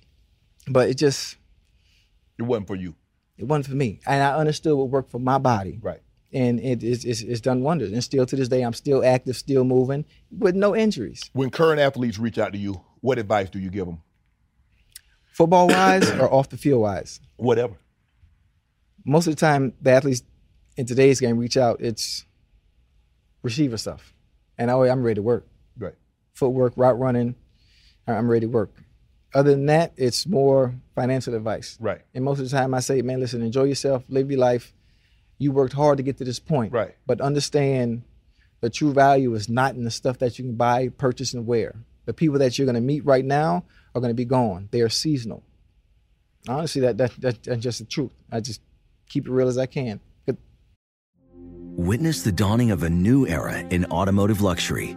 S1: but it just
S3: It wasn't for you.
S1: it wasn't for me, and I understood what worked for my body
S3: Right.
S1: and it is it's, it's done wonders. And still to this day, I'm still active, still moving, with no injuries.
S3: When current athletes reach out to you, what advice do you give them?
S1: Football wise or off the field wise,
S3: Whatever.
S1: most of the time the athletes in today's game reach out. It's receiver stuff, and I, I'm ready to work.
S3: Right.
S1: Footwork, route running, I- I'm ready to work. Other than that, it's more financial advice.
S3: Right.
S1: And most of the time, I say, man, listen, enjoy yourself, live your life. You worked hard to get to this point.
S3: Right.
S1: But understand the true value is not in the stuff that you can buy, purchase, and wear. The people that you're going to meet right now are going to be gone. They are seasonal. Honestly, that, that, that that's just the truth. I just keep it real as I can. But
S4: Witness the dawning of a new era in automotive luxury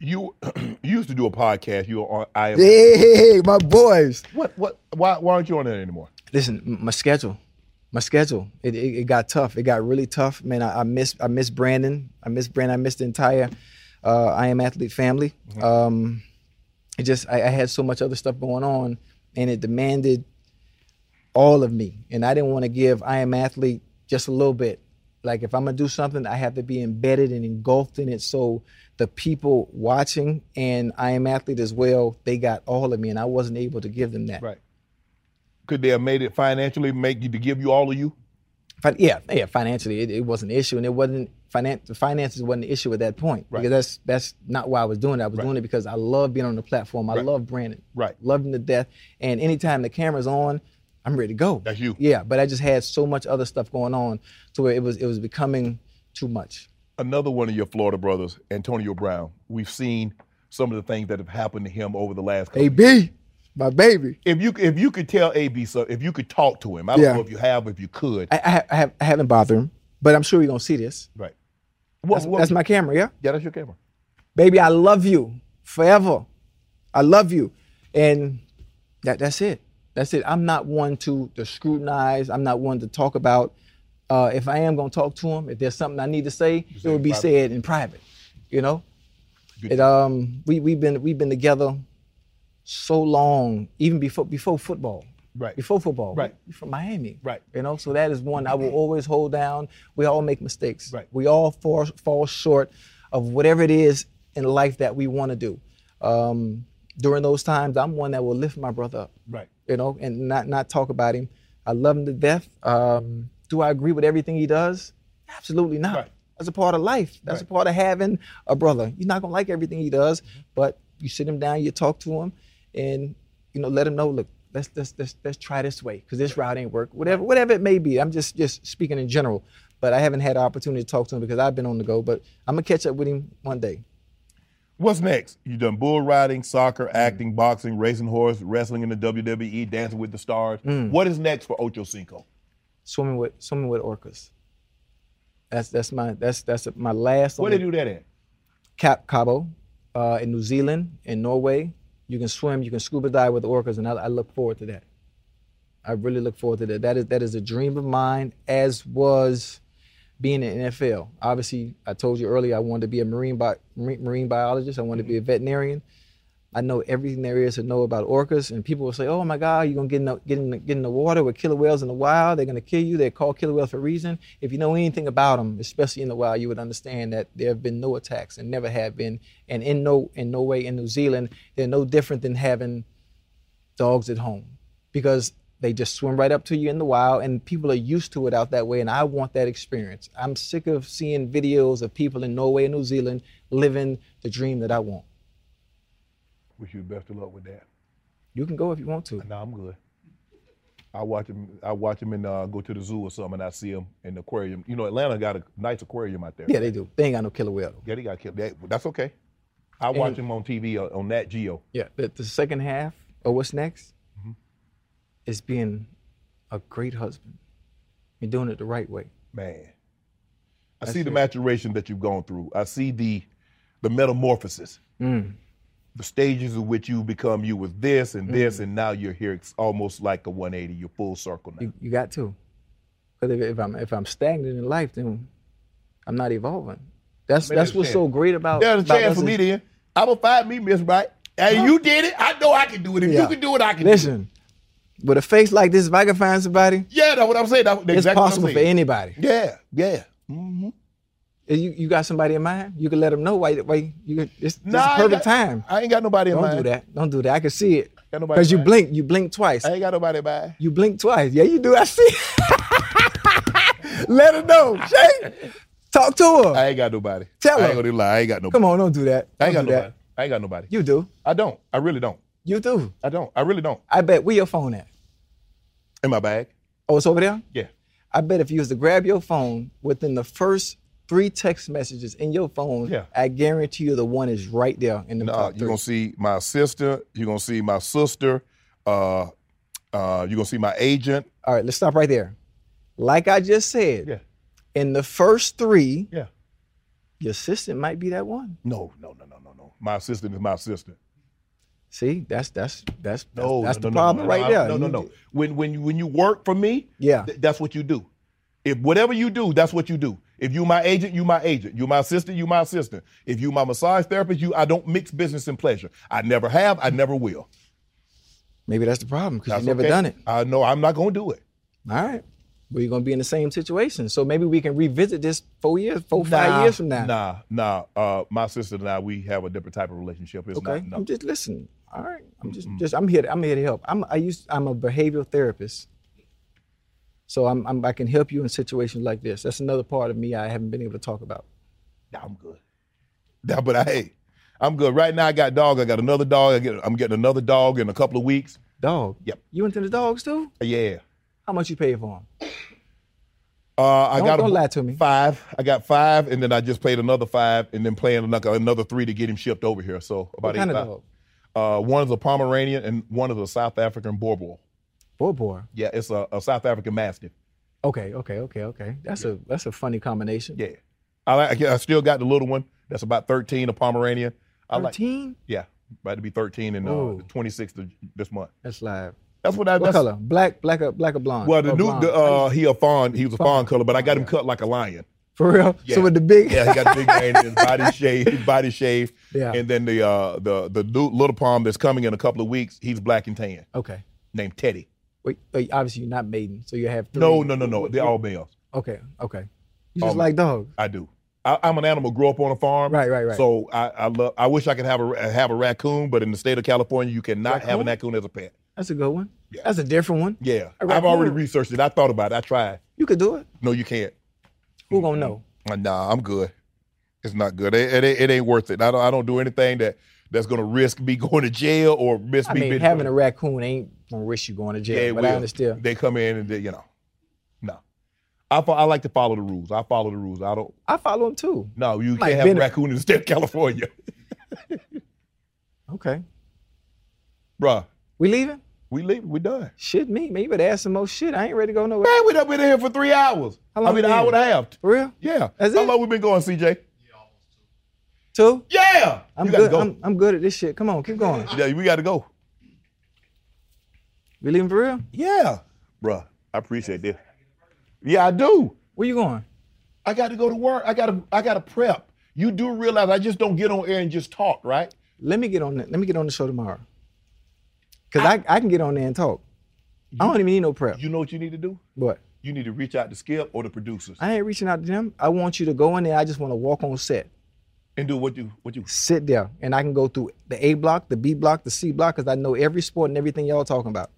S3: You, you used to do a podcast. You were on I am.
S1: hey, my boys.
S3: What, what, why, why aren't you on that anymore?
S1: Listen, m- my schedule, my schedule, it, it, it got tough. It got really tough, man. I, I miss I miss Brandon. I miss Brandon. I miss the entire uh, I am athlete family. Um, it just I, I had so much other stuff going on, and it demanded all of me, and I didn't want to give I am athlete just a little bit. Like if I'm gonna do something, I have to be embedded and engulfed in it. So the people watching and I am athlete as well, they got all of me, and I wasn't able to give them that.
S3: Right. Could they have made it financially, make you to give you all of you?
S1: Fin- yeah, yeah. Financially, it, it was an issue, and it wasn't finance. The finances wasn't an issue at that point
S3: Right.
S1: because that's that's not why I was doing it. I was doing it because I love being on the platform. I love Brandon.
S3: Right.
S1: Love him to death. And anytime the camera's on, I'm ready to go.
S3: That's you.
S1: Yeah, but I just had so much other stuff going on to where it was it was becoming too much.
S3: another one of your Florida brothers, Antonio Brown. We've seen some of the things that have happened to him over the last. Couple.
S1: AB, my baby.
S3: If you if you could tell AB, so if you could talk to him, I don't
S1: Yeah.
S3: know if you have, if you could,
S1: I, I, ha- I, have, I haven't bothered him, but I'm sure you're gonna see this.
S3: right? What,
S1: That's my camera. Yeah,
S3: yeah, that's your camera.
S1: baby, I love you. forever. I love you. And that that's it. That's it. I'm not one to, to scrutinize. I'm not one to talk about. Uh, if I am gonna talk to him, if there's something I need to say, it would be said in private. You know. It um we we've been we've been together so long, even before before football.
S3: Right.
S1: Before football.
S3: Right.
S1: We from Miami.
S3: Right.
S1: You know, so that is one I will always hold down. We all make mistakes.
S3: Right.
S1: We all fall, fall short of whatever it is in life that we want to do. Um, during those times, I'm one that will lift my brother up.
S3: Right.
S1: You know, and not not talk about him. I love him to death. Um, do I agree with everything he does? Absolutely not.
S3: Right.
S1: That's a part of life. That's a part of having a brother. You're not gonna like everything he does, but you sit him down, you talk to him, and you know, let him know. Look, let's let's let's, let's try this way because this route ain't work. Whatever whatever it may be. I'm just just speaking in general, but I haven't had an opportunity to talk to him because I've been on the go. But I'm gonna catch up with him one day.
S3: What's next? You done bull riding, soccer,
S1: Mm.
S3: acting, boxing, racing horse, wrestling in the WWE, dancing with the stars.
S1: Mm.
S3: What is next for Ocho Cinco?
S1: Swimming with swimming with orcas. That's that's my that's that's my last. on
S3: Where
S1: the-
S3: they do that at?
S1: Cap Cabo uh, in New Zealand and Norway. You can swim, you can scuba dive with the orcas, and I, I look forward to that. I really look forward to that. That is that is a dream of mine, as was being in NFL. Obviously, I told you earlier I wanted to be a marine bi- marine, marine biologist. I wanted to be a veterinarian. I know everything there is to know about orcas, and people will say, "Oh my God, you're gonna get in the, get in the, get in the water with killer whales in the wild. They're gonna kill you. They call killer whales for a reason. If you know anything about them, especially in the wild, you would understand that there have been no attacks and never have been, and in no in no way in New Zealand, they're no different than having dogs at home because they just swim right up to you in the wild and people are used to it out that way and i want that experience i'm sick of seeing videos of people in norway and new zealand living the dream that i want
S3: Wish you the best of luck with that.
S1: you can go if you want to
S3: No, I'm good. I watch him. I watch him and uh, go to the zoo or something, and I see him in the aquarium. You know, Atlanta got a nice aquarium out there.
S1: yeah they do they ain't got no killer whale
S3: Yeah, they got killed. That- that's okay. I watch him on TV uh, on Nat Geo.
S1: yeah the, the second half or what's next
S3: Mm-hmm.
S1: is being a great husband and doing it the right way
S3: Man, I see the maturation that you've gone through. I see the the metamorphosis,
S1: Mm.
S3: the stages in which you become you with this and this,
S1: Mm.
S3: and now you're here. It's almost like a 180. You're full circle now.
S1: you, you got to. Because if, if I'm if I'm stagnant in life, then I'm not evolving. That's
S3: mean,
S1: that's
S3: there's a
S1: what's so
S3: chance.
S1: great about.
S3: There's a
S1: about
S3: chance
S1: us
S3: for me
S1: is-
S3: then. I'm gonna find me, Miss Right. And you did it. I know I can do it. If
S1: Yeah.
S3: you can do it, I can. do it.
S1: Listen, with a face like this, if I can find somebody,
S3: Yeah, that's what I'm saying. That's exactly
S1: it's
S3: what I'm
S1: possible for
S3: saying.
S1: anybody.
S3: Yeah, yeah.
S1: If you you got somebody in mind, you can let them know. Why why you? Can, this, this is
S3: I
S1: the
S3: ain't
S1: perfect
S3: got-
S1: time.
S3: I ain't got nobody in
S1: Don't
S3: mind.
S1: do that. Don't do that. I can see it.
S3: Got nobody
S1: Because you
S3: mind.
S1: blink, you blink twice.
S3: I ain't got nobody in mind.
S1: You blink twice. Yeah, you do. I see. let her know. Jay, talk to her.
S3: I ain't got nobody.
S1: Tell
S3: I
S1: her.
S3: ain't gonna lie. I ain't got nobody.
S1: Come on, don't do that.
S3: I ain't got
S1: Don't do
S3: nobody.
S1: that.
S3: I ain't got nobody.
S1: You do.
S3: I don't. I really don't.
S1: You do.
S3: I don't. I really don't.
S1: I bet where your phone at?
S3: In my bag.
S1: Oh, it's over there?
S3: Yeah.
S1: I bet if you was to grab your phone within the first three text messages in your phone,
S3: Yeah.
S1: I guarantee you the one is right there in the
S3: Uh,
S1: top
S3: you're
S1: three.
S3: gonna see my sister. You're gonna see my sister. Uh, uh, you're gonna see my agent.
S1: All right, let's stop right there. Like I just said,
S3: Yeah.
S1: in the first three,
S3: Yeah.
S1: your assistant might be that one.
S3: No, no, no, no, no, no. My assistant is my assistant.
S1: See, that's that's that's that's,
S3: No,
S1: that's
S3: no,
S1: the
S3: no, no,
S1: problem
S3: no,
S1: right
S3: no,
S1: there.
S3: No, no,
S1: You-
S3: no. When when you when you work for me,
S1: Yeah.
S3: th- that's what you do. If whatever you do, that's what you do. If you my agent, you my agent. You my assistant, you my assistant. If you my massage therapist, you I don't mix business and pleasure. I never have, I never will.
S1: Maybe that's the problem because
S3: That's
S1: you've never
S3: okay.
S1: done it.
S3: I know I'm not gonna do it.
S1: All right. Well, you're gonna be in the same situation. So maybe we can revisit this four years, four, five years from now.
S3: Nah, nah. Uh, my sister and I, we have a different type of relationship. It's
S1: Okay,
S3: not
S1: I'm
S3: no.
S1: just listening. All right, I'm just just I'm here. To, I'm here to help. I'm I used I'm a behavioral therapist, so I'm, I'm I can help you in situations like this. That's another part of me I haven't been able to talk about.
S3: Nah, I'm good. Nah, but I hey, I'm good. Right now I got dog. I got another dog. I get I'm getting another dog in a couple of weeks.
S1: Dog.
S3: Yep.
S1: You into the dogs too?
S3: Yeah.
S1: How much you pay for them?
S3: Uh, I
S1: Don't-
S3: got a-
S1: don't lie to me.
S3: Five. I got five, and then I just played another five, and then playing another, another three to get him shipped over here. So about
S1: What kind
S3: eight.
S1: of
S3: five.
S1: dog?
S3: Uh, one is a Pomeranian, and one is a South African Borbor.
S1: Boy, boy.
S3: Yeah, it's a, a South African Mastiff.
S1: Okay, okay, okay, okay. That's a that's a funny combination.
S3: Yeah. I, like- I still got the little one that's about 13, a Pomeranian. I like.
S1: 13?
S3: Yeah, about to be 13 and uh,
S1: Ooh.
S3: the 26th of this month.
S1: That's live.
S3: That's what I.
S1: What
S3: that's,
S1: color? Black, black, or black or blonde?
S3: Well, the
S1: Or
S3: new
S1: blonde?
S3: the, uh, he a fawn. He was a fawn color, but I got him cut like a lion.
S1: For real?
S3: Yeah.
S1: So with the big.
S3: Yeah, he got the big mane, and his body shaved, his body shaved,
S1: Yeah.
S3: and then the uh, the the new little palm that's coming in a couple of weeks. He's black and tan,
S1: Okay.
S3: named Teddy.
S1: Wait, wait, obviously you're not maiden, so you have three.
S3: No, no, no, no. They're all males.
S1: Okay, okay. You just
S3: Um,
S1: like dogs.
S3: I do. I, I'm an animal. Grew up on a farm.
S1: Right, right, right.
S3: So I, I love. I wish I could have a have a raccoon, but in the state of California, you cannot have a raccoon as a pet.
S1: That's a good one.
S3: Yeah.
S1: That's a different one.
S3: Yeah,
S1: A
S3: I've already
S1: raccoon.
S3: researched it. I thought about it. I tried.
S1: You could do it.
S3: No, you can't.
S1: Who gonna know?
S3: Uh, Nah, I'm good. It's not good. It, it, ain't- it ain't worth it. I don't. I don't do anything that that's gonna risk me going to jail or risk
S1: I
S3: me
S1: mean,
S3: being-
S1: having a raccoon ain't gonna risk you going to
S3: Yeah,
S1: jail,
S3: it
S1: but I
S3: will.
S1: understand.
S3: They come in and they, you know, no. I fo- I like to follow the rules. I follow the rules. I don't.
S1: I follow him too.
S3: No, you
S1: Like
S3: can't have a
S1: Benedict.
S3: raccoon in the state of California,
S1: Okay.
S3: bruh.
S1: We leaving?
S3: We leave. We done.
S1: Shit, me, man. You better ask some more shit. I ain't ready to go nowhere.
S3: Man, we done been in here for three hours.
S1: How long
S3: I mean,
S1: we
S3: an
S1: been
S3: hour and
S1: here?
S3: a half.
S1: For real?
S3: Yeah.
S1: That's
S3: How
S1: it?
S3: long we been going, CJ?
S1: Two?
S3: Yeah.
S1: I'm
S3: you gotta
S1: good.
S3: go.
S1: I'm, I'm good at this shit. Come on, keep going.
S3: Yeah, we got to go.
S1: We leaving for real?
S3: Yeah. Bruh, I appreciate this. Yeah, I do.
S1: Where you going?
S3: I got to go to work. I got to. I got to prep. You do realize I just don't get on air and just talk, right?
S1: Let me get on that. Let me get on the show tomorrow. Cause I, I, can get on there and talk. I don't even need no prep.
S3: You know what you need to do?
S1: but
S3: You need to reach out to Skip or the producers
S1: I ain't reaching out to them. I want you to go in there. I just want to walk on set.
S3: and do what you what you.
S1: Sit there. And I can go through the A block, the B block, the C block, because I know every sport and everything y'all talking about.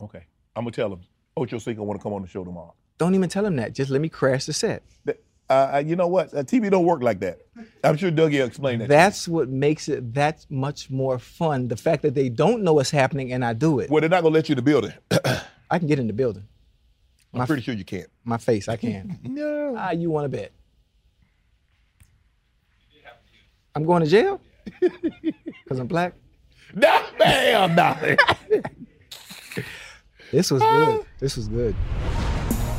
S3: Okay. I'm gonna tell them. Ocho Cinco want to come on the show tomorrow.
S1: Don't even tell them that. Just let me crash the set.
S3: That- Uh, uh, you know what? Uh, TV don't work like that. I'm sure Dougie will explain that. to you.
S1: That's what makes it that much more fun. The fact that they don't know what's happening and I do it.
S3: Well, they're not gonna let you in the building.
S1: I can get in the building.
S3: I'm pretty sure you can't.
S1: My face, I can. no. Ah, you want to bet? I'm going to jail? Because I'm black?
S3: Nah, man, nah.
S1: This was good. This was good.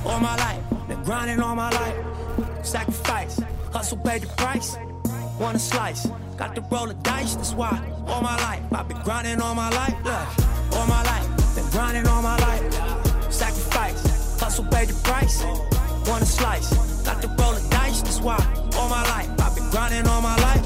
S2: all my life. Been grinding all my life. Sacrifice, hustle, pay the price. Wanna slice, got to roll the dice, that's why. All my life, I've been grinding all my life. Look, all my life, been grinding all my life. Sacrifice, hustle, pay the price. Wanna slice, got to roll the dice, that's why. All my life, I've been grinding all my life.